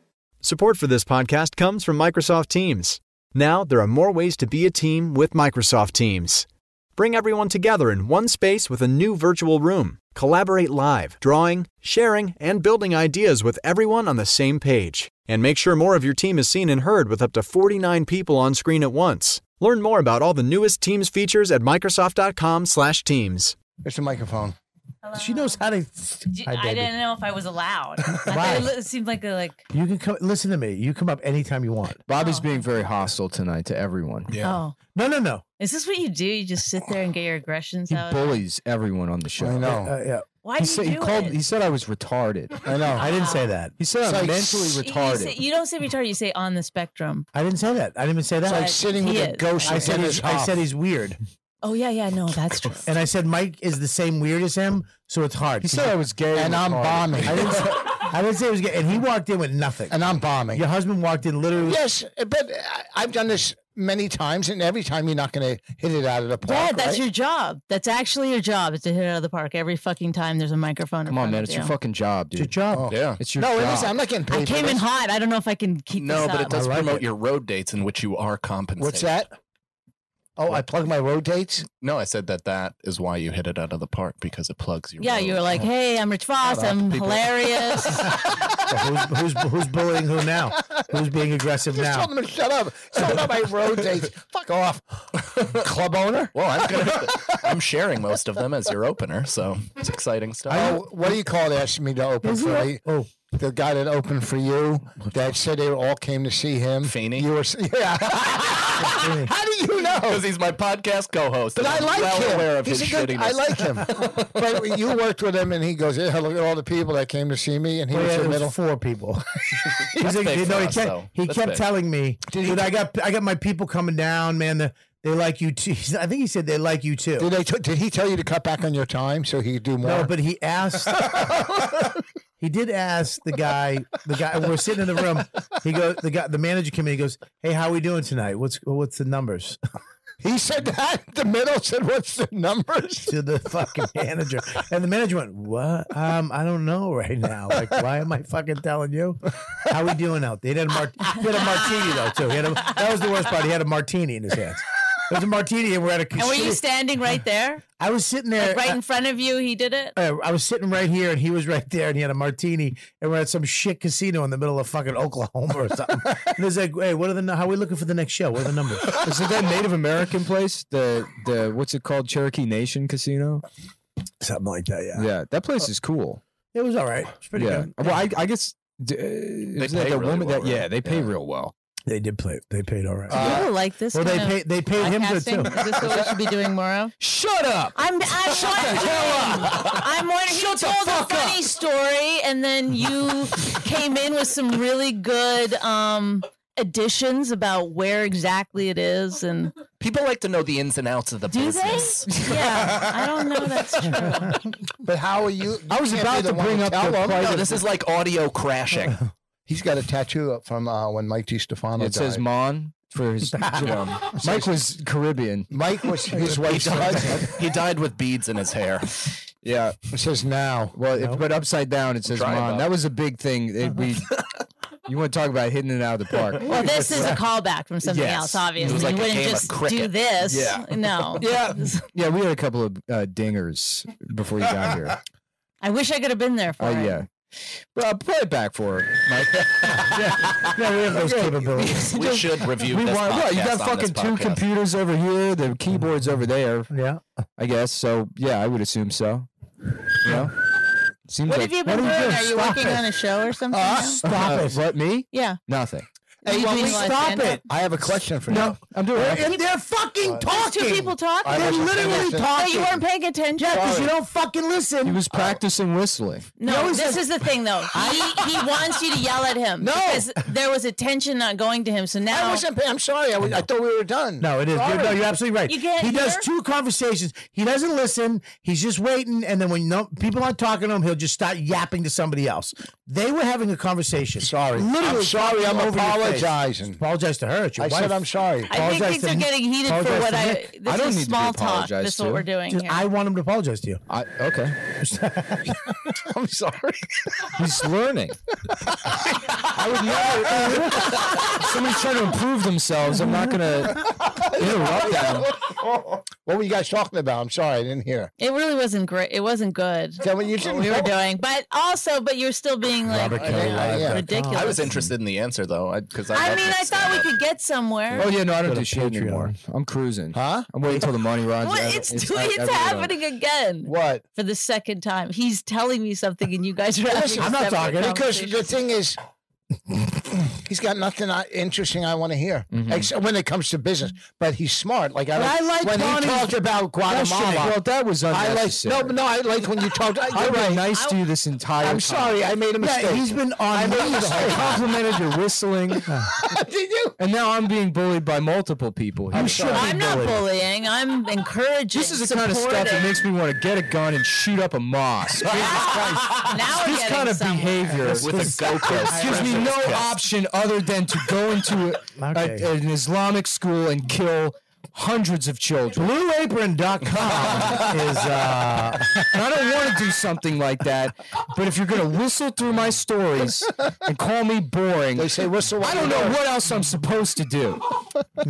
Support for this podcast comes from Microsoft Teams. Now, there are more ways to be a team with Microsoft Teams. Bring everyone together in one space with a new virtual room. Collaborate live, drawing, sharing, and building ideas with everyone on the same page. And make sure more of your team is seen and heard with up to 49 people on screen at once. Learn more about all the newest Teams features at microsoft.com/teams. There's a microphone. She knows how to. D- Hi, I baby. didn't know if I was allowed. I thought Why? it, lo- it seemed like a like. You can come. Listen to me. You come up anytime you want. Bobby's being very hostile tonight to everyone. Oh, No, no, no. is this what you do? You just sit there and get your aggressions He out. bullies everyone on the show. I know. Uh, yeah. Why he do you said, he do called, it? He said I was retarded. I know. I didn't say that. He said It's I'm like- mentally You- You retarded. say- you don't say retarded. You say on the spectrum. I didn't say that. I didn't even say that. It's like sitting with He a is. ghost I in said his he's, I house. said he's weird, Oh yeah, yeah. No, that's true. and I said Mike is the same weird as him, so it's hard. He said I was gay and I'm bombing. I didn't, say, I didn't say it was gay, and he walked in with nothing. And I'm bombing. Your husband walked in literally. Yes, but I- I've done this many times, and every time you're not going to hit it out of the park. yeah, that's right? your job. That's actually your job is to hit it out of the park every fucking time there's a microphone. Come on, man. It's your fucking job, dude. It's your job. Yeah. It's your no, job. wait, listen, I'm not getting paid. I for came in this. hot. I don't know if I can keep. No, this uh, up. but it does like promote it. your road dates in which you are compensated. What's that? Oh, I plug my road dates. No, I said that that is why you hit it out of the park because it plugs your. Yeah, road. you were Oh. like, "Hey, I'm Rich Voss. Shut up, I'm people." hilarious." who's, who's who's bullying who now? Who's being aggressive Just now? told them to shut up. Shut up, my road dates. Fuck off. Club owner. Well, I'm, gonna, I'm sharing most of them as your opener, so it's exciting stuff. Oh, what do you call it? Asked me to open Is for it? you. Oh. The guy that opened for you, that said they all came to see him. Feeney. You were, s- yeah. How do you know? Because he's my podcast co-host. But and I I'm like well him. aware of He's his a good, I shittiness. like him. but you worked with him, and he goes, "Yeah, look at all the people that came to see me," and he Well, was yeah, in it the was middle. four people. That's He's like, big you know, for he us, kept, though. he That's kept big. telling me, dude, I got I got my people coming down, man. The, they like you too. I think he said they like you too. Did they? T- did he tell you to cut back on your time so he could do more? No, but he asked. he did ask the guy. The guy. We're sitting in the room. He goes. The guy. The manager came in. He goes, "Hey, how we doing tonight? What's what's the numbers?" he said that. The middle said, "What's the numbers?" to the fucking manager, and the manager went, "What? Um, I don't know right now. Like, why am I fucking telling you? How we doing out there?" He had a, mar- he had a martini though too. He had a, that was the worst part. He had a martini in his hands. It was a martini, and we're at a. and were you standing right there, I was sitting like there, right uh, in front of you? He did it. uh, I was sitting right here, and he was right there, and he had a martini, and we're at some shit casino in the middle of fucking Oklahoma or something. and it's like, hey, what are the nu- how are we looking for the next show? What are the numbers? Is it that Native American place? The the what's it called? Cherokee Nation Casino. something like that. Yeah, Yeah, that place is cool. it was all right. It's pretty yeah. good. Well, I, I guess d- uh, they pay the really woman well, that yeah right? they pay Yeah. real well. They did play. They paid all Uh, right. you like this? well, they kind of paid- they paid him good, podcasting? too. Is this what we should be doing more of? Shut up! I'm. I'm Shut the hell up! I'm wondering. He told a funny story, and then you came in with some really good um additions about where exactly it is, and People like to know the ins and outs of the do they? business. Yeah, I don't know. That's true. But how are you? you I was can't be about the to one bring up tell the him. private- No, this is like audio crashing. He's got a tattoo up from uh, when Mike DiStefano. It says died. Mon for his. you know. Mike was Caribbean. Mike was his He wife's died- he died with beads in his hair. Yeah, it says now. Well, it, but upside down it says Try it Mon. up. That was a big thing. that we. you want to talk about hitting it out of the park? Well, this is a callback from something Yes. else, It was obviously. like a you wouldn't game of just do cricket. this. Yeah. No. Yeah. Yeah, we had a couple of uh, dingers before you got here. I wish I could have been there for Oh it. yeah. Well, play it back for her, Mike. yeah, yeah, we have those capabilities. We should review this yeah, you got podcast on this fucking two podcast. computers over here, the keyboards over there. Yeah, I guess so. Yeah, I would assume so. You know, seems What like, have you been doing? are Are you working on a show or something? now? Uh, What me? Yeah. Nothing. Are you doing live stand-up? I have a question for you. No, I'm doing it. And they're fucking There's talking. two people talking. I They're wasn't paying literally attention. But you weren't paying attention. Yeah, because you don't fucking listen. He was practicing whistling. No, this is the thing though. He, he wants you to yell at him. No, because there was attention not going to him. So now I wasn't. paying- I'm sorry. I, was, I thought we were done. No, it is. You're, no, Sorry. you're absolutely right. You can't he does hear? two conversations. He doesn't listen. He's just waiting, and then when no, people aren't talking to him, he'll just start yapping to somebody else. They were having a conversation. Sorry, literally. I'm sorry. I'm over your face. apologizing. Apologize to her. It's your I said wife. I'm sorry. I think Apologize things to are me. getting heated for Apologize what to I. me. This is small talk. This is what we're doing Just- here. I want him to apologize to you. I, okay. I'm sorry. He's learning. I would never. Somebody's trying to improve themselves. I'm not gonna interrupt them. What were you guys talking about? I'm sorry. I didn't hear. It really wasn't great. It wasn't good. Tell me you what didn't we were know. doing, but also, but you're still being like Robert Kelly uh, Live. ridiculous. I was interested in the answer though, because I, I love mean, this I thought we could get somewhere. Oh yeah, no, I don't Go to do shit Patreon. anymore. I'm cruising. Huh? I'm waiting till the money runs. What? out. It's, I- I it's really don't. happening again. What? For the second time, he's telling me something, and you guys are. having a separate because conversation. the thing is, he's got nothing I- interesting I want to hear Mm-hmm. except when it comes to business. But he's smart. Like I, But like- I like when Bonnie's he talked about Questioning. Guatemala. Well, that was I like unnecessary. no, but no. I like when you talked. I You're was right. nice to you this entire time. I'm sorry. I made a mistake. Yeah, he's been I on me made a the whole mistake. time. Complimented your whistling, Did you? and now I'm being bullied by multiple people. Here. I'm sure I'm not bullying. I'm encouraging. This is the kind of stuff that supporting. makes me want to get a gun and shoot up a mosque. now we're this getting kind of somewhere. behavior With a GoPro gives me strapped no to his chest. option other than to go into a, Okay. a- an Islamic school and kill hundreds of children. BlueApron.com is uh, And I don't want to do something like that, but if you're going to whistle through my stories and call me boring, They say whistle. while I don't you know work." what else I'm supposed to do.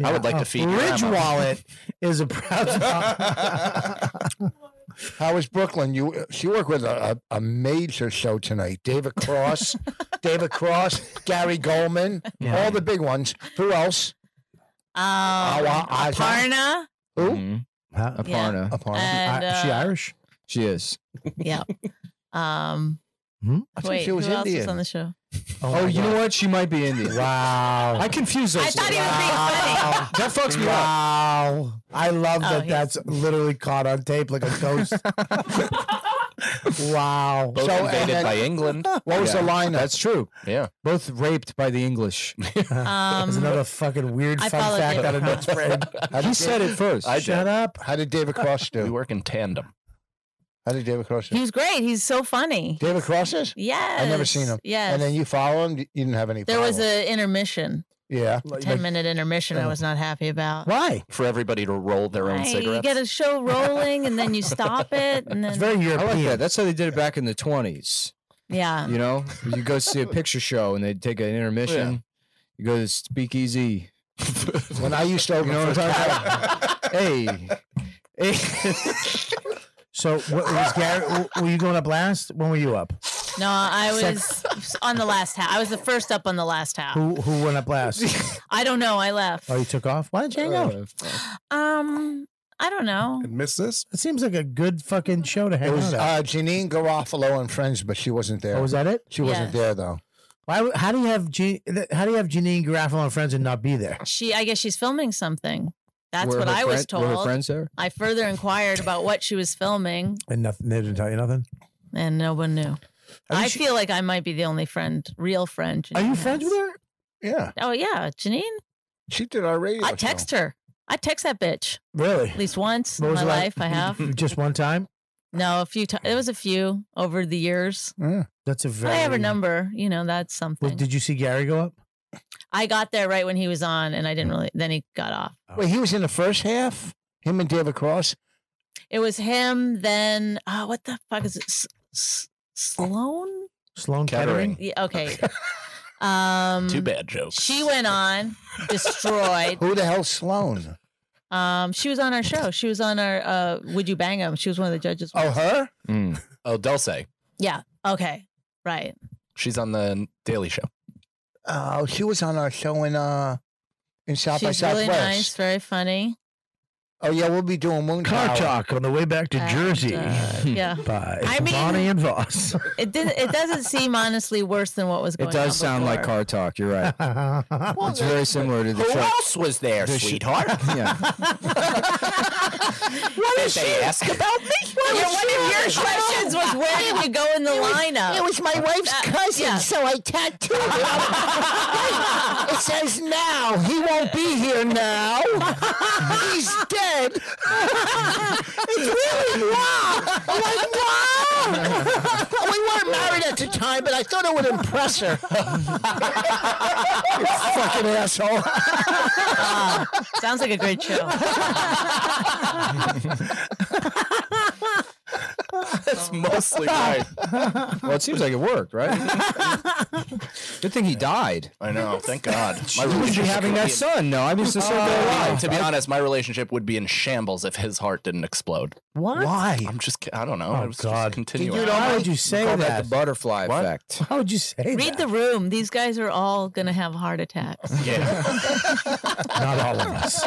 I would like to feed your Ridge grandma. Wallet is a proud How is Brooklyn? You she worked with a, a, a major show tonight. David Cross, David Cross, Gary Goldman, all the big ones. Who else? Um, Awa- Aza. Aparna. Who? Mm-hmm. Huh? Aparna. Aparna. And, I- she uh, Irish? She is. yeah. Um, Hmm? I thought wait, she was who else was Indian. on the show? Oh, you know what? She might be Indian. Wow. I confuse those. I thought two. he was being funny. that fucks me up. Wow. I love that Oh, that's literally caught on tape like a ghost. wow. Both So, and invaded then- by England. What was the lineup? That's true. Yeah. Both raped by the English. That's Um, another fucking weird I fun followed fact it. out of Nut Spread. How He did, said it first. I Shut did. up. how did David Cross We do? work in tandem. How did David Cross do? he was great. He's so funny. David Cross is? Yes. I've never seen him. Yes. And then you follow him. You didn't have any. there was follow. an intermission, yeah. ten minute intermission. I was not happy about. Why? For everybody to roll their own Hey, you cigarettes. get a show rolling and then you stop it and It's then very I European. like that. That's how they did it back in the 20s. yeah. You know, you go see a picture show and they take an intermission. You go to speakeasy. When I used to You open know what for I'm talking about? hey. Hey. So what, was Gary, w- were you going up last? When were you up? No, I was on the last half. I was the first up on the last half. Who who went up last? I don't know. I left. Oh, you took off? Why did you hang Uh, out? Um, I don't know. And miss this? It seems like a good fucking show to It hang was out at. uh, Janine Garofalo and friends, but she wasn't there. oh, was that it? She Yes. wasn't there though. Why? w- How do you have Jean, How do you have Janine Garofalo and friends and not be there? She, I guess she's filming something. That's Were what her I was friend- Were her told. friends there? I further inquired about what she was filming, And nothing. They didn't tell you nothing. and no one knew. Are you I sh- feel like I might be the only friend, real friend. Are you Janine friends has. with her? Yeah, Oh yeah, Janine. she did our radio. I text her. I text that bitch Really? at least once What in my was it like? life. I have. Just one time. No, a few times. It was a few over the years. Yeah, that's a But very. I have a number. You know, that's Well, something. did you see Gary go up? I got there right when he was on, and I didn't really. Then he got off. Wait, he was in the first half. Him and David Cross. It was him. Then oh, what the fuck is it? S- S- Sloan. Sloan Kettering. Yeah, okay. Um, Two bad jokes. She went on destroyed. Who the hell's Sloan? Um, she was on our show. She was on our uh, Would You Bang Him? She was one of the judges. Oh, her? Oh, Dulce. Yeah. Okay. Right. She's on the Daily Show. Oh, she was on our show in uh in South by She's really Southwest. nice. Very funny. Oh yeah, we'll be doing Moon Car Tower. Talk on the way back to And, Jersey. uh, yeah. By I mean- Bonnie and Voss. It did, It doesn't seem honestly worse than what was going It on. does sound like before. car talk. You're right. it's very similar to the Who show. else was there, The sh- sweetheart? yeah. What Did they ask about me? Yeah, one of your questions was where did you go in the It was- lineup? it was my wife's cousin, so I tattooed it. it says now. He won't be here now. He's dead. it's really wrong. I'm like, "Wow." we weren't married at the time, but I thought it would impress her. you fucking asshole. Ah, Sounds like a great show. That's mostly right. well, it seems like it worked, right? Good thing he died. I know. Thank God. My you wouldn't be having that son. No, I'm just a son alive. Oh, to be honest, my relationship would be in shambles if his heart didn't explode. What? Why? I'm just. ki- I don't know. Oh, I was God. just continuing. Dude, why would you say Call that that? the butterfly effect. How would you say that? Read the room. These guys are all gonna have heart Um, attacks. Yeah. Not all of us.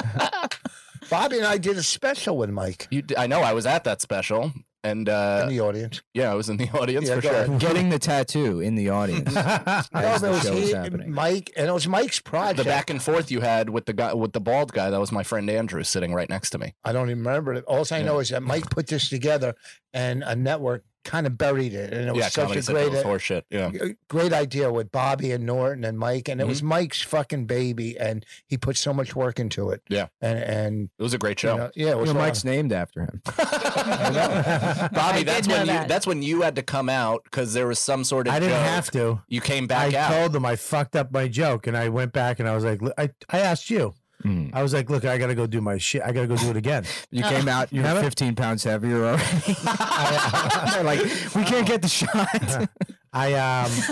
Bobby and I did a special with Mike You d- I know. I was at that special, and uh, in the audience. yeah, I was in the audience Yeah, for go sure. ahead. Getting the tattoo in the audience. No, as but it the was show was he, happening. Mike, and it was Mike's project. The back and forth you had with the guy with the bald guy that was my friend Andrew sitting right next to me. I don't even remember it. All I know is that Mike put this together, and a network kind of buried it, and it was yeah, such Comedy a Central great, was horseshit. Yeah. Mm-hmm. a great idea with Bobby and Norton and Mike, and it was Mike's fucking baby, and he put so much work into it. Yeah. and and It was a great you show. know, yeah, it was You know, a lot Mike's named after him. Bobby, that's know when you that. that's when you had to come out because there was some sort of I didn't joke. have to. You came back I out. told them I fucked up my joke, and I went back and I was like, "Look," I, I asked you. I was like, look, I gotta go do my shit. I gotta go do it again. You came out, you were haven't? 15 pounds heavier already. They're like, we can't get the shot. I um,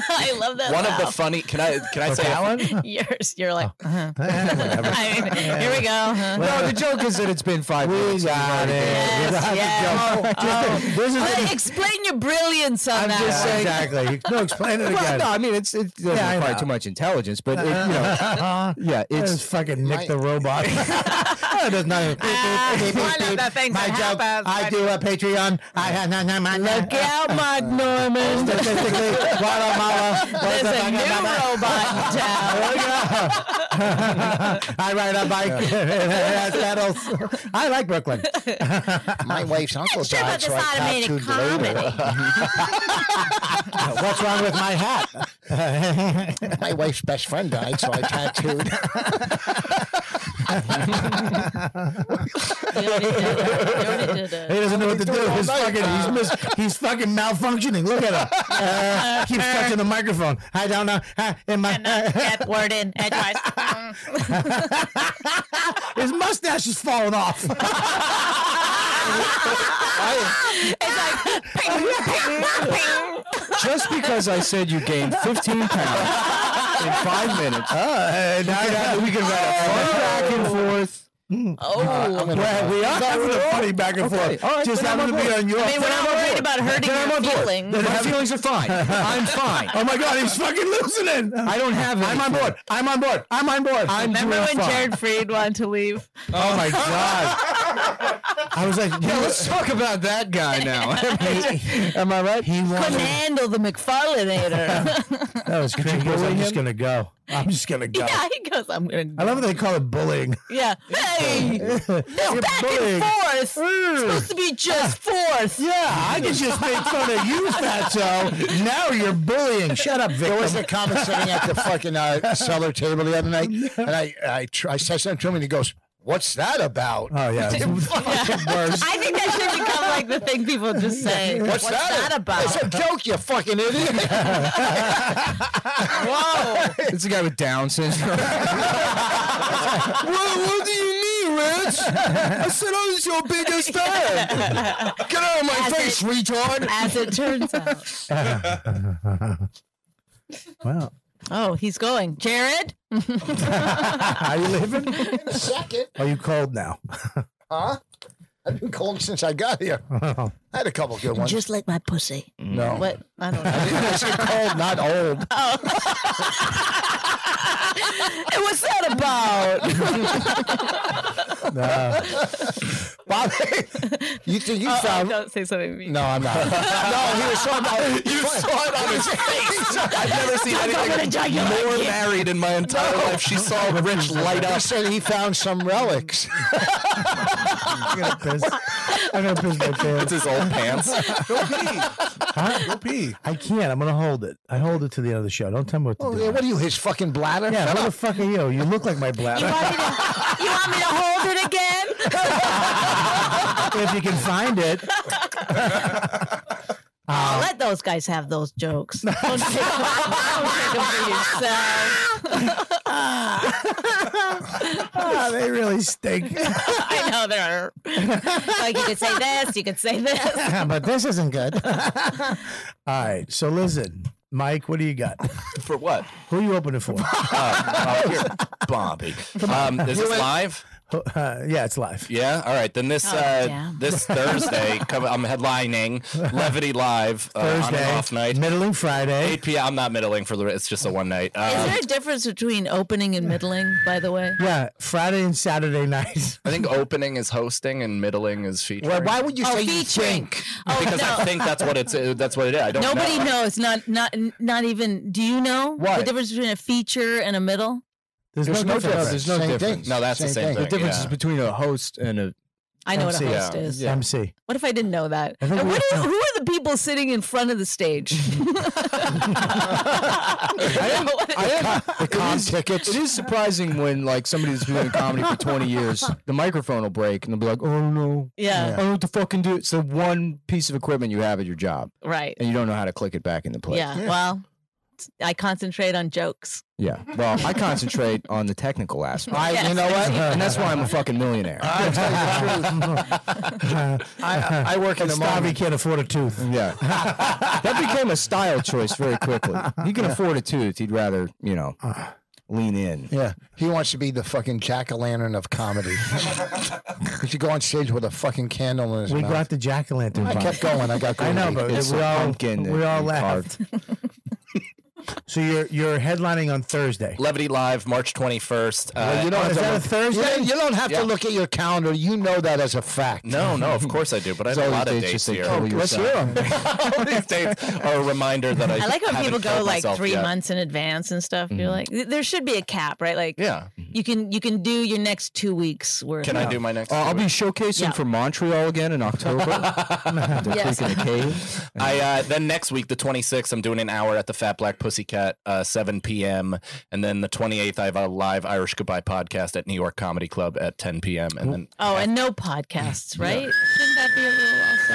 I love that. One of the laugh. funny can I can I say that one? Yours, you're like, Oh. uh-huh. I mean, here we go. huh? no, the joke is that it's been five minutes. got it. Yes, yeah. Oh, oh. This is But explain your brilliance on I'm that. just one. saying exactly. No, explain it Well, again. no, I mean, it's, it doesn't Yeah, I require know. too much intelligence, but it, you know, yeah, it's it's fucking Nick the robot. that does nothing. one of the things my that joke. happens I when- do a Patreon. I have not my Look out, Mike Norman. Statistically, Guatemala. what There's the a fuck- new robot in town. I ride a bike. It has pedals. I like Brooklyn. My wife's uncle Sure about died, so I this automated tattooed later. What's wrong with my hat? My wife's best friend died, so I You tattooed. already did it. You already did He it. doesn't know what to do. He's fucking, he's, mis- he's fucking malfunctioning. Look at him. Uh, keeps touching the microphone. I don't know. Uh, in my, That word in edgewise. mm. his mustache is falling off. just because I said you gained 15 pounds in five minutes. Oh. Uh, now that we can back and forth. Oh, Well, we are having a funny back and Okay, forth. all right, Just then I'm happened to on be board. on your. I mean, we're not worried about hurting Then I'm your on board. feelings. My feelings are fine. I'm fine. Oh my God, he's fucking losing it. I don't have I'm on anything. board. I'm on board. I'm on board. I'm Remember doing when fine. Jared Freed wanted to leave? oh my God. I was like, Yeah, let's talk about that guy now. Am I right? he Couldn't wanted. handle the McFarlaneator. That was crazy. He goes, I'm just gonna go. I'm just gonna go. yeah, he goes, I'm going I to. love that they call it bullying. Yeah. Hey! This You're back bullying. Mm. and forth! It's supposed to be just fourth! Yeah, I can just make fun of you, Fatso. Now you're bullying. Shut up, There was victim. a comic sitting at the fucking uh, cellar table the other night, and I I, tr- I said something to him, and he goes, What's that about? Oh yeah, I think that should become like the thing people just say. What's, that, about? It's a joke, you fucking idiot. Wow. it's a guy with Down syndrome. what, what do you mean, Rich? I said I was your biggest fan. Get out of my As face, it- retard. As it turns out. wow. Oh, he's going. Jared? How you living? In a second. Are you cold now? Huh? I've been cold since I got here. I had a couple good ones. Just like my pussy. No. What? Oh, I don't I said cold, not old. know. What's that about? Bobby, you think you Oh, oh, found? don't say something mean. No, I'm not. no, he was talking about. You saw it on his face. I've never seen Don't go to anything Jaguar more again. married in my entire life. She saw Rich light He up. said he found some relics. I'm gonna piss. I'm gonna piss my pants. It's his old pants. Go pee. Huh? Go pee. I can't. I'm gonna hold it. I hold it to the end of the show. Don't tell me what to Oh, do. yeah, what are you, his fucking bladder? Yeah, Shut what the up. fuck are you? You look like my bladder. you want me to hold it again? if you can find it. Uh, Oh, let those guys have those jokes. Don't take them, don't take 'em for yourself. Ah, they really stink. I know they're like you could say this, you could say this. but this isn't good. All right. So listen, Mike, what do you got? For what? Who are you opening for? Oh, here. Bobby. Um, is this live? Uh, yeah, it's live. Yeah. All right. Then this Oh, uh, damn. this Thursday, come, I'm headlining Levity Live uh, on Thursday, an off night. Middling Friday. 8 p.m. I'm not middling for the. It's just a one night. Is Um, there a difference between opening and middling, by the way? Yeah, Friday and Saturday night. I think opening is hosting and middling is featuring. Well, why would you Oh, say you featuring. think? Oh, because no. I think that's what it's. uh, That's what it is. I don't. Nobody know. knows. Not not not even. Do you know the What? difference between a feature and a middle? There's no difference. There's no Same thing. difference. No, that's the Same same thing. thing. The difference is yeah. between a host and a. I know MC. what a host Yeah. is. MC. What if I didn't know that? I think And we- what is, who are the people sitting in front of the stage? The con tickets. It is surprising when like somebody's been doing comedy for 20 years, the microphone will break and they'll be like, "Oh no, I yeah, don't know what to fucking do." It's the one piece of equipment you have at your job, right. and you don't know how to click it back into place. Yeah. Well, I concentrate on jokes. Yeah. Well, I concentrate on the technical aspect, I, Yes. You know what? and that's why I'm a fucking millionaire. I, I work in the Stavi moment. can't afford a tooth. Yeah. that became a style choice very quickly. He can afford a tooth. He'd rather, you know, lean in. Yeah, he wants to be the fucking jack o' lantern of comedy. he should go on stage with a fucking candle in his We mouth. got the jack o' lantern. I kept going. I got. I know, greedy. but It's we a all pumpkin that we all you laughed. so you're you're headlining on Thursday. Levity Live, March 21st. Uh, Well, you don't Oh, Is that a have to look- you Thursday? don't- You don't have Yeah. to look at your calendar. You know that as a fact. no, no, of course I do, but I have a always lot of dates dates just here. like kill Let's hear yourself. him. All these dates are a reminder that I. I like how haven't people go killed like myself three yet. Mm-hmm. months in advance and stuff. You're like, th- there should be a cap, right? Like, Yeah. you can you can do your next two weeks worth. Can I do my next? Uh, I'll two be weeks? showcasing Yeah. for Montreal again in October. They're Yes. taking a cave. I uh, then next week, the 26th, I'm doing an hour at the Fat Black Pussycat, uh, 7 p.m. And then the 28th, I have a live Irish Goodbye podcast at New York Comedy Club at 10 p.m. And then Oh, and no podcasts, right? Shouldn't that be a rule also?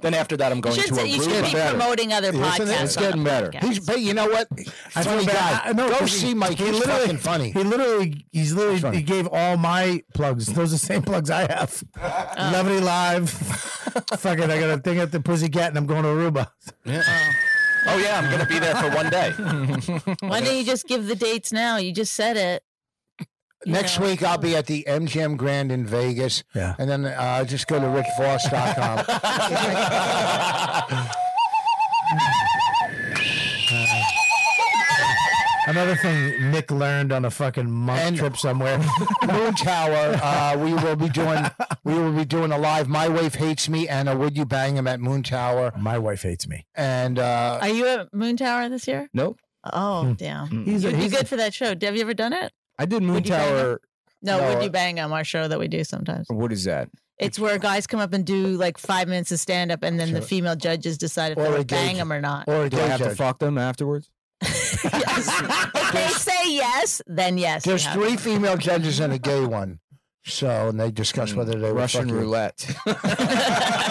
then after that, I'm going You to should, a say, you should room. be promoting other podcasts. Isn't it? on the podcast. He's, but you know what? Funny guy. I know, go 'cause he- see Mike. He's fucking funny. He literally, he's literally, he gave all my plugs. Those are the same plugs I have. Levity Live. Fuck it, I got a thing at the Pussycat and I'm going to Aruba. Oh, yeah, I'm going to be there for one day. Why don't you just give the dates now? You just said it. Next week I'll be at the MGM Grand in Vegas. Yeah. And then uh, just go to richvoss.com. Uh, Another thing Nick learned on a fucking month And- trip somewhere. Moon Tower. Uh, we will be doing we will be doing a live My Wife Hates Me and a Would You Bang Him at Moon Tower. my wife hates me. And uh, Hmm. Are you at Moon Tower this year? Nope. Oh, damn. He's a- You'd be he's a- good for that show. Have you ever done it? I did Moon Would you bang Tower. No, No, Would uh, You Bang on our show that we do sometimes. What is that? It's where guys come up and do like five minutes of stand up, and then the female judges decide if Or they a would gay bang ju- them or not. or a Do I gay have to judge. fuck them afterwards? if they say yes, then yes. you There's have three it. female judges and a gay one. So and they discuss whether they were Mm, Russian fucking- roulette. Mullen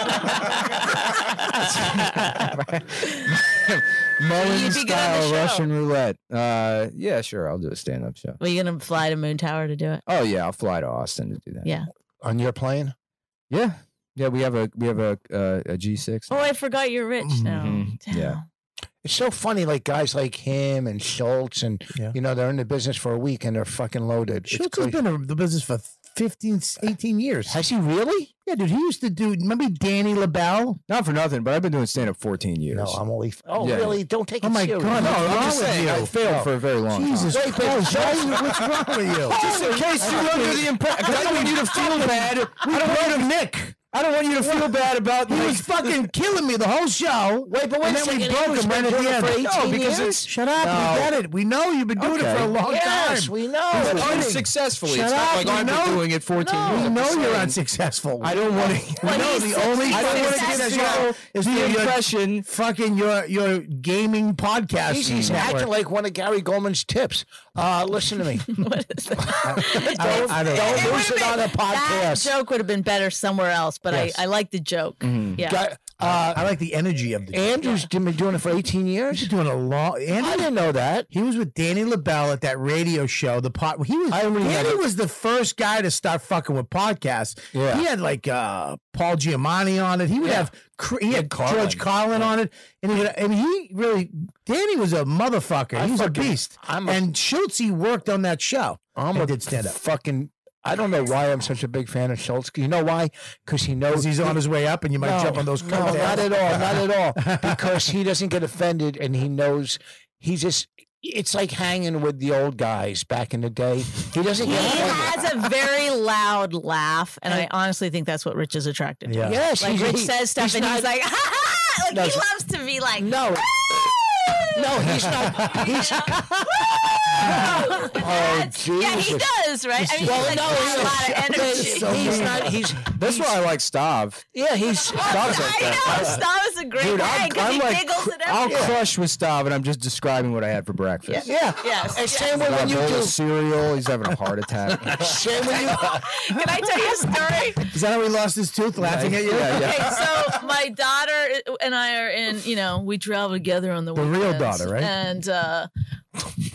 You'd be good on the style show. Russian roulette. Uh, yeah, sure. I'll do a stand up show. Were you gonna fly to Moon Tower to do it? Oh yeah, I'll fly to Austin to do that. Yeah. On your plane? Yeah. Yeah, we have a we have a uh, a G six. Oh, I forgot you're rich now. Mm-hmm. Yeah. It's so funny, like guys like him and Schultz, and you know they're in the business for a week and they're fucking loaded. Schultz has been in the business for 15, 18 years. Has he really? Yeah, dude. He used to do. Remember Danny LaBelle? Not for nothing, but I've been doing stand up fourteen years. No, I'm only. Oh, Yeah. really? Don't take Oh it my serious. God, what's wrong with you? I failed for a very long Jesus time. Oh, Christ! why- What's wrong with you? Just in case you were under the impression, I don't want you to feel bad. I don't want to Nick. I don't want you to feel bad about. He was fucking killing me the whole show. Wait, but wait and a then we second, broke English him right been at the doing it end. for 18 years? shut up. We No. get it. We know you've been doing it for a Okay. long Yes, time. we know. He's But kidding. unsuccessfully. Shut It's not up. like We I've been know- doing it 14 no. years. We I'm know just you're saying. unsuccessful. I don't want to. We Well, know the he's only I don't thing wanna get that's successful out the is through your impression- fucking your your gaming podcast. He's, he's network. acting like one of Gary Goldman's tips. Uh, listen to me. I- I don't- Don't It lose would've it on a been- That podcast. joke would have been better somewhere else, but Yes. Mm-hmm. I, I like the joke. Yeah. Got- uh, I like the energy of the. Andrew's been doing it for 18 years. He's doing a long. Andrew, I didn't know that. He was with Danny LaBelle at that radio show. The pot. He was. I Danny remember. was the first guy to start fucking with podcasts. Yeah. He had like uh, Paul Giamatti on it. He would have. cr- He had Carlin. George Carlin on it, and he would, and he really. Danny was a motherfucker. I he was a fucking- beast. I'm a- and Schultz, he worked on that show. I'm and a did stand up. fucking. I don't know why I'm such a big fan of Schultz. You know why? Because he knows 'Cause he's on his way up, and you might jump on those No, coattails. not at all. Not at all. Because he doesn't get offended, and he knows he just. It's like hanging with the old guys back in the day. He doesn't He get offended. has a very loud laugh, and I honestly think that's what Rich is attracted to. Yeah. Yes, like he's- Rich he- says stuff, he's and he's not- like, ha ha! Like No, he he's- loves to be like, no, no, he's not. He's, oh, yeah, he does, right? I mean, Well, he's like, no, got a lot of he's- energy. he's not. He's That's why I like Stav. yeah. He's Stav's like I that. know Stav is a great Dude, guy I'm, because I'm he like, giggles at I'll everything. crush with Stav, and I'm just describing what I had for Yeah. breakfast. Yes, And yes. same way Got when a you bowl of do. cereal. He's having a heart attack. Same when you. Can I tell you a story? Is that how he lost his tooth laughing at you? Yeah, yeah. Okay, so my daughter and I are in, you know, we travel together on the The real weekends, daughter, right? And uh,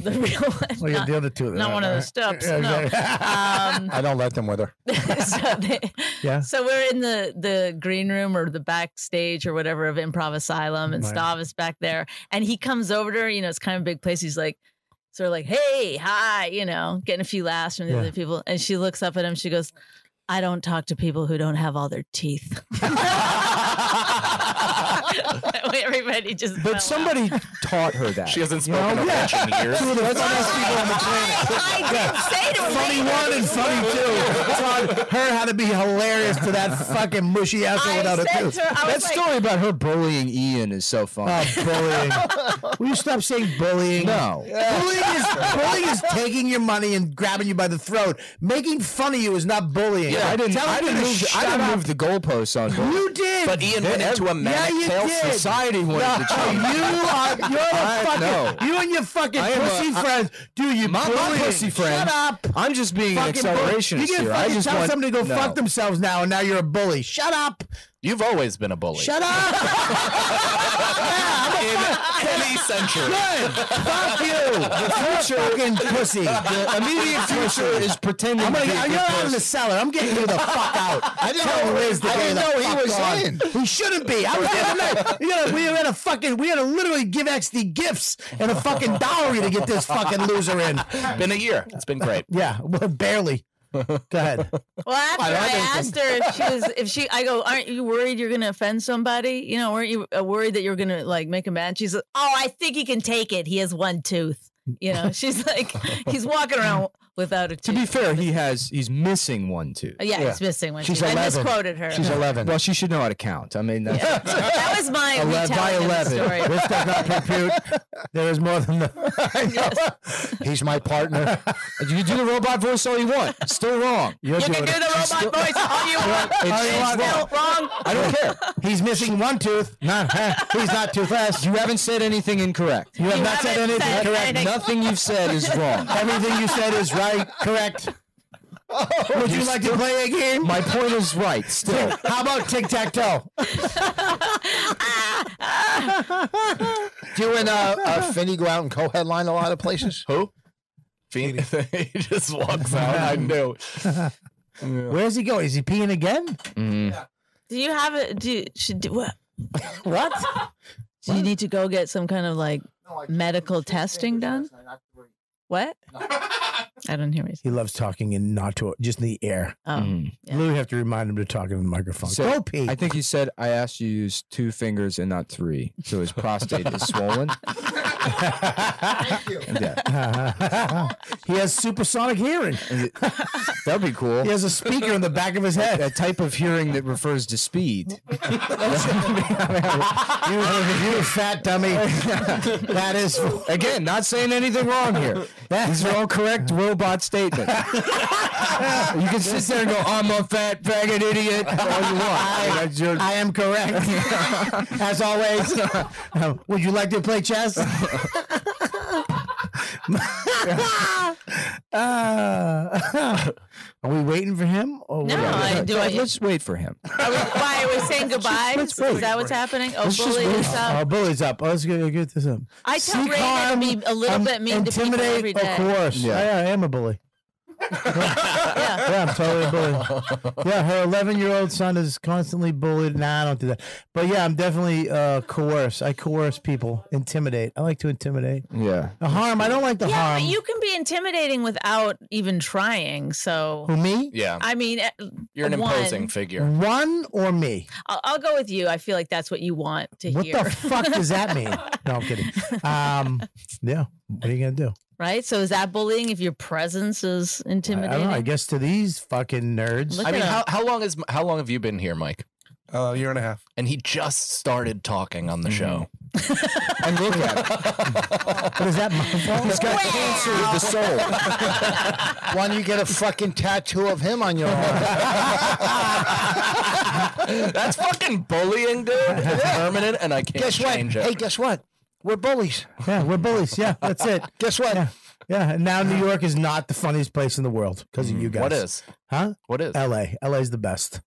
the real one. Well, yeah, the other two. not one of those stuffs, Yeah, no. exactly. Um, I don't let them with her. so, they- Yeah. so we're in the the green room or the backstage or whatever of Improv Asylum, and Right. Stav is back there, and he comes over to her. You know, it's kind of a big place. He's like, sort of like, "Hey, hi," you know, getting a few laughs from the Yeah. other people, and she looks up at him. She goes. I don't talk to people who don't have all their teeth. Everybody just. fell But out. somebody taught her that. She hasn't spoken a yeah. bunch in years. Two of the funniest people on the planet. I did say to him. Funny "Wait a one and minute." funny two. It's on her how to be hilarious to that fucking mushy asshole I without a said tooth. to her, I That story about her bullying Ian is so funny. Oh, bullying. Will you stop saying bullying? No. Bullying is bullying is taking your money and grabbing you by the throat. Making fun of you is not bullying. I didn't. Tell I him didn't to move. I shut didn't up. move the goalposts on. bullying. You did. But Ian went into a manic yeah, you pale did. society wanted no, to change. You are. You're the I fucking. know. You and your fucking I am a- pussy I- friends. Do you My, my bullying. pussy friend. Shut up. I'm just being an Fucking bully. accelerationist You can here. I fucking just tell want somebody to go no. fuck themselves now, and now you're a bully. Shut up. You've always been a bully. Shut up. In any century. Good. Fuck you. The fucking pussy. The immediate future is pretending. I'm to gonna, be a get- good you're out in person. the cellar. I'm getting you the fuck out. I didn't Tell know- Liz to I get didn't the know he fuck was gone. in. He shouldn't be. I was the other night. We had, a, we had a fucking. We had to literally give XD gifts and a fucking dowry to get this fucking loser in. Been a year. It's been great. Yeah, well, barely. Go ahead. Well, after I, I don't think- asked her if she was, if she, I go, aren't you worried you're going to offend somebody? You know, weren't you uh, worried that you were going to like make him mad? She's like, oh, I think he can take it. He has one tooth. You know, she's like, he's walking around without a To be fair, he has he's missing one tooth. Uh, yeah, he's Yeah. missing one She's tooth. I 11. misquoted her. She's 11. Well, she should know how to count. I mean, that's that was my by retelling of the story. This does not compute. There is more than that. He's my partner. You can do the robot voice all you want. Still wrong. You're You can do doing the it. robot voice all you want. It's It's still still wrong. I don't care. He's missing one tooth. Not he's not toothless. You haven't said anything incorrect. You have You not said haven't anything said correct. anything. Nothing you've said is wrong. Oh, Everything you said is right, correct. Would you, like to play a game? My point is right. Still, how about tic tac toe? Do you and uh, uh, Finney go out and co-headline a lot of places? Who? Phoenix. he just walks out. I knew. Where does he go? Is he peeing again? Mm-hmm. Do you have a do? Should do what? what? Do you need to go get some kind of like medical testing done? What? I don't hear what He loves talking and not to just in the air. Oh, Literally have to remind him to talk into the microphone. So, go pee. I think you said I asked you to use two fingers and not three, so his prostate is swollen. Uh-huh. Yeah. he has supersonic hearing. That'd be cool. He has a speaker in the back of his head. A, type of hearing that refers to speed. you, you fat dummy. that is again not saying anything wrong here. These are all correct robot statements. you can sit there and go, "I'm a fat faggot idiot." All you want. I, I am correct. As always, Um, would you like to play chess? uh, Ah. are we waiting for him? Or No, what are we- I- do I- Let's wait for him. Are we, why are we saying goodbye? Let's Is, wait. that what's happening? Oh, Let's just bully wait. is Oh, up. bully's up. Oh, let's get, get this up. I tell Seek Raymond to harm, be a little um, bit mean to people intimidate, every day. Of course. Yeah. Yeah. I, am a bully. yeah. I'm totally a bully. Yeah, her 11 year old son is constantly bullied. Nah, I don't do that. But yeah, I'm definitely uh, coerce. I coerce people, intimidate. I like to intimidate. Yeah. The harm. I don't like the yeah, harm. but you can be intimidating without even trying. So Who, me? Yeah. I mean, eh, You're an one. imposing figure. One or me? I'll, I'll go with you. I feel like that's what you want to What hear. the fuck does that mean? No, I'm kidding. Um, yeah. What are you going to do? right? So is that bullying if your presence is I intimidating? don't know. I guess to these fucking nerds. Look I mean, at how, him. how long is how long have you been here, Mike? A year and a half. And he just started talking Mm-hmm. on the show. and look at him. But is that my fault? He's got cancer of the soul. Why don't you get a fucking tattoo of him on your arm? That's fucking bullying, dude. It's permanent, and I can't guess what? change it. Hey, guess what? We're bullies. Yeah, we're bullies. Yeah, that's it. Guess what? Yeah. Yeah, and now New York is not the funniest place in the world because of you guys. Mm, What is? Huh? What is? L.A. L.A.'s the best.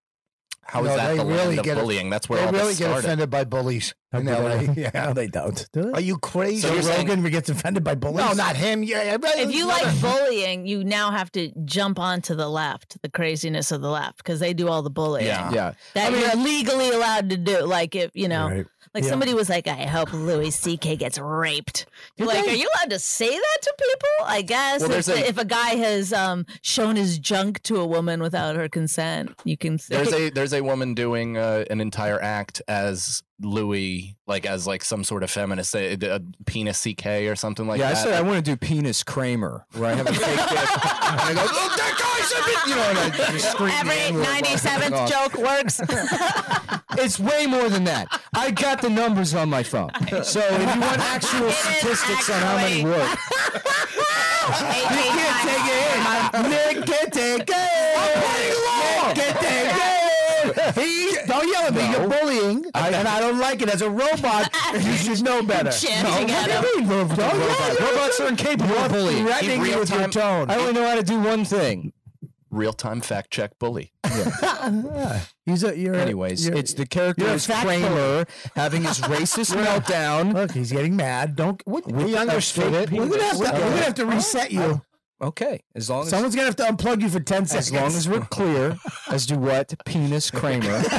How is No, that they the really land of get- bullying? That's where they all really this get started. offended by bullies in No, LA. they- No, they don't. Do they? Are you crazy? So you're saying- Rogan gets offended by bullies? no, not him. Yeah, if you like bullying, you now have to jump onto the left, the craziness of the left, because they do all the bullying. Yeah. Yeah. That you're legally allowed to do. Like if you know, Right. like Yeah. somebody was like, "I hope Louis C.K. gets raped." You're Did like, they? are you allowed to say that to people? I guess Well, if, there's a- if a guy has um, shown his junk to a woman without her consent, you can say. There's a there's a woman doing uh, an entire act as Louis, like as like some sort of feminist, a, a penis CK or something like yeah, I that. said I want to do penis Kramer, where I have a fake dick, and I go, "Look, that guy should be," you know, and I just scream the Every N-word while I'm 97th off. joke works. It's way more than that. I got the numbers on my phone, so if you want actual statistics on how many work, Nick can take it. Nick can take it. He, don't yell at me. You're bullying, and I don't like it. As a robot, you should know better. Chanting no, at him. what do you mean, robot? Don't yell. You're robots are incapable of bullying. threatening me with your tone. I only know how to do one thing. Real time fact check bully. He's a, you're Anyways, you're- it's the character you're a is fat bully. Kramer having his racist meltdown. Look, he's getting mad. Don't. What, We a understood fake it. penis. We're gonna have to, we're gonna have to reset you. Okay, as long as Someone's gonna have to unplug you for ten seconds. as long as we're clear as to what penis Kramer entails.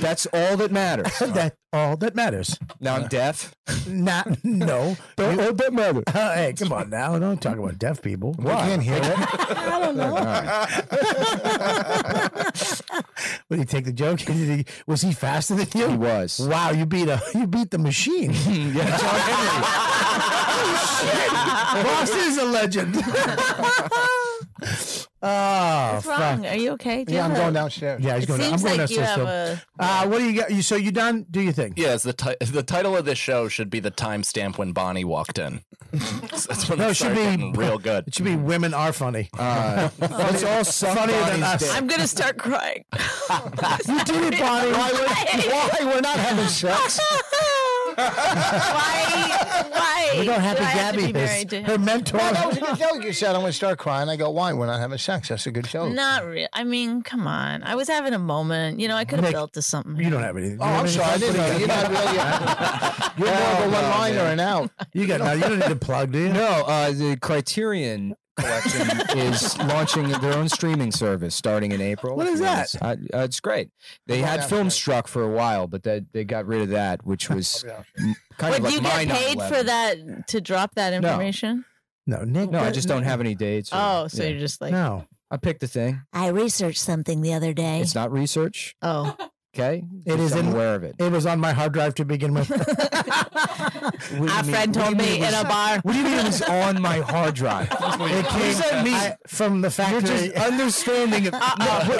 That's all that matters. that all that matters. Uh, Now I'm deaf. Not no. Don't all that matters. Uh, hey, come on now! Don't talk about deaf people. We can't hear it. I don't know. What did he take the joke? Did he- was he faster than you? He was. Wow, you beat a you beat the machine. yeah, John Henry. Ross is a legend. oh, What's fuck. wrong? Are you okay? Do you have a- Yeah, he's It going. seems I'm going like you downstairs. have so- uh, what do you got? You so you done? Do you think? Yes, the ti- the title of this show should be the timestamp when Bonnie walked in. That's when No, it it should started be getting real good. It should be women are funny. let's all suck funnier than Bonnie's us. dick. I'm gonna start crying. You did it, Bonnie. Why would- why we're not having sex? why? Why? Look do how happy I have to Gabby be married is. to Her him? mentor. No, that was a good joke. You said I'm gonna start crying. I go, why? We're not having sex. That's a good joke. Not real. I mean, come on. I was having a moment. You know, I could have Nick, built to something. You don't have anything. Oh, I'm sorry. I didn't know. You're not really. You're Oh, more Oh, of a one liner and out. You got no. You don't need to plug, do you? No, uh, the Criterion collection is launching their own streaming service starting in April. What is that? It's, uh, uh, it's great. They I'll had download film struck for a while, but that they got rid of that, Oh, which was m- kind Would of like you my get 9/11. paid for that to drop that information? No, Nick. No, I just don't have any dates. or- Oh, so you're just like- No. I picked the thing. I researched something the other day. It's not research. Oh, Okay, It Just is I'm in- aware of it. It was on my hard drive to begin with. our friend told me in a bar. What do you mean it was on my hard drive? It came sent me- I- from the You're factory. just understanding. it. Uh, No, but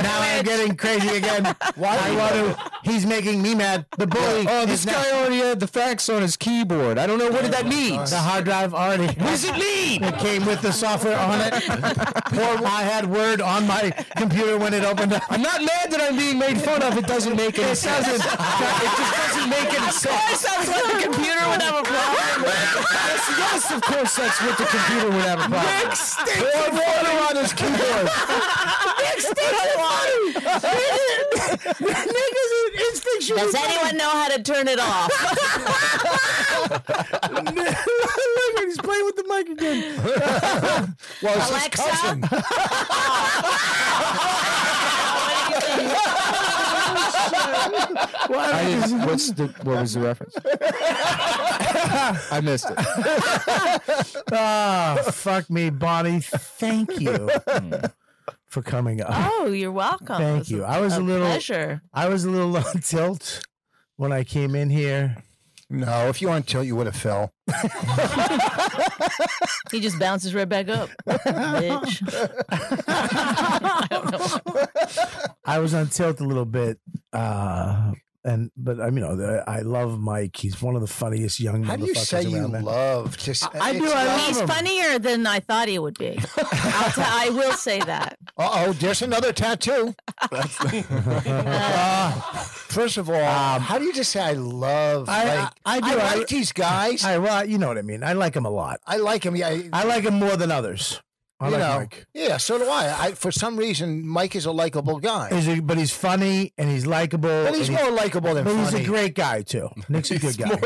now, now I'm getting crazy again. Why? I want to. He's making me mad. The bully. Oh, is this now- guy already had the facts on his keyboard. I don't know what did that mean. The hard drive already. What does it mean? It came with the software on it. Poor, I had Word on my computer when it opened up. I'm not mad that I'm being made fun of. It doesn't make any It sense. it doesn't. just doesn't make any sense. course that's what the computer would have a problem with. Yes, yes, of course that's what the computer would have a problem with. Nick stinks Pour of water on his keyboard. Nick stinks of funny. Nick is an instinctual. Does anyone know how to turn it off? Look, he's playing with the mic again. well, it's his cousin. I didn't, what's the, what was the reference? I missed it. Ah, fuck me, Bonnie. Thank you Hmm. for coming up. oh, you're welcome. It Thank was a- you. I was a, little pleasure. I was a little on tilt when I came in here. No, if you weren't tilt, you would have fell. He just bounces right back up, bitch. I don't know. I was on tilt a little bit. Uh and but I mean, you know, the- I love Mike. He's one of the funniest young. How do you motherfuckers say you around, man. love? Just I do, I love He's him. funnier than I thought he would be. I'll t- I will say that. Uh oh, there's another tattoo. Uh, first of all, how do you just say I love? um, I, like, I, I do. I like these guys. I well, you know what I mean. I like him a lot. I like him. Yeah, I, I like him more than others. I you like know, Mike. yeah. So do I. I. For some reason, Mike is a likable guy. Is he, but he's funny and he's likable. But he's and more likable than But he's a funny. great guy too. Nick's a good guy.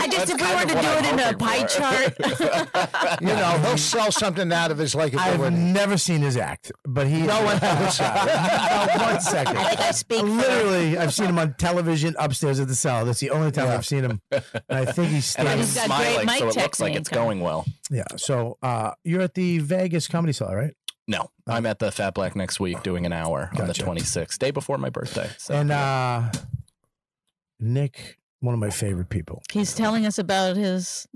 I just if we were to do it in a pie chart, you know, he'll sell something out of his I've likability. never seen his act, but he No one has. Not one second. I think I speak. for- Literally, I've seen him on television upstairs at the cell. That's the only time I've seen him. And I think he's And standing. I'm he's got great smiling, mic so it looks like technique. it's going well. Yeah. So uh, you're at the Vegas Comedy Cellar, right? No, I'm at the Fat Black next week doing an hour on the 26th, day before my birthday. So And uh, Nick, one of my favorite people. He's telling us about his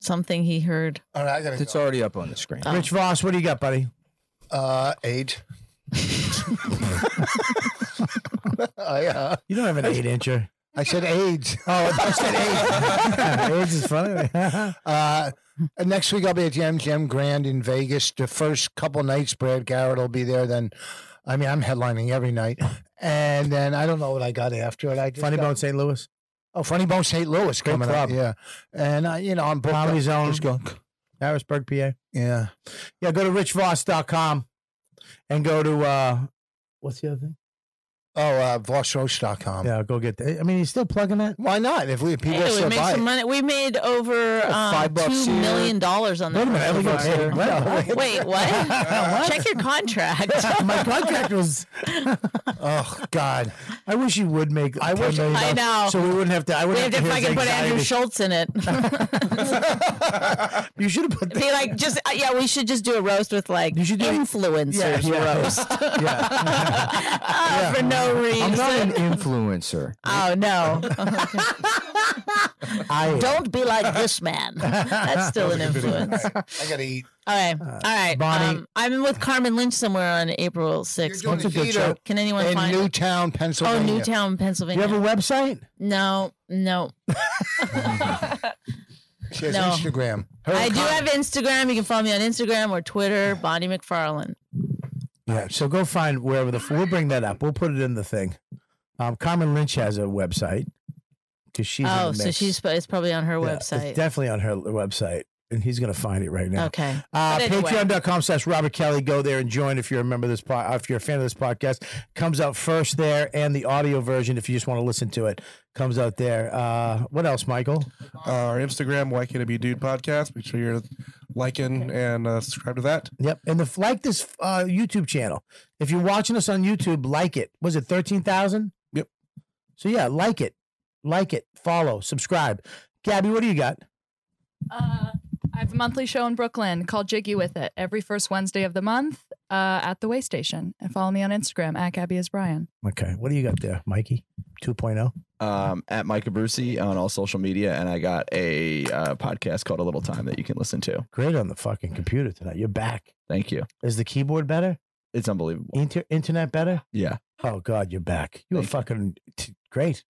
something he heard. Uh, All right, I gotta It's already up on the screen. Rich Voss, what do you got, buddy? Uh, age. I, uh, You don't have an eight incher. I said age. Oh, I said eight. Age is funny. uh, and next week I'll be at Jam Jam Grand in Vegas. The first couple nights, Brad Garrett will be there. Then, I mean, I'm headlining every night. And then I don't know what I got after it. I just Funny got- Bone St. Louis. Oh, Funny Bone St. Louis Great coming club. up. Yeah. And, I, you know, I'm booked. Comedy up. Zone. Just go- Harrisburg, PA. Yeah. Yeah, go to richvoss.com and go to uh what's the other thing? Oh, uh, VossRoach.com. Yeah, go get that. I mean, he's still plugging that. Why not? If we people Hey, we still made buy some it. money. We made over um, five bucks two here. million dollars on Wait a that. minute, I only got Five paid- bucks. what? Wait, what? Check your contract. My contract was. Oh God, I wish you would make. I wish- I know. So we wouldn't have to. I We wouldn't have to have to hear fucking his put Andrew anxiety. Schultz in it. You should have put. Be like, just uh, yeah, we should just do a roast with like influencers Yeah, yeah. roast Yeah. Oh, for no reason. I'm not an influencer. oh no, I- Don't be like this man. That's still an influence. I gotta eat. All right, Uh, all right. Bonnie- um, I'm in with Carmen Lynch somewhere on April 6th. doing That's a a good theater show. Can anyone in find it? Newtown, Pennsylvania. Oh, Newtown, Pennsylvania. You have a website? No, no. She has No. Instagram. Her I do con- have Instagram. You can follow me on Instagram or Twitter, Bonnie McFarland. Yeah, so go find wherever the we'll bring that up. We'll put it in the thing. Um, Carmen Lynch has a website because she's in the oh, so mix. she's it's probably on her Yeah, it's website. definitely on her website, and he's gonna find it right now. Okay. Uh, But anyway. Patreon.com slash Robert Kelly. Go there and join if you're a member of this pod, if you're a fan of this podcast. Comes out first there, and the audio version, if you just want to listen to it, comes out there. Uh, what else, Michael? Our Instagram, Why Can't It Be Dude podcast. Make sure you're liking and uh, subscribe to that. Yep. And if like this uh, YouTube channel, if you're watching us on YouTube, like it. Was it 13,000? Yep. So yeah, like it, like it, follow, subscribe. Gabby, what do you got? Uh, I have a monthly show in Brooklyn called Jiggy with It every first Wednesday of the month uh, at the Way Station. And follow me on Instagram at Gabby is Brian. Okay. What do you got there, Mikey? oh? 2.0. um, at Micah Brucey on all social media, and I got a uh, podcast called A Little Time that you can listen to. Great on the fucking computer tonight. You're back. Thank you. Is the keyboard better? It's unbelievable. Inter- internet better? Yeah, Oh God, you're back. You were fucking t- great.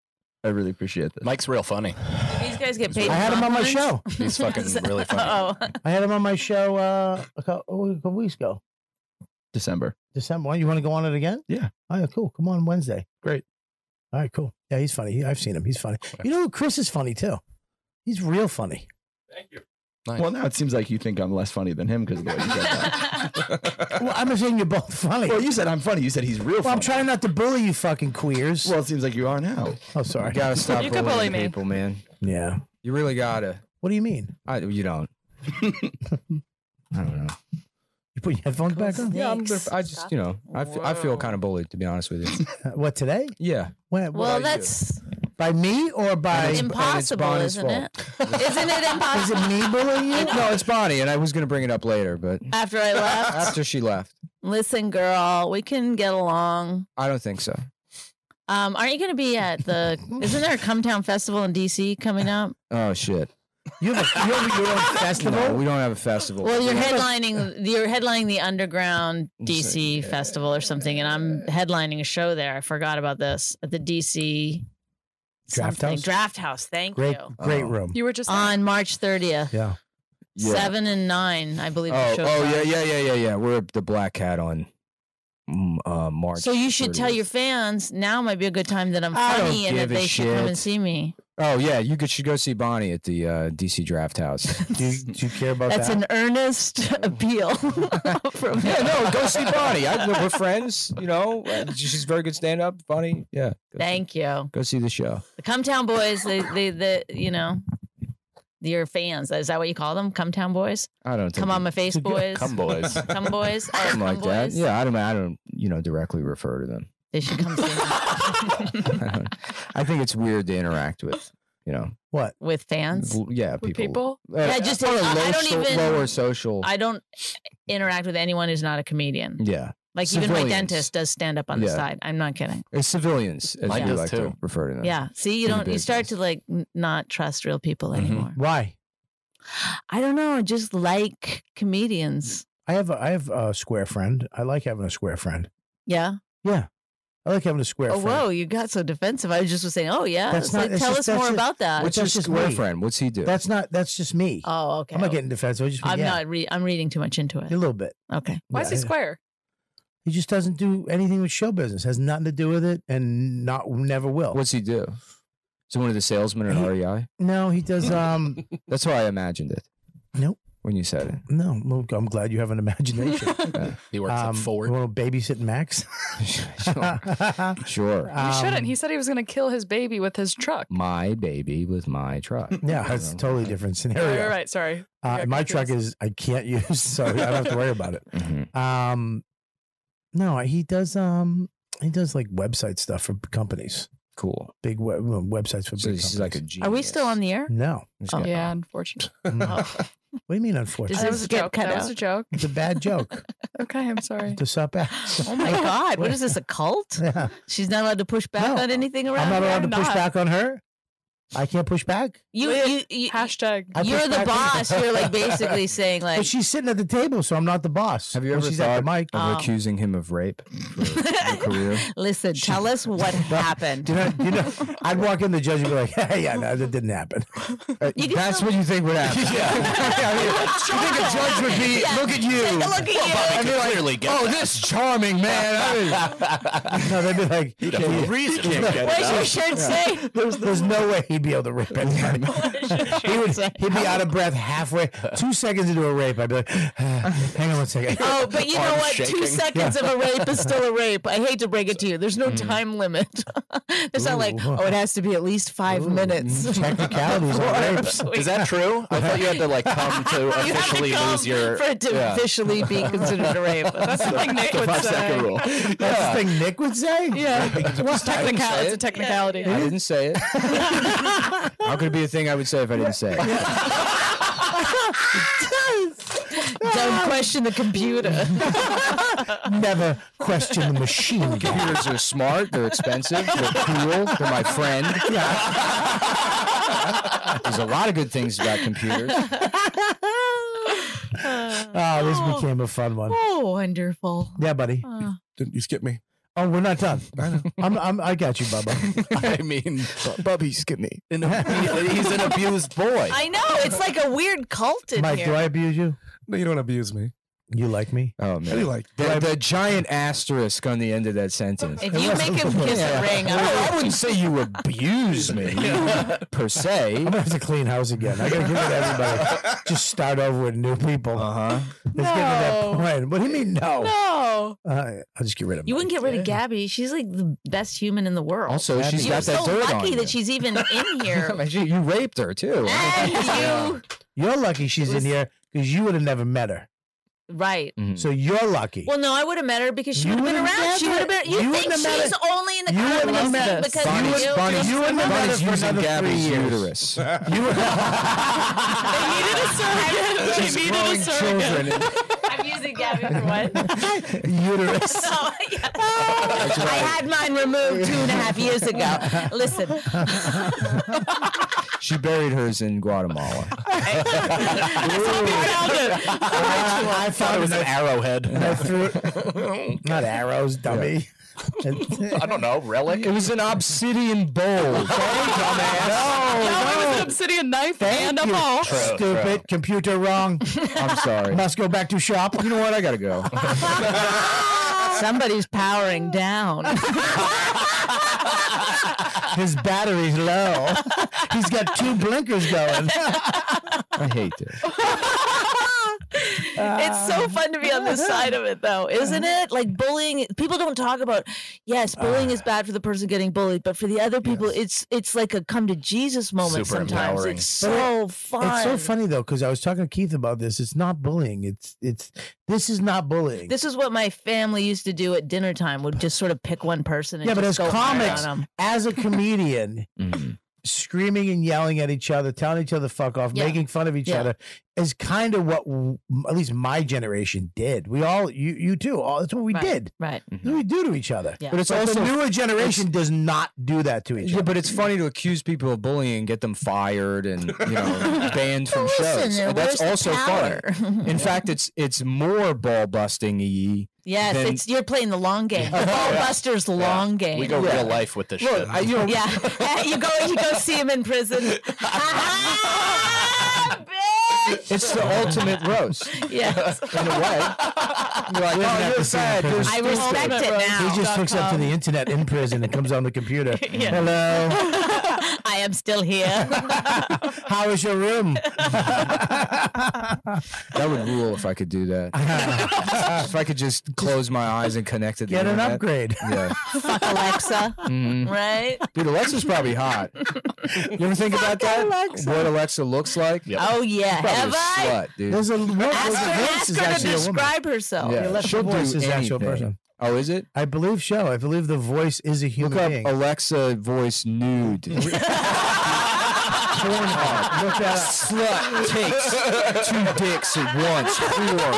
I really appreciate this. Mike's real funny. These guys get I paid. had him on my show. He's fucking really funny. Oh, I had him on my show uh, a couple, a couple weeks ago, December. December. Why, You want to go on it again? Yeah. Oh, yeah, cool. Come on Wednesday. Great. All right, cool. Yeah, he's funny. He- I've seen him. He's funny. You know, Chris is funny too. He's real funny. Well, now it seems like you think I'm less funny than him because of the way you said that. well, I'm not saying you're both funny. Well, you said I'm funny. You said he's real Well, funny. I'm trying not to bully you, fucking queers. Well, it seems like you are now. Oh, sorry. You gotta stop You you could bully me. people, man. Yeah. You really gotta. What do you mean? I, you don't. I don't know. You put your headphones back on? Yeah, I'm, I just, you know, I fe- I feel kind of bullied to be honest with you. Uh, What today? Yeah. When, well, what- that's by me or by it's- and it's impossible, Bonnie's isn't it? fault. Isn't it impossible? Is it me bullying you? No, it's Bonnie, and I was gonna bring it up later, but After I left, after she left, listen, girl, we can get along. I don't think so. Um, aren't you going to be at the? Isn't there a Come Town Festival in DC coming up? Oh shit. You have, a, you have your own festival? No, we don't have a festival. Well, you're We have a- headlining. You're headlining the Underground DC Festival or something, and I'm headlining a show there. I forgot about this at the DC Draft something- House? Draft House. Thank Great, you. great room. Oh. You were just on March 30th, Yeah. Yeah. seven and nine, I believe. Oh, the show's oh on. yeah, yeah, yeah, yeah, yeah. We're at the Black Hat on mm, uh, March. So you should tell 30th. your fans now might be a good time that I'm I don't funny and that give a they should come shit. and see me. Oh yeah, you could should go see Bonnie at the uh, DC Draft House. Do you, do you care about That's that? an earnest appeal from me. yeah, no, go see Bonnie. I, we're friends, you know. Uh, She's very good stand up, Bonnie. Yeah, Thank you. go see the show. The Come Town Boys, they, they, the, you know, your fans. Is that what you call them? Come Town Boys? I don't think Come on, my face boys. Come boys. Come boys. Oh, something come like that. boys. Yeah, I don't. I don't. You know, directly refer to them. They should come see me I, don't- I think it's weird to interact with. You know. What? with fans. L- Yeah, people. With people? Uh, Yeah, just- or a I- I don't so- even- lower social. I don't interact with anyone who's not a comedian. yeah. Like even my Civilians. dentist does stand up on the Yeah. side. I'm not kidding. It's civilians, as Mine you does like to too. refer to them. Yeah. See, you In don't. You business. Mm-hmm. start to like n- not trust real people anymore. Why? I don't know. I just like comedians. I have a, I have a square friend. I like having a square friend. Yeah. Yeah. I like having a square Oh friend. whoa, you got so defensive. I just was saying, oh yeah. That's It's not- like, it's tell just- us that's more just- about that. What's your That's just square me. friend? What's he do? That's not. That's just me. oh okay. I'm not getting defensive. I just I'm yeah, not. Re- I'm reading too much into it. a little bit. Okay. Why is he Yeah. square? He just doesn't do anything with show business. Has nothing to do with it, and not never will. What's he do? Is he one of the salesmen at E REI? No, he does. Um, That's how I imagined it. Nope. When you said it. no. Well, I'm glad you have an imagination. He works um, at Ford. You want to babysit Max? Um, Sure. You shouldn't. He said he was going to kill his baby with his truck. my baby with my truck. Yeah, it's a totally different Right, scenario. right, right, sorry. Uh, Yeah, my truck is I can't use, so I don't have to worry about it. Mm-hmm. Um, no, he does. Um, he does like website stuff for companies. Cool. Big web, well, websites for So big this companies. is like a Are we still on the air? no. Oh. Yeah, unfortunately. What do you mean? Just- Unfortunately, That was a Get joke. cut That was out. a joke. it's a bad joke Okay, I'm sorry. to sup ass. Oh my God! What is this? A cult? Yeah. She's not allowed to push back on anything around. I'm not here? allowed to push back on her. I can't push back. You, you, you hashtag. I You're push the back. boss. You're like basically saying like But she's sitting at the table, so I'm not the boss. Have you when ever she's thought at the mic. Um, of accusing him of rape for your career? Listen, tell us what happened. Do you know, do you know, I'd walk in the judge and be like, "Hey, yeah, no, that didn't happen." That's what you think would happen. I mean, you think a judge would be, Yeah. "Look at you, Take a look at you." Well, And be I like, clearly get "Oh, that." this charming man." I mean, no, they'd be like, He'd have a reason to get it What's your up. shirt say? There's, there's no way he'd be able to rape anybody. he would, he'd be out of breath halfway, two seconds into a rape. I'd be like, "Hang on one second. Oh, but you know what? Two seconds Yeah. of a rape is still a rape. I hate to break it to you. There's no time limit. it's not like, oh, it has to be at least five minutes. Technicalities Before on rapes. we- Is that true? I thought you had to like come to You have to officially come lose your for it to Yeah. officially be considered a rape. That's something Nick would five second say. rule. That's the thing Nick would say. Yeah. What? technicality. It's a technicality. I didn't say it. How could it be a thing I would say if I didn't say it? Don't question the computer. Ah. Never question the machine. Computers are smart. They're expensive. They're cool. They're my friend. There's a lot of good things about computers. Oh, this became a fun one. Oh, wonderful. Yeah, buddy. Oh. Didn't you skip me? Oh, we're not done. I know. I'm, I'm, I got you, Bubba. I mean, Bubby, skip me. he's an abused boy. I know. It's like a weird cult in Mike, here. do I abuse you? No, you don't abuse me. You like me? Oh man, do like- the, the giant asterisk on the end of that sentence. If you make him kiss a ring, I'm Well, I like- wouldn't say you abuse me per se. I'm gonna have to clean house again. I gotta give it to everybody. Just start over with new people. Uh huh. Let's get to that point. What do you mean no? No. Uh, I'll just get rid of You him. wouldn't get rid of Gabby. She's like the best human in the world. Also, she's You're got that so dirt on lucky you. that she's even in here. Like, You you raped her too. and you, You're lucky she's in here because you would have never met her. right? Mm-hmm. So you're lucky. Well, no, I would have met her because she You would have been would've around. met she her. would have been. You, You think wouldn't have met she's only in the You wouldn't have comedy met her. scene because Bonnie's- you Bonnie's- just you wouldn't have met her Bonnie's for using another Gabby's three years. uterus. You would They needed a surrogate. They needed a surrogate. Children. I'm using Gabby for what? uterus. No, yeah. I had mine removed two and a half years ago. Listen, She buried hers in Guatemala. I, I thought found it was an arrowhead. I threw it- Not arrows, dummy. I don't know, relic. It was an obsidian bowl. No, dumbass. it was an obsidian knife and a you. ball. True, Stupid computer wrong. I'm sorry. Must go back to shop. You know what? I gotta go. somebody's powering down. His battery's low. He's got two blinkers going. I hate this. it's so fun to be on this side of it though isn't Uh-huh. it like bullying people don't talk about yes bullying Uh. is bad for the person getting bullied but for the other people it's it's like a come to jesus moment Super sometimes empowering. it's But so fun It's so funny though, because I was talking to Keith about this. It's not bullying. It's it's this is not bullying. this is what my family used to do at dinner time would just sort of pick one person and yeah, but as just go hard comics, on 'em. as a comedian, Mm-hmm. screaming and yelling at each other, telling each other fuck off, Yeah. making fun of each Yeah. other is kind of what w- at least my generation did. We all you you too. All that's what we Right, did. right That's what we do to each other. Yeah. Mm-hmm. But it's the also- newer generation does not do that to each Yeah, other. but it's funny to accuse people of bullying, get them fired, and you know banned from Listen, shows. there, That's where's the also funny. power? In fact, it's it's more ball busting E. y. yes then- it's you're playing the long game the ball buster's long game We go Yeah. real life with this shit. Look, I, you know, yeah you go you go see him in prison Ha, ha, bitch! it's the ultimate roast in yes a way. You're like, Wouldn't oh, have you're to see sad. the You're picture. I stupid." respect it now. he just hooks up to .com. the internet in prison and comes on the computer. Yeah. Hello, I am still here. how is your room? That would rule if I could do that. if I could just close my eyes and connect it. to Get the an internet. upgrade. Yeah, Fuck Alexa, Mhm. right? dude, Alexa's probably hot. You ever think about that? Alexa. What Alexa looks like? Yep. Oh yeah, Probably a have I? slut, dude. There's a wo- Ask there's a her, voice ask is her to actually a woman. describe herself. Yeah. Alexa She'll do voice is an actual anything. person. Oh, is it? I believe so. I believe the voice is a human Look up being. Alexa voice nude. Pornhub. Look that up. Slut takes two dicks at once. Whore.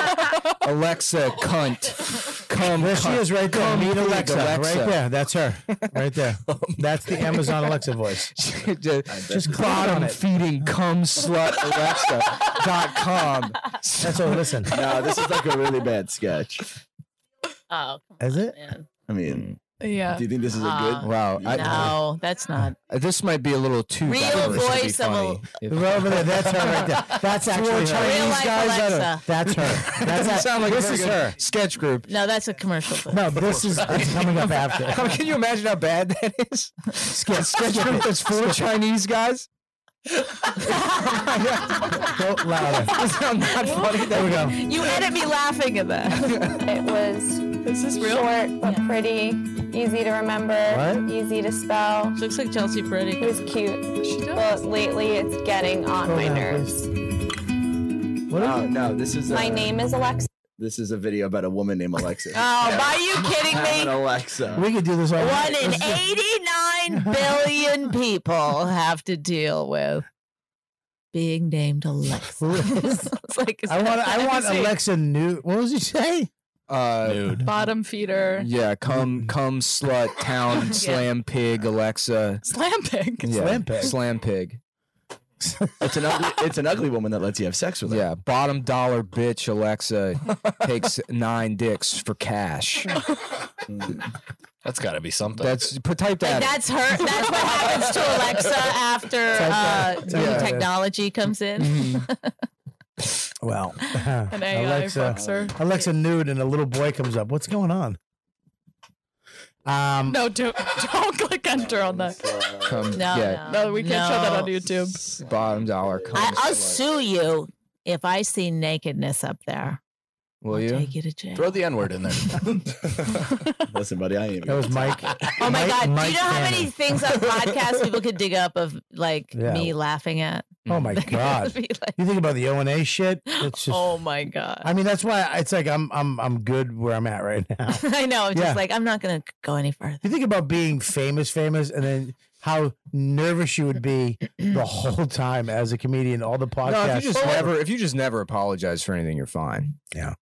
Alexa cunt. Come, there she is right there. come Meet quick, Alexa, Alexa. Right there. That's her. Right there. Oh, That's the Amazon Alexa voice. just just clown on it. feeding cum slut Alexa.com. That's all. Listen. no, this is like a really bad sketch. Oh, Is it? Hmm. I mean, yeah. do you think this is a Uh, good? Wow. I- no, that's not. Uh, This might be a little too Real diverse to be voice of a- funny. If- Right over there. That's her right there. That's actually her. Chinese Real-life guys, that are- Alexa. That's her. That's Doesn't her. sound like a this very is good her. sketch group. No, that's a commercial. But No, this is it's coming up after. Can you imagine how bad that is? Sketch, sketch group that's four Chinese guys. Go louder. Does that sound not funny? There we go. You edit me laughing at that. It was short but pretty, easy to remember, What? easy to spell. She looks like Chelsea Pretty. It was cute. But lately it's getting on Hold my on, nerves. no, Oh, no, this is. My a- name is Alexa. This is a video about a woman named Alexa. Oh, are you kidding I'm an me? Alexa. We could do this all One night. in Let's 89 do- billion people have to deal with being named Alexa. it's like, is I that want. I want fantasy? Alexa nude. What was he say? Uh, Bottom feeder. Yeah, cum, cum, slut, town, slam pig, Alexa. Slam pig. Yeah, Slam pig. Slam pig. It's an ugly. It's an ugly woman that lets you have sex with her. Yeah, bottom dollar bitch Alexa takes nine dicks for cash. That's got to be something. That's put type Like, that. that's her. That's what happens to Alexa after uh, that. new Yeah. technology comes in. Mm-hmm. Well, An AI fucks her. Alexa nude, and a little boy comes up. What's going on? Um, No, don't, don't click enter on that. Cum, No, yeah, No, we can't show that on YouTube. bottom dollar cum. I, I'll slut. sue you if I see nakedness up there. Will you? Take you to jail. Throw the N word in there. Listen, buddy, I ain't. That was Mike. Oh my Mike- God! Do Mike you know how Cannon. many things on podcasts people could dig up of like Yeah. me laughing at? Oh my god! Be like, You think about the O and A shit? It's just. oh my god! I mean, that's why it's like I'm I'm I'm good where I'm at right now. I know. I'm Yeah. Just like I'm not gonna go any further. You think about being famous, famous, and then how nervous you would be the whole time as a comedian. All the podcasts. No, if you just never, if you just never apologize for anything, you're fine. Yeah.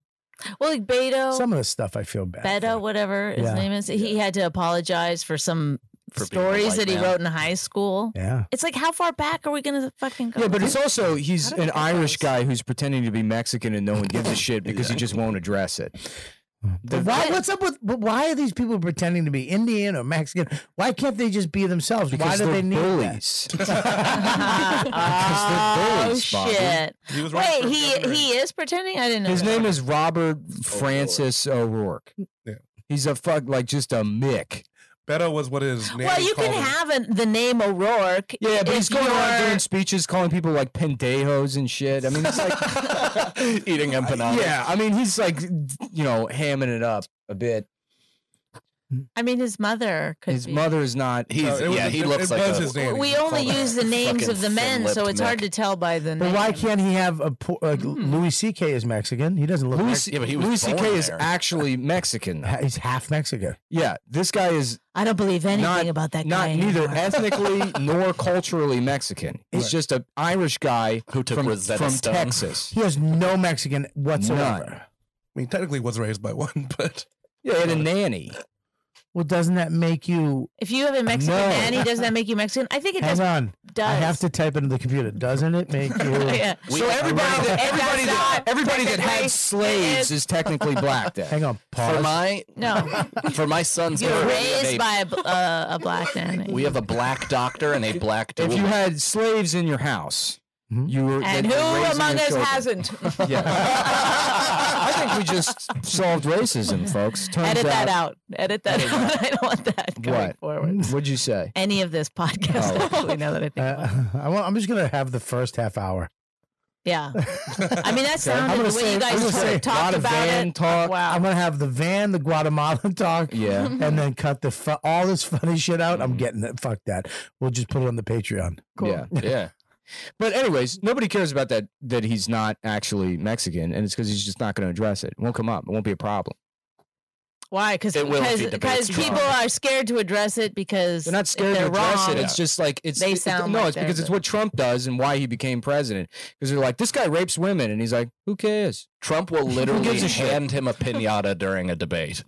Well, like Beto, Some of the stuff I feel bad. Beto, whatever his Yeah. name is, he had to apologize for some stories that he wrote in high school. Yeah. It's like how far back are we gonna fucking go? Yeah, but it's also he's an Irish guy who's pretending to be Mexican and no one gives a shit because he just won't address it. But why, what's up with? But why are these people pretending to be Indian or Mexican? Why can't they just be themselves? why Because do they they're need bullies. oh bullies, Bobby. shit! He was right Wait, he he is pretending. I didn't know. His that. name is Robert Francis O'Rourke. He's a fuck like just a mick. Beto was what his name. Well, you can have an, the name O'Rourke. Yeah, but if he's going around you're- doing speeches, calling people like pendejos and shit. I mean, it's like, Eating empanadas. yeah, I mean, he's like, you know, hamming it up a bit. I mean, his mother could His be. mother is not. He's- No, it was yeah, his- he looks it like was a- his nanny. We only use the names Fucking of the men, so thin-lipped it's hard to neck. tell by the But name. why can't he have a po- like Louis C.K. is Mexican? He doesn't look. Hmm. Louis, Mexican. Louis C.K. is actually Mexican. though. He's half Mexican. Yeah, this guy is I don't believe anything Not- about that not guy. neither anymore. ethnically nor culturally Mexican. He's just an Irish guy Who took from, Rosetta from Stone. Texas. He has no Mexican whatsoever. None. I mean, technically was raised by one, but Yeah, and a nanny. Well, doesn't that make you? If you have a Mexican No. nanny, does that make you Mexican? I think it Hang does. on. I does. have to type into the computer. Doesn't it make you? Yeah. so everybody that It does everybody that not everybody that technically. had slaves is technically black. Then Hang on. Pause. For my No, for my son's you're birthday, raised they- by a, bl- uh, a black nanny. we have a black doctor and a black if doula. you had slaves in your house, you were And they who were raising among your us children. hasn't? Yeah. I think we just solved racism, folks. Turns Edit that out out. Edit that out. I don't want that going What? forward. What'd you say? Oh. Any of this podcast, actually, now that I think about it. Uh, I want, I'm just gonna have the first half hour. Yeah. I mean, that I'm sounded gonna the way say- you I'm guys gonna sort say- of talked about it. Wow. I'm gonna have the van, the Guatemalan talk, Yeah. Mm-hmm. and then cut the fu- all this funny shit out. I'm getting it. Fuck that. We'll just put it on the Patreon. Yeah. Yeah. But anyways, nobody cares about that that he's not actually Mexican and it's cuz he's just not going to address it. It won't come up. It won't be a problem. Why? Because It will if he debates Trump. people are scared to address it because They're not scared they're to address wrong, it. It's just like it's They it- it- sound no, like it's because they're it's what Trump does and why he became president. Cuz they're like this guy rapes women and he's like, "Who cares?" Trump will literally gives a shit? hand him a pinata during a debate.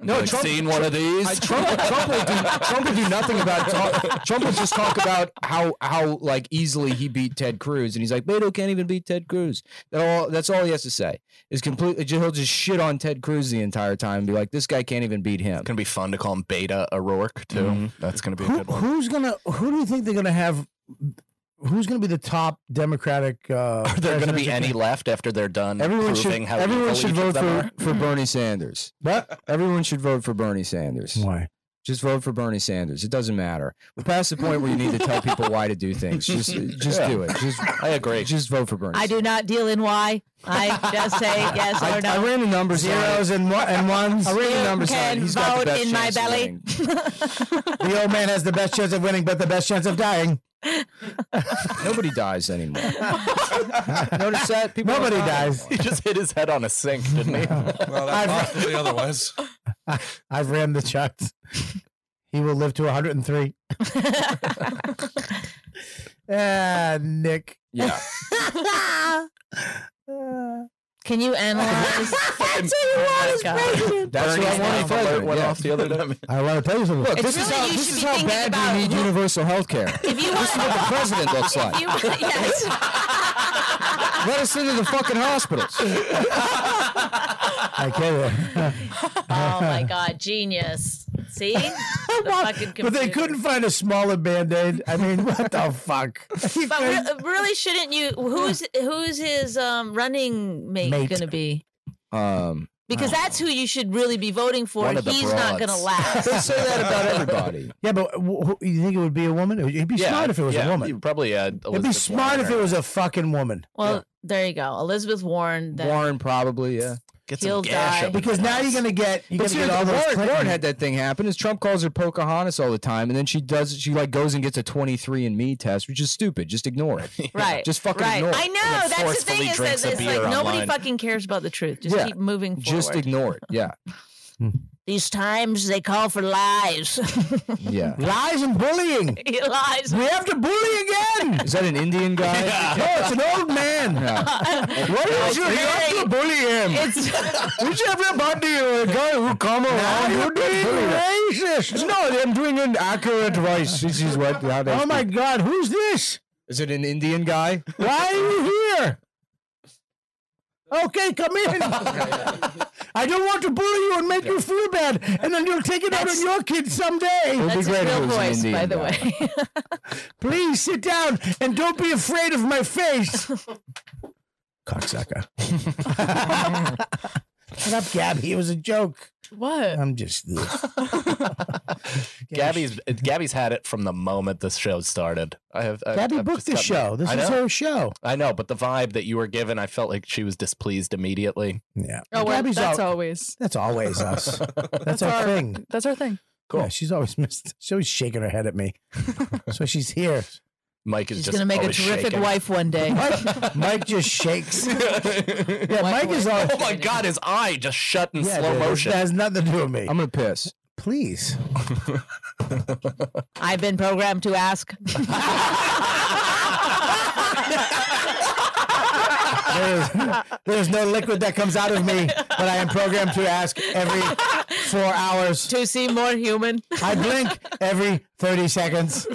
No, Like, Trump- seen one of these. I- Trump, Trump will do, Trump will do nothing about. Talk, Trump will just talk about how how like easily he beat Ted Cruz, and he's like, Beto can't even beat Ted Cruz. That all that's all he has to say is completely. He'll just shit on Ted Cruz the entire time and be like, this guy can't even beat him. It's gonna be fun to call him Beta O'Rourke too. That's gonna be a Who, good one. who's gonna? Who do you think they're gonna have? Who's gonna be the top Democratic? Uh, Are there going to be presidential any left after they're done? Everyone proving should how everyone evil should each of vote them for, are? for Bernie Sanders. What? Everyone should vote for Bernie Sanders. Why? Just vote for Bernie Sanders. It doesn't matter. We're past the point where you need to tell people why to do things. Just just Yeah. do it. Just I agree. Just vote for Bernie. I do not deal in why. I just say yes I, or no. I ran the numbers Zeros on it. and, one, and ones. I ran the You numbers on it. can He's got the vote best in my chance of belly. winning. The old man has the best chance of winning, but the best chance of dying. Nobody dies anymore. Notice that people Nobody don't die dies. He just hit his head on a sink, didn't he? well, that's possibly otherwise. I've ran the charts. He will live to 103. ah, Nick. Yeah. Can you analyze? That's oh That's what I wanted to alert do, went yeah. off the other day. I want to tell you something. Look, It's this is really- how, you this should is be how thinking bad about we need who- universal health care. If you This is what the president looks like. You, yes. Let us into the fucking hospitals. I can't. Oh my god, genius! See, the fucking But computer. they couldn't find a smaller band aid. I mean, what the fuck? But re- really, shouldn't you? Who's who's his um, running mate, Mate. going to be? Um, Because that's who you should really be voting for. One of the He's not going to broads. last. They say that about everybody. Yeah, but wh- who, you think it would be a woman? It'd be smart if it was yeah, a woman. you Probably uh, It'd be smart if it was a fucking woman. Well, there you go, Elizabeth Warren. Then Warren probably, yeah. Get some He'll gash die. up Because now you're gonna get you But gonna see, get all those. Warren, Warren Clinton- had that thing happen. Is Trump calls her Pocahontas all the time, and then she does. She like goes and gets a twenty three and Me test, which is stupid. Just ignore it. Right. Just fucking right. ignore it. I know. And then That's the thing forcefully is that drinks a it's beer like nobody online. fucking cares about the truth. Just Yeah. keep moving forward. Just ignore it. Yeah. These times they call for lies. Yeah. Lies and bullying. he lies. We have to bully again. Is that an Indian guy? No, it's an old man. What is you? You have to bully him. Which everybody, a guy who come around, you're being racist. No, I'm doing an accurate voice. This is what. How they Oh my speak. God, who's this? Is it an Indian guy? Why are you here? Okay, come in. I don't want to bully you and make you feel bad, and then you'll take it out on your kids someday. That's his real voice, by the way. Please sit down and don't be afraid of my face. Cocksucker. Shut up, Gabby. It was a joke. What? I'm just. Oh, ugh. Gabby's Gabby's had it from the moment this show started. I have I- Gabby I've booked just the gotten- show. This I is know. her show. I know, but the vibe that you were given, I felt like she was displeased immediately. Yeah. Oh, well, Gabby's that's all- always. That's always us. That's, That's our, our- thing. That's our thing. Cool. she's always missed. She's always shaking her head at me. so she's here. Mike is She's just going to make a always terrific shaking. wife one day. Mike, Mike just shakes. Yeah, Mike is all. Oh my god, his eye just shut in Yeah, slow dude, motion. That has nothing to do with me. I'm gonna piss. Please. I've been programmed to ask. There's, there's no liquid that comes out of me, but I am programmed to ask every four hours. To seem more human. I blink every 30 seconds.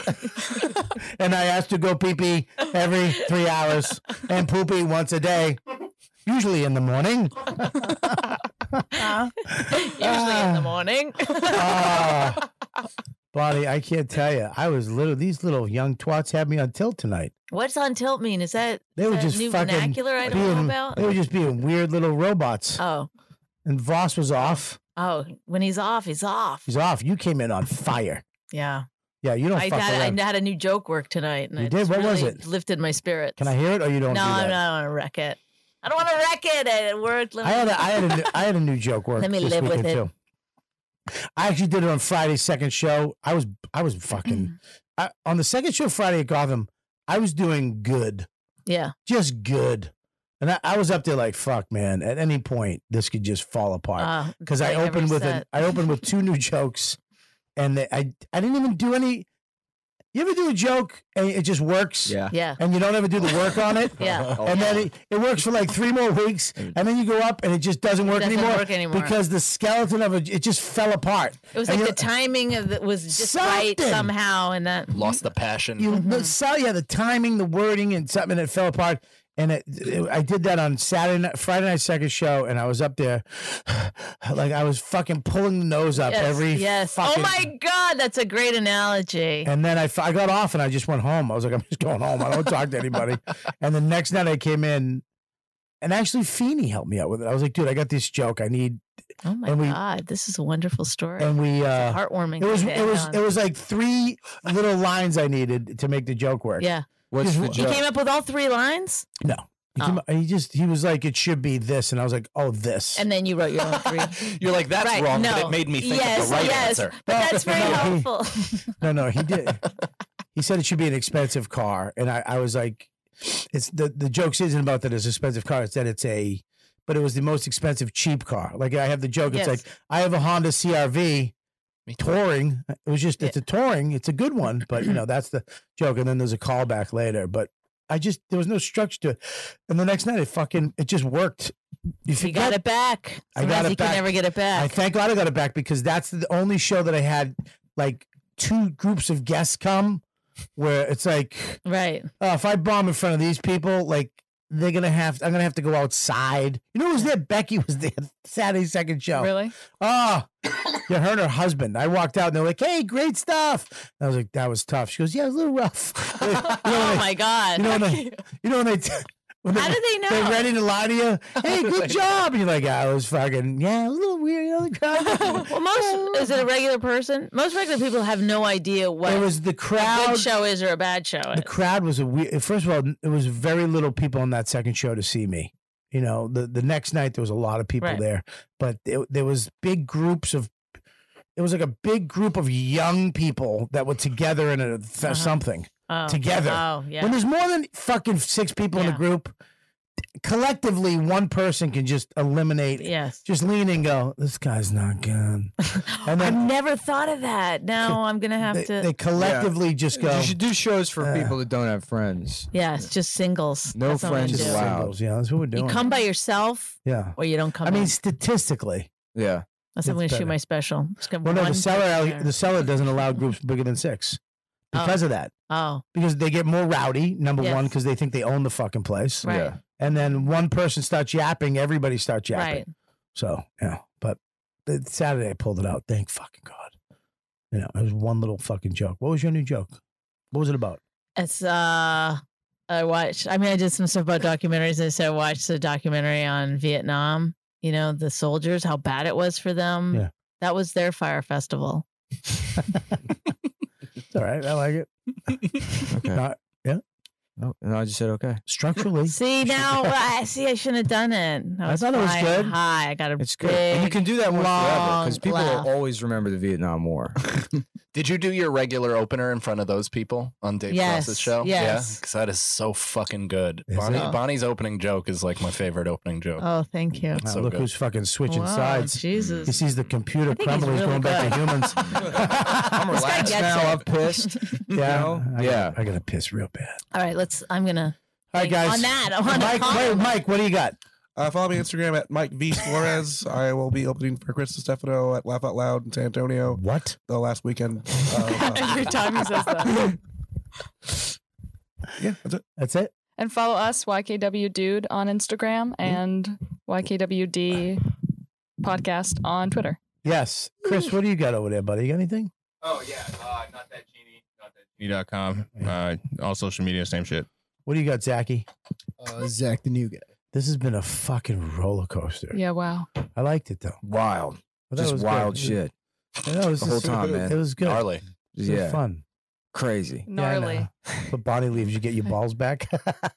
and I ask to go pee pee every three hours and poopy once a day, usually in the morning. Usually in the morning. Ah. Bonnie, I can't tell you. I was little, these little young twats had me on tilt tonight. What's on tilt mean? Is that, They is were that just new fucking vernacular I don't being, know about? They were just being weird little robots. Oh, And Voss was off. oh, when he's off, he's off. He's off. You came in on fire. Yeah. Yeah, you don't I fuck around. had, I had a new joke work tonight. And You it did? just What was really it? Lifted my spirits. Can I hear it or you don't no, do I that? don't want to wreck it. I don't want to wreck it. It worked. Let I me- had a, I had a, new- I had a new joke work. Let me this live with weekend, it. Too. I actually did it on Friday's second show. I was I was Mm. fucking I, on the second show Friday at Gotham. I was doing good, yeah. just good, and I, I was up there like fuck, man. At any point, this could just fall apart Ah, because I like every opened with an set. I opened with two new jokes, and they, I I didn't even do any. You ever do a joke and it just works? Yeah. Yeah. And you don't ever do the work on it? Yeah. Oh, And then it, it works for like three more weeks and then you go up and it just doesn't work, Doesn't anymore, work anymore. Because the skeleton of it, it just fell apart. It was And like the you're- timing of it was just right Something. somehow, and that Lost the passion. You Mm-hmm. the so yeah, the timing, the wording, and something that fell apart. And it, I did that on Saturday, night, Friday night second show, and I was up there, like I was fucking pulling the nose up Yes, every yes. fucking- oh my god, that's a great analogy. And then I, f- I got off and I just went home. I was like, I'm just going home. I don't talk to anybody. And the next night I came in, and actually Feeney helped me out with it. I was like, dude, I got this joke. I need. Oh my and we, god, this is a wonderful story. And we. Uh, heartwarming. It was. thing to It was. end It on. was like three little lines I needed to make the joke work. Yeah. What's the He came up with all three lines, No. He, came- he just he was like it should be this, and I was like, oh, this. and then you wrote your own three. You're like that's Right, wrong, but no. it made me think of Yes, the right yes. answer. But that's very No, he- helpful. No, no, he did. he said it should be an expensive car, and I, I was like, it's the the jokes isn't about that it's an expensive car. It's that it's a, but it was the most expensive cheap car. Like I have the joke. Yes. It's like I have a Honda CRV. Touring, it was just it's a touring, it's a good one, but you know that's the joke. And then there's a callback later, but I just there was no structure to it. And the next night, it fucking it just worked. You You got forget- it back. I Sometimes got it you back. can never get it back. I thank God I got it back because that's the only show that I had like two groups of guests come where it's like right. Uh, if I bomb in front of these people, like they're gonna have I'm gonna have to go outside. You know who was there? Becky was there Saturday second show. Really? Oh yeah, her and her husband. I walked out and they're like, Hey, great stuff. And I was like, That was tough. She goes, Yeah, it was a little rough. You know, when oh they- my god. You know when they, you know when they t- when How do they know? Oh They're ready to lie to you. Hey, good job. And you're like, I was fucking, yeah, it was a little weird. You know, the crowd- well, most is it a regular person? Most regular people have no idea what It was the a crowd. good show is or a bad show is. the crowd was a weird. First of all, it was very little people on that second show to see me. You know, the the next night there was a lot of people Right. there, but it, there was big groups of. It was like a big group of young people that were together in a f- something Oh, together. oh, yeah. When there's more than fucking six people in a group, collectively one person can just eliminate. Yes. Just lean and go. This guy's not good. And I've never thought of that. Now I'm gonna have to. collectively just go- You should do shows for people that don't have friends. Yeah, it's just singles. No That's all we friends do. allowed. Yeah, that's what we're You doing. come by yourself. Yeah. Or you don't come. I mean, in. statistically. Yeah. That's I'm gonna it's shoot better. my special. Just gonna Well, no, one the seller person alley- there. the seller doesn't allow groups bigger than six because Oh. of that. Oh. Because they get more rowdy. Number Yes. one, because they think they own the fucking place. Right. Yeah. And then one person starts yapping, everybody starts yapping. Right. So yeah, but the, Saturday I pulled it out. Thank fucking god. You know, it was one little fucking joke. What was your new joke? What was it about? It's uh I watched I mean I did some stuff about documentaries and so I watched a documentary on Vietnam, you know, the soldiers, how bad it was for them. Yeah. That was their fire festival. It's all right. I like it. Okay. Not- yeah. No, and I just said okay. Structurally, See now I see I shouldn't have done it. I, I was thought it was flying good. High. I got a it's good. And you big, can do that one forever because long people laugh. always remember the Vietnam War. Did you do your regular opener in front of those people on Dave Yes, Cross's show? yes. Yeah, because that is so fucking good. Is Bonnie, it? Bonnie's opening joke is like my favorite opening joke. Oh, thank you. Wow, So Ah, look good. who's fucking switching Wow, sides. Jesus. He sees the computer I think he's crumbling, he's really going back good. to humans. I'm This guy relaxed gets now. it. I'm pissed. Yeah. I Yeah. Gotta, I gotta piss real bad. All right, let's I'm gonna All right, hang guys. on that. On Mike, wait, Mike, what do you got? Uh, follow me on Instagram at Mike V Suarez. I will be opening for Chris Stefano at Laugh Out Loud in San Antonio. What? The last weekend. Uh, Every time he says that. yeah, that's it. That's it. And follow us, YKW Dude, on Instagram and YKWD podcast on Twitter. Yes. Chris, what do you got over there, buddy? You got anything? Oh yeah, uh, not that genie, not that genie.com. Uh, all social media, same shit. What do you got, Zachy? Uh, Zach the new guy. This has been a fucking roller coaster. Yeah, wow. I liked it though. Wild. But that Just was good. wild It was- shit. I know, it was the whole just- time, man. It was good. Gnarly. It was yeah. fun. Crazy. Yeah, I know. Gnarly. But Bonnie leaves, you get your balls back.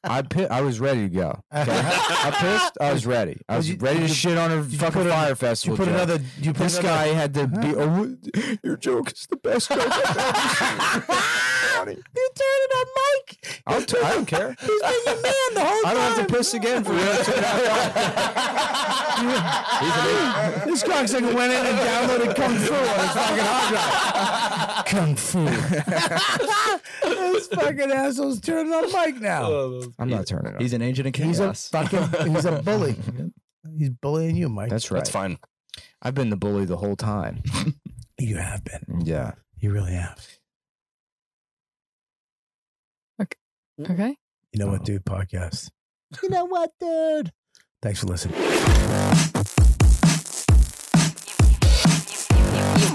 I pi- I was ready to go. So I, I pissed. I was ready. I was Did you- ready to did you- shit on a did you fucking put a- fire festival. you put joke. another- you put this another- guy had to be. Oh, your joke is the best joke. I've ever seen." You turn it on, Mike. I'll t- I don't care. He's been your man the whole I time. don't have to piss again for real. this cocksucker went in and downloaded Kung Fu on his fucking hard drive. Kung Fu. this fucking asshole's turning on Mike now. I'm not turning. He's an agent of chaos. He's a fucking. He's a bully. He's bullying you, Mike. That's right. That's fine. I've been the bully the whole time. You have been. Yeah. You really have. Okay. You know Oh. what, dude? Podcast. You know what, dude? Thanks for listening. You've